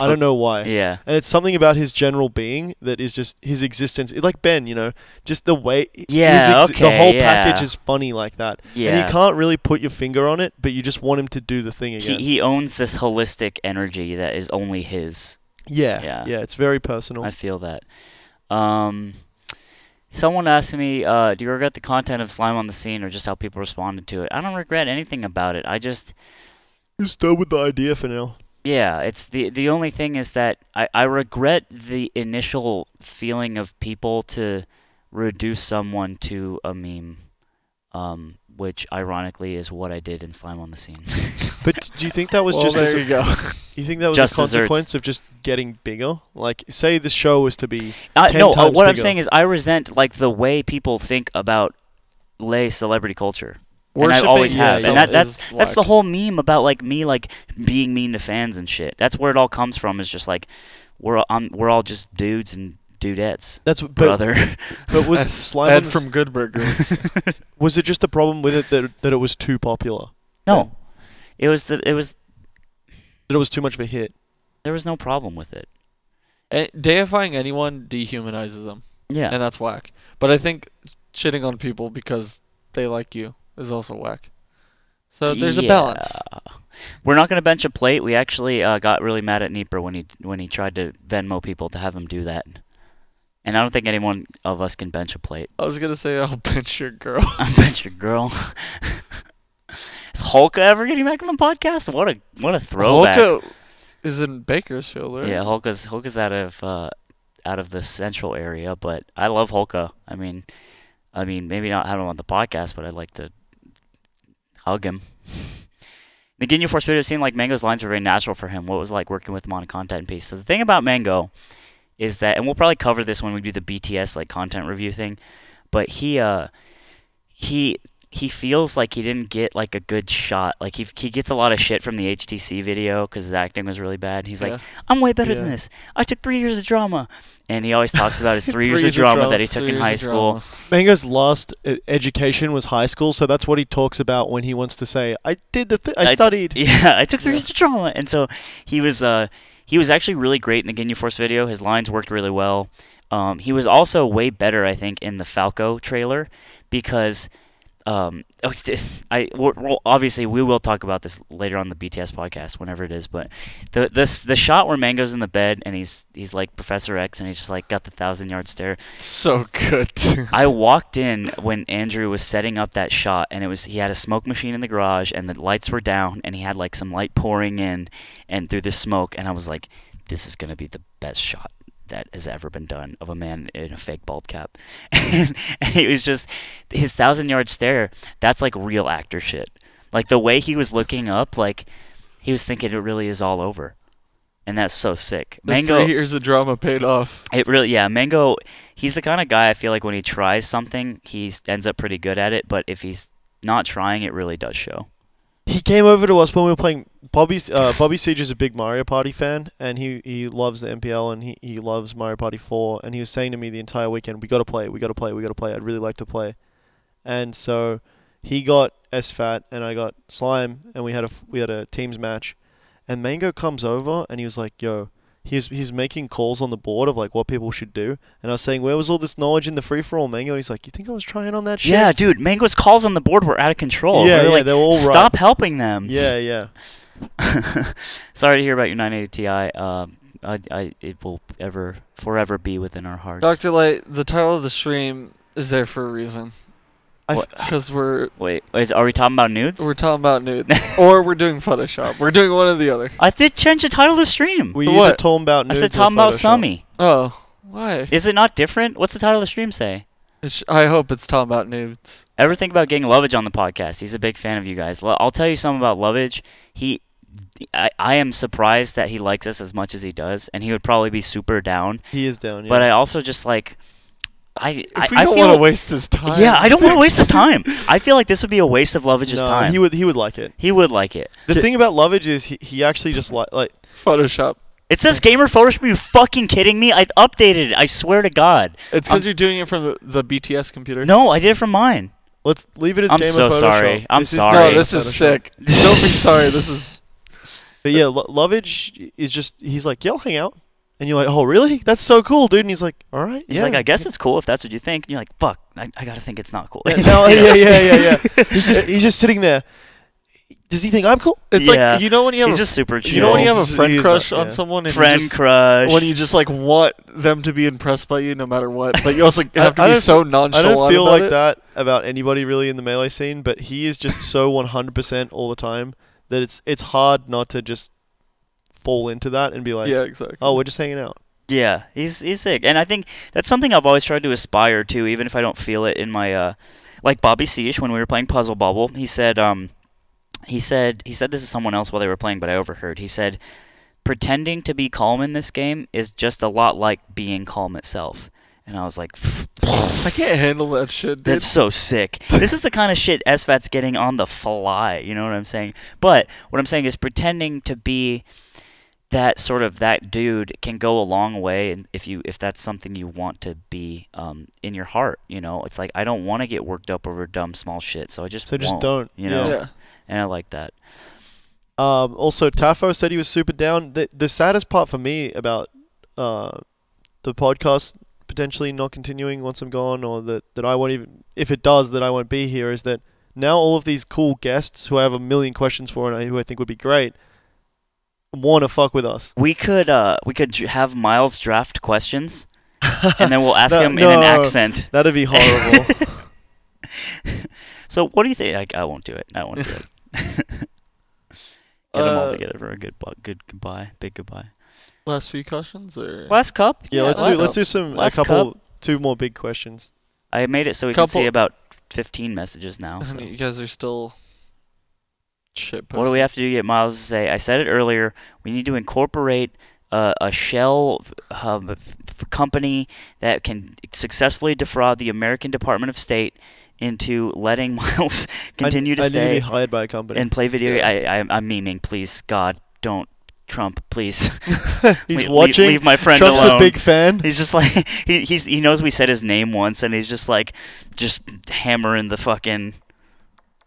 I don't know why. yeah. And it's something about his general being that is just his existence. Like Ben, you know, just the way. Yeah, his The okay, whole yeah. package is funny like that. And Yeah. you can't really put your finger on it, but you just want him to do the thing He, again. he owns this holistic energy that is only his. yeah, yeah. yeah. it's very personal. I feel that. Um, someone asked me, uh, "Do you regret the content of Slime on the Scene, or just how people responded to it?" I don't regret anything about it. I just, Just go with the idea for now. yeah, it's the the only thing is that I, I regret the initial feeling of people to reduce someone to a meme, um, which ironically is what I did in Slime on the Scene. (laughs) But do you think that was well, just? As there a, you go. you think that was Just a desserts. consequence of just getting bigger? Like, say the show was to be. Uh, 10 no, uh, times what I'm bigger. saying is I resent like the way people think about lay celebrity culture. and I Worshipping always yeah, have, yeah. and that, yourself that's is that's the lack. whole meme about like me like being mean to fans and shit. That's where it all comes from. Is just like we're all, um, we're all just dudes and dudettes, That's what, but, brother. (laughs) but was (laughs) That's slime on Ed the from S- Good Burger. (laughs) was it just a problem with it that that it was too popular? no, it was the it was That it was too much of a hit? there was no problem with it. Eh, Deifying anyone dehumanizes them, Yeah, and that's whack. But I think shitting on people because they like you is also whack. So there's a balance. Yeah. We're not gonna bench a plate. We actually uh, got really mad at Nieper when he when he tried to Venmo people to have him do that. And I don't think anyone of us can bench a plate. (laughs) I was gonna say (laughs) I'll bench your girl. I bench a girl. (laughs) Is Hulk ever getting back on the podcast? What a what a throwback. Hulk is in Bakersfield, right? Yeah, Hulka's Hulka's out of uh, out of the central area, but I love Hulka. I mean, I mean, maybe not have him on the podcast, but I'd like to hug him. (laughs) And Again, your force it seemed like Mango's lines were very natural for him. What was it like working with him on a content piece? So the thing about Mango is that, and we'll probably cover this when we do the BTS like content review thing, but he uh he he feels like he didn't get like a good shot. Like he he gets a lot of shit from the HTC video because his acting was really bad. He's Yeah. like, I'm way better Yeah. than this. I took three years of drama, and he always talks about his three, years, of drama, that he took three in years high of school. drama. Mango's last uh, education was high school, so that's what he talks about when he wants to say, "I did the thing, I, I- studied." (laughs) Yeah, I took three Yeah. years of drama, and so he was uh he was actually really great in the Ginyu Force video. His lines worked really well. Um, he was also way better, I think, in the Falco trailer because. Um, (laughs) oh, I well, well, obviously we will talk about this later on the BTS podcast, whenever it is. But the this the shot where Mango's in the bed and he's he's like Professor X and he's just like got the thousand yard stare. So good. too. (laughs) I walked in when Andrew was setting up that shot, and it was he had a smoke machine in the garage, and the lights were down, and he had like some light pouring in, and through the smoke, and I was like, "This is gonna be the best shot that has ever been done of a man in a fake bald cap," (laughs) and, and it was just his thousand yard stare. That's like real actor shit. Like the way he was looking up, like he was thinking it really is all over, and that's so sick. (laughs) The Mango. three years of drama paid off. It really, yeah. Mango, he's the kind of guy I feel like when he tries something, he s- ends up pretty good at it. But if he's not trying, it really does show. He came over to us when we were playing. Bobby's uh, Bobby Siege is a big Mario Party fan, and he, he loves the MPL and he, he loves Mario Party Four. And he was saying to me the entire weekend, "We got to play, we got to play, we got to play. I'd really like to play." And so he got SFAT and I got Slime, and we had a f- we had a teams match. And Mango comes over and he was like, "Yo." He's, he's making calls on the board of like what people should do, and I was saying, where was all this knowledge in the free for all Mango? And he's like, you think I was trying on that shit? Yeah, dude. Mango's calls on the board were out of control. Yeah, We were yeah, like, they're all Stop helping them. yeah, yeah. (laughs) Sorry to hear about your 980 Ti. Um, I, I, it will ever, forever be within our hearts. Doctor Light, the title of the stream is there for a reason. I What? Because we're Wait, is, are we talking about nudes? we're talking about (laughs) nudes, or we're doing Photoshop. We're doing one or the other. I did change the title of the stream. We For either what? talking about I nudes said or talking about Photoshop. Summy. Oh, why? Is it not different? What's the title of the stream say? It's, I hope it's talking about nudes. ever think about getting Lovage on the podcast? He's a big fan of you guys. Lo- I'll tell you something about Lovage. He, I, I am surprised that he likes us as much as he does, and he would probably be super down. He is down. Yeah. But I also just like, I, I, If we I don't feel, want to waste his time. yeah, I don't want to waste his time. I feel like this would be a waste of Lovage's no, time. he would he would like it. He would like it. The Ki- thing about Lovage is he, he actually just like like Photoshop. It says gamer Photoshop. Are you fucking kidding me? I've updated it. I swear to God. It's I'm because s- you're doing it from the, the BTS computer. No, I did it from mine. let's leave it as I'm game so of Photoshop. sorry. I'm This is sorry. no, Alright. this is Photoshop. sick. don't be (laughs) sorry. This is But yeah, Lo- Lovage is just he's like, yeah, I'll hang out, and you're like, oh really? That's so cool, dude. And he's like, all right. He's yeah. like, I guess it's cool if that's what you think. And you're like, fuck, I, I gotta think it's not cool. Yeah, no, yeah, yeah, yeah, yeah. (laughs) He's just he's just sitting there. Does he think I'm cool? it's Yeah. like you know when you have He's a, just super chill. you know when you have a He's- friend he's crush not- on yeah. someone and you friend just- crush. when you just like want them to be impressed by you no matter what, but you (laughs) also have to I be don't- so I nonchalant. don't feel about like it. that about anybody really in the melee scene, but he is just (laughs) so 100% all the time that it's it's hard not to just fall into that and be like, yeah, exactly. oh, we're just hanging out. Yeah, he's he's sick, and I think that's something I've always tried to aspire to, even if I don't feel it in my uh, like Bobby Siege when we were playing Puzzle Bubble. He said, um, he said he said this to someone else while they were playing, but I overheard. He said, pretending to be calm in this game is just a lot like being calm itself. And I was like, I can't handle that shit. Dude. That's so sick. (laughs) This is the kind of shit SFAT's getting on the fly. You know what I'm saying? But what I'm saying is pretending to be that sort of that dude can go a long way, and if you if that's something you want to be um, in your heart, you know, it's like I don't want to get worked up over dumb small shit, so I just So just won't, don't. you Yeah. know, yeah. and I like that. Um, also, Tafo said he was super down. The, the saddest part for me about uh, the podcast potentially not continuing once I'm gone, or that, that I won't even, if it does, that I won't be here, is that now all of these cool guests who I have a million questions for and I, who I think would be great want to fuck with us. We could uh we could dr- have Miles draft (laughs) questions, and then we'll ask No, him in no. an accent. That'd be (laughs) horrible. (laughs) So what do you think? I, I won't do it. I won't do it. (laughs) Get them all Uh, together for a good, bu- good goodbye, big goodbye. Last few questions or Last cup. yeah, let's last do let's cup. do some a Last couple two more big questions. I made it so we can see couple- about fifteen messages now. And so. you guys are still shit. What do we have to do to get Miles to say? I said it earlier. We need to incorporate uh, a shell uh, company that can successfully defraud the American Department of State into letting (laughs) Miles continue I, to I need to stay be hired by a company. and (laughs) play video. Yeah. I, I, I'm memeing. Please, God, don't Trump, please. (laughs) (laughs) he's Le- le- watching. Leave my friend Trump's alone. a big fan. (laughs) He's just like (laughs) he he's, he knows we said his name once, and he's just like just hammering the fucking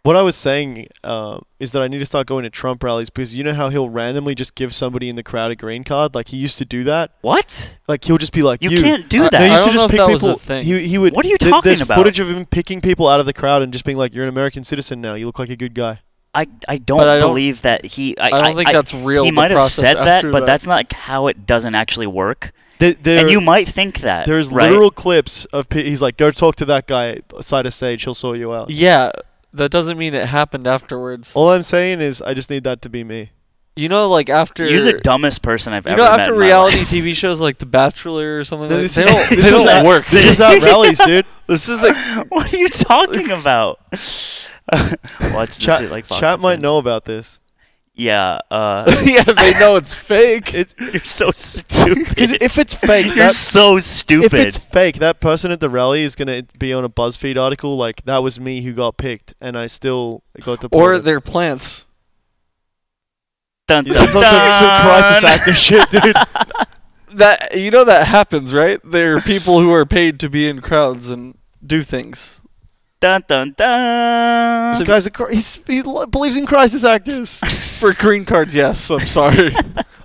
What I was saying uh, is that I need to start going to Trump rallies because you know how he'll randomly just give somebody in the crowd a green card. Like he used to do that. what? Like he'll just be like, You, "You, can't do I- that. No, he used don't to know just if pick that people. was a thing. He, he would. What are you th- talking there's about? footage of him picking people out of the crowd and just being like, "You're an American citizen now. You look like a good guy." I, I don't But I don't- believe that he. I, I don't think that's real. He the might have process said that, after but that's not how it doesn't actually work. There, there, and you might think that. there's Uh, right? literal clips of pe- he's like, "Go talk to that guy side of stage. He'll sort you out." Yeah, that doesn't mean it happened afterwards. Oh. All I'm saying is, I just need that to be me. You know, like after You're the dumbest person I've you ever know, met. after in my reality life. TV shows like The Bachelor or something, No, like, this they is- don't, this they is don't at- work. This was (laughs) at rallies, dude. This is like (laughs) what are you talking (laughs) about? Watch Chat, this, like Fox chat and might Friends. know about this. Yeah, uh, (laughs) yeah, they know (laughs) it's fake. you're so stupid. Because if it's fake, you're that, so if stupid. it's fake, that person at the rally is gonna be on a BuzzFeed article like, "That was me who got picked, and I still got deported." or they're plants. dun, Yeah, that's also (laughs) some crisis actor (laughs) shit, dude. That you know that happens, right? There are people who are paid to be in crowds and do things. Dun dun dun. This (laughs) guy's a cri- he's, he lo- believes in crisis actors. For green cards, (laughs) yes. I'm sorry.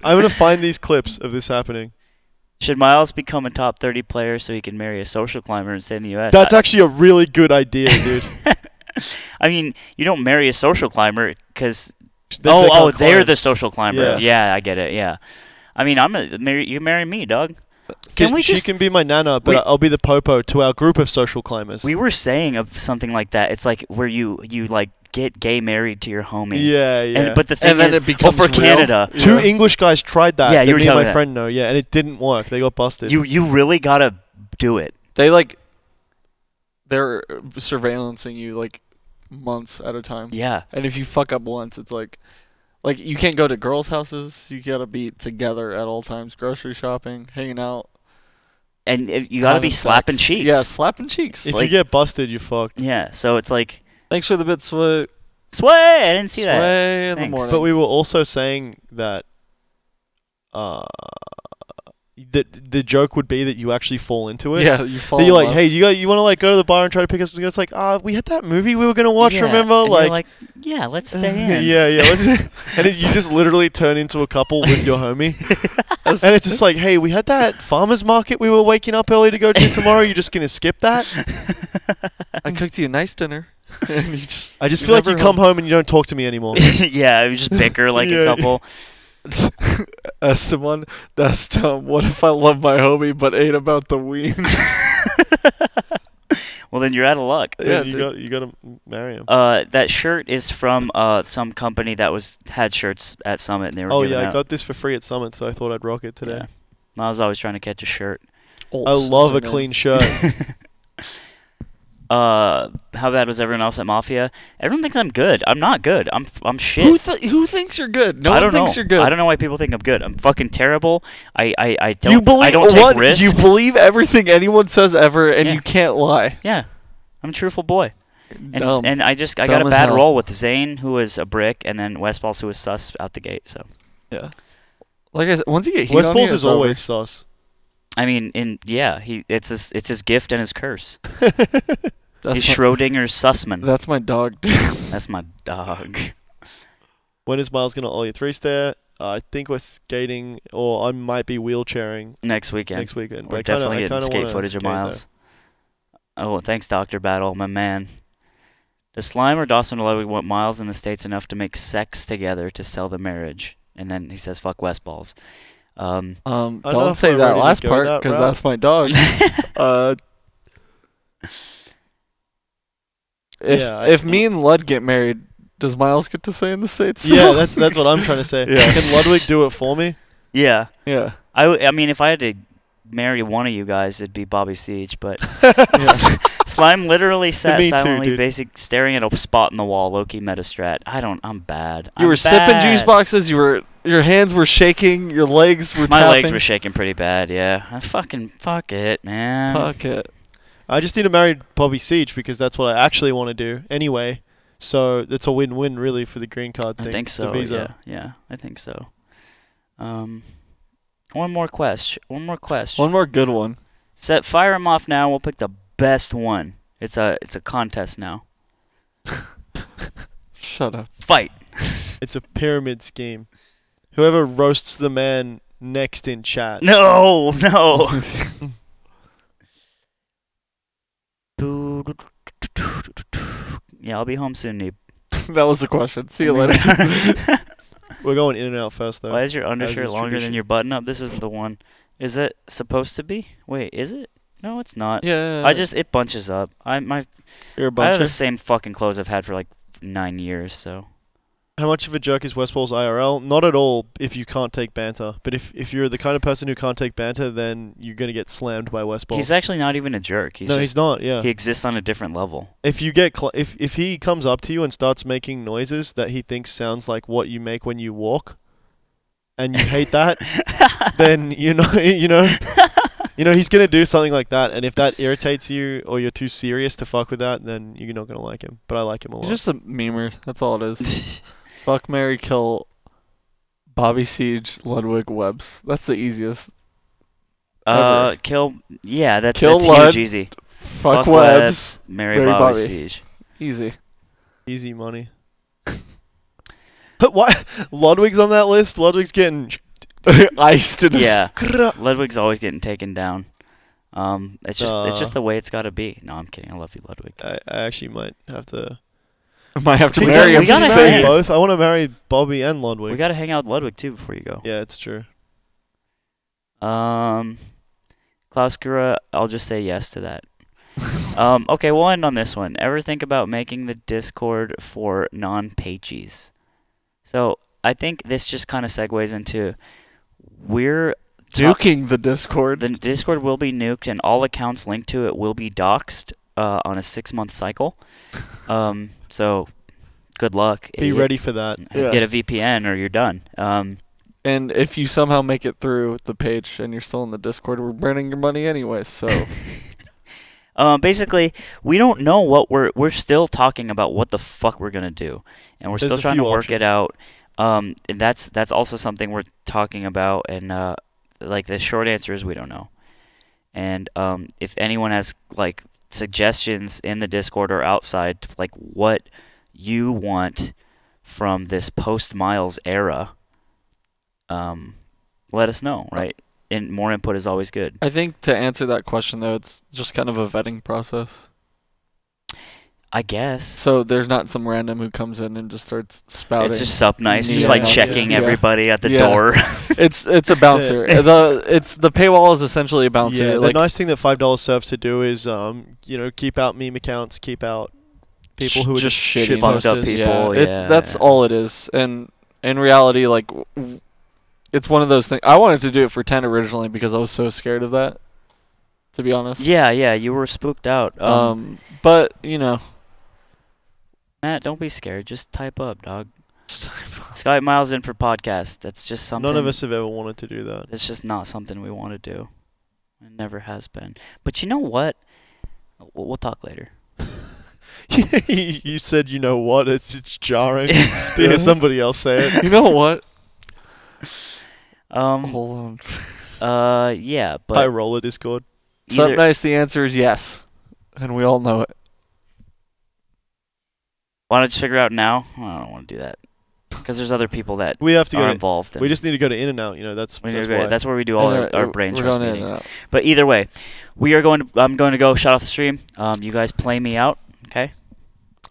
I'm gonna find these clips of this happening. (laughs) Should Miles become a top 30 player so he can marry a social climber and stay in the U.S.? That's I, actually a really good idea, dude. I mean, you don't marry a social climber because They- oh they oh can't they're climb. the social climber. Yeah. Yeah. I get it. Yeah, I mean I'm a, marry you marry me, dog. Can Dude, we she just? can be my nana, but we- I'll be the popo to our group of social climbers. we were saying of something like that. It's like where you you like get gay married to your homie. yeah, yeah. And, but the thing And then is, it becomes oh, for real. Canada, Two Yeah. English guys tried that. Yeah, that you were me and telling my me that. friend know. Yeah, and it didn't work. They got busted. you you really gotta do it. they like they're surveillancing you like months at a time. Yeah. And if you fuck up once, it's like like you can't go to girls' houses. You gotta be together at all times, grocery shopping, hanging out. And if, you gotta be having sex. slapping cheeks. Yeah, slapping cheeks. if you like- get busted, you're fucked. Yeah. So it's like Thanks for the bit, Sway. sway. I didn't see Sway that. in the Thanks. morning. But (laughs) we were also saying that uh, that the joke would be that you actually fall into it. yeah, you fall. That in you're like, love. hey, you got, you want to like go to the bar and try to pick up something? It's like, ah, we had that movie we were gonna watch. Yeah, Remember, and you're like, yeah, let's uh, stay (laughs) in. yeah, yeah. let's- and it, (laughs) you just literally turn into a couple with your (laughs) homie, That's- and it's just like, hey, we had (laughs) that farmers market we were waking up early to go to tomorrow. You're just gonna skip that? I cooked you a nice dinner, (laughs) and you just I just you're feel like you never (laughs) come home (laughs) and you don't talk to me anymore. (laughs) yeah, we just bicker like Yeah. a couple. Asked someone, asked um, what if I love my homie but ate about the (laughs) ween? Well, then you're out of luck. Yeah, you dude. got you got to marry him. Uh, that shirt is from uh some company that was had shirts at Summit and they were oh giving yeah, I out. got this for free at Summit, so I thought I'd rock it today. Yeah. I was always trying to catch a shirt. I love a clean (laughs) shirt. Uh, how bad was everyone else at Mafia? Everyone thinks I'm good. I'm not good. I'm I'm shit. Who th- who thinks you're good? No I one don't thinks know. you're good. I don't know why people think I'm good. I'm fucking terrible. I I, I don't. you believe I don't take what? risks. You believe everything anyone says ever, and Yeah. you can't lie. Yeah, I'm a truthful boy. And Dumb. and I just I got Dumb a as bad hell. roll with Zane, who was a brick, and then West Balls, who was sus out the gate. So yeah. Like I said, once you get heat West on Balls you, is it's over. always sus. (laughs) I mean, in yeah, he it's his it's his gift and his curse. That's He's my, Schrodinger's Sussman. that's my dog. (laughs) That's my dog. When is Miles gonna ollie three stair? Uh, I think we're skating, or I might be wheelchairing Next weekend, next weekend. but we're I kinda- definitely I getting kinda skate wanna footage of skate there. Miles. Oh, well, thanks, Doctor Battle, my man. Does Slime or Dawson or Ludwig want Miles in the states enough to make sex together to sell the marriage? And then he says, "Fuck West Balls." Um, Um, I don't know don't if say we're that ready to last go part that because route. that's my (laughs) dog. (laughs) uh, if Yeah, I- if me and Lud get married, does Miles get to stay in the states? yeah, (laughs) that's that's what I'm trying to say. Yeah. Can Ludwig do it for me? yeah, yeah. I, w- I mean, if I had to marry one of you guys, it'd be Bobby Siege. But (laughs) Slime literally sat Me too, silently, dude. basic staring at a spot in the wall. Loki Metastrat. I don't. I'm bad. You I'm were sipping juice bad. boxes. You were your hands were shaking. Your legs were My tapping. legs were shaking pretty bad. Yeah, I fucking fuck it, man. Fuck it. I just need to marry Bobby Siege because that's what I actually want to do anyway. So that's a win-win really for the green card I thing. think so. The visa. Yeah, yeah, I think so. Um, one more question. One more question. One more good one. Set fire them off now. We'll pick the best one. It's a it's a contest now. Shut up. (laughs) Fight. (laughs) It's a pyramid scheme. Whoever roasts the man next in chat. No, (laughs) no. yeah, I'll be home soon, Neeb. that was the question. See you (laughs) later. We're going in and out first though. Why is your That undershirt was his longer tradition. than your button up? This isn't the one. Is it supposed to be? Wait, is it? No, it's (laughs) not. yeah. I just it bunches up. I my you're a I have the bunch. same fucking clothes I've had for like nine years. So How much of a jerk is Westfall's IRL? Not at all if you can't take banter. But if, if you're the kind of person who can't take banter, then you're going to get slammed by Westfall. he's actually not even a jerk. He's no, just he's uh, not, yeah. he exists on a different level. if you get cl- if if he comes up to you and starts making noises that he thinks sounds like what you make when you walk and you hate (laughs) that, then you know (laughs) you know you know he's going to do something like that and if that irritates you or you're too serious to fuck with that, then you're not going to like him. But I like him a lot. He's just a memer. That's all it (laughs) is. Fuck Mary Kill Bobby Siege Ludwig Webbs. That's the easiest. uh, kill. Yeah, that's Kill that's Lud, huge. Easy. Fuck, Wes, Webbs. Mary, Mary Bobby, Bobby. Siege. Easy. Easy money. (laughs) what? Ludwig's on that list? Ludwig's getting (laughs) iced in Yeah. Ludwig's always getting taken down. Um, it's just it's just Uh. the way it's got to be. No, I'm kidding. I love you, Ludwig. I, I actually might have to. I (laughs) might have to We marry gotta- him. we gotta soon. (laughs) hang. both. I want to marry Bobby and Ludwig. We got to hang out with Ludwig too before you go. yeah, it's true. Um, Klaus Kura, I'll just say yes to that. Uh, um, okay, we'll end on this one. Ever think about making the Discord for non pages? So I think this just kind of segues into we're ta- Duking the Discord. the Discord will be nuked, and all accounts linked to it will be doxed uh, on a six month cycle. Um, so good luck. Be idiot. ready for that. Yeah. Get a VPN or you're done. Um, and if you somehow make it through the page and you're still in the Discord, we're burning your money anyway. (laughs) So Um, basically, we don't know what we're we're still talking about what the fuck we're gonna do, and we're There's still a trying to few work options. it out. Um, and that's that's also something we're talking about, and uh, like the short answer is we don't know. And um, if anyone has like suggestions in the Discord or outside, like what you want from this post Miles era, um, let us know. Right, and more input is always good. I think to answer that question though, it's just kind of a vetting process. I guess. So there's not some random who comes in and just starts spouting. It's just sup nice, Yeah. just like Yeah. checking Yeah. everybody at the Yeah. (laughs) door. (laughs) it's it's a (laughs) bouncer. the it's the paywall is essentially a bouncer. Yeah, like the nice thing that five dollars serves to do is, um, you know, keep out meme accounts, keep out people Sh- who are just, just shitty shit bumped up posters. people. yeah. It's that's all it is. And in reality, like w- w- it's one of those things. I wanted to do it for ten originally because I was so scared of that. To be honest. yeah, yeah, you were spooked out. Um, Um, but you (laughs) know, Matt, don't be scared. Just type up, dog. Skype Miles in for podcast. That's just something. None of us have ever wanted to do (laughs) that. (laughs) It's just not something we want to do. It never has been. But you know what? We'll, we'll talk later. you said, you know what? It's it's jarring (laughs) to hear somebody else say it. you know what? Um. Hold on. Uh. Yeah. High (laughs) But roller Discord. Sup either- nice. The answer is yes, and we all know it. why don't you figure out now? Well, I don't want to do that because there's other people that We have to are go. To, involved. we and just need to go to In and Out. You know, that's we need that's to go- why. that's where we do all And, our, uh, our we're brain going trust in and meetings. out. But either way, we are going to. I'm going to go shut off the stream. Um, you guys play me out, okay?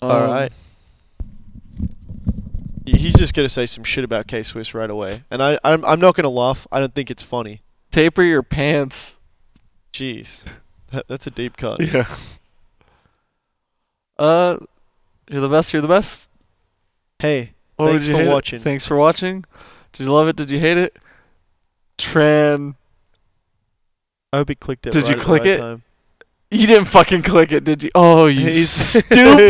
All Um, right. Y- He's just gonna say some shit about K Swiss right away, and I I'm, I'm not gonna laugh. I don't think it's funny. Taper your pants. Jeez, (laughs) That- that's a deep cut. Yeah. (laughs) Uh, you're the best. You're the best. Hey, What would Thanks you for hate it? watching. Thanks for watching. Did you love it? Did you hate it? Tran, I hope he clicked it. Did right you at the click right it? Time. you didn't fucking click it, did you? Oh, you He's- stupid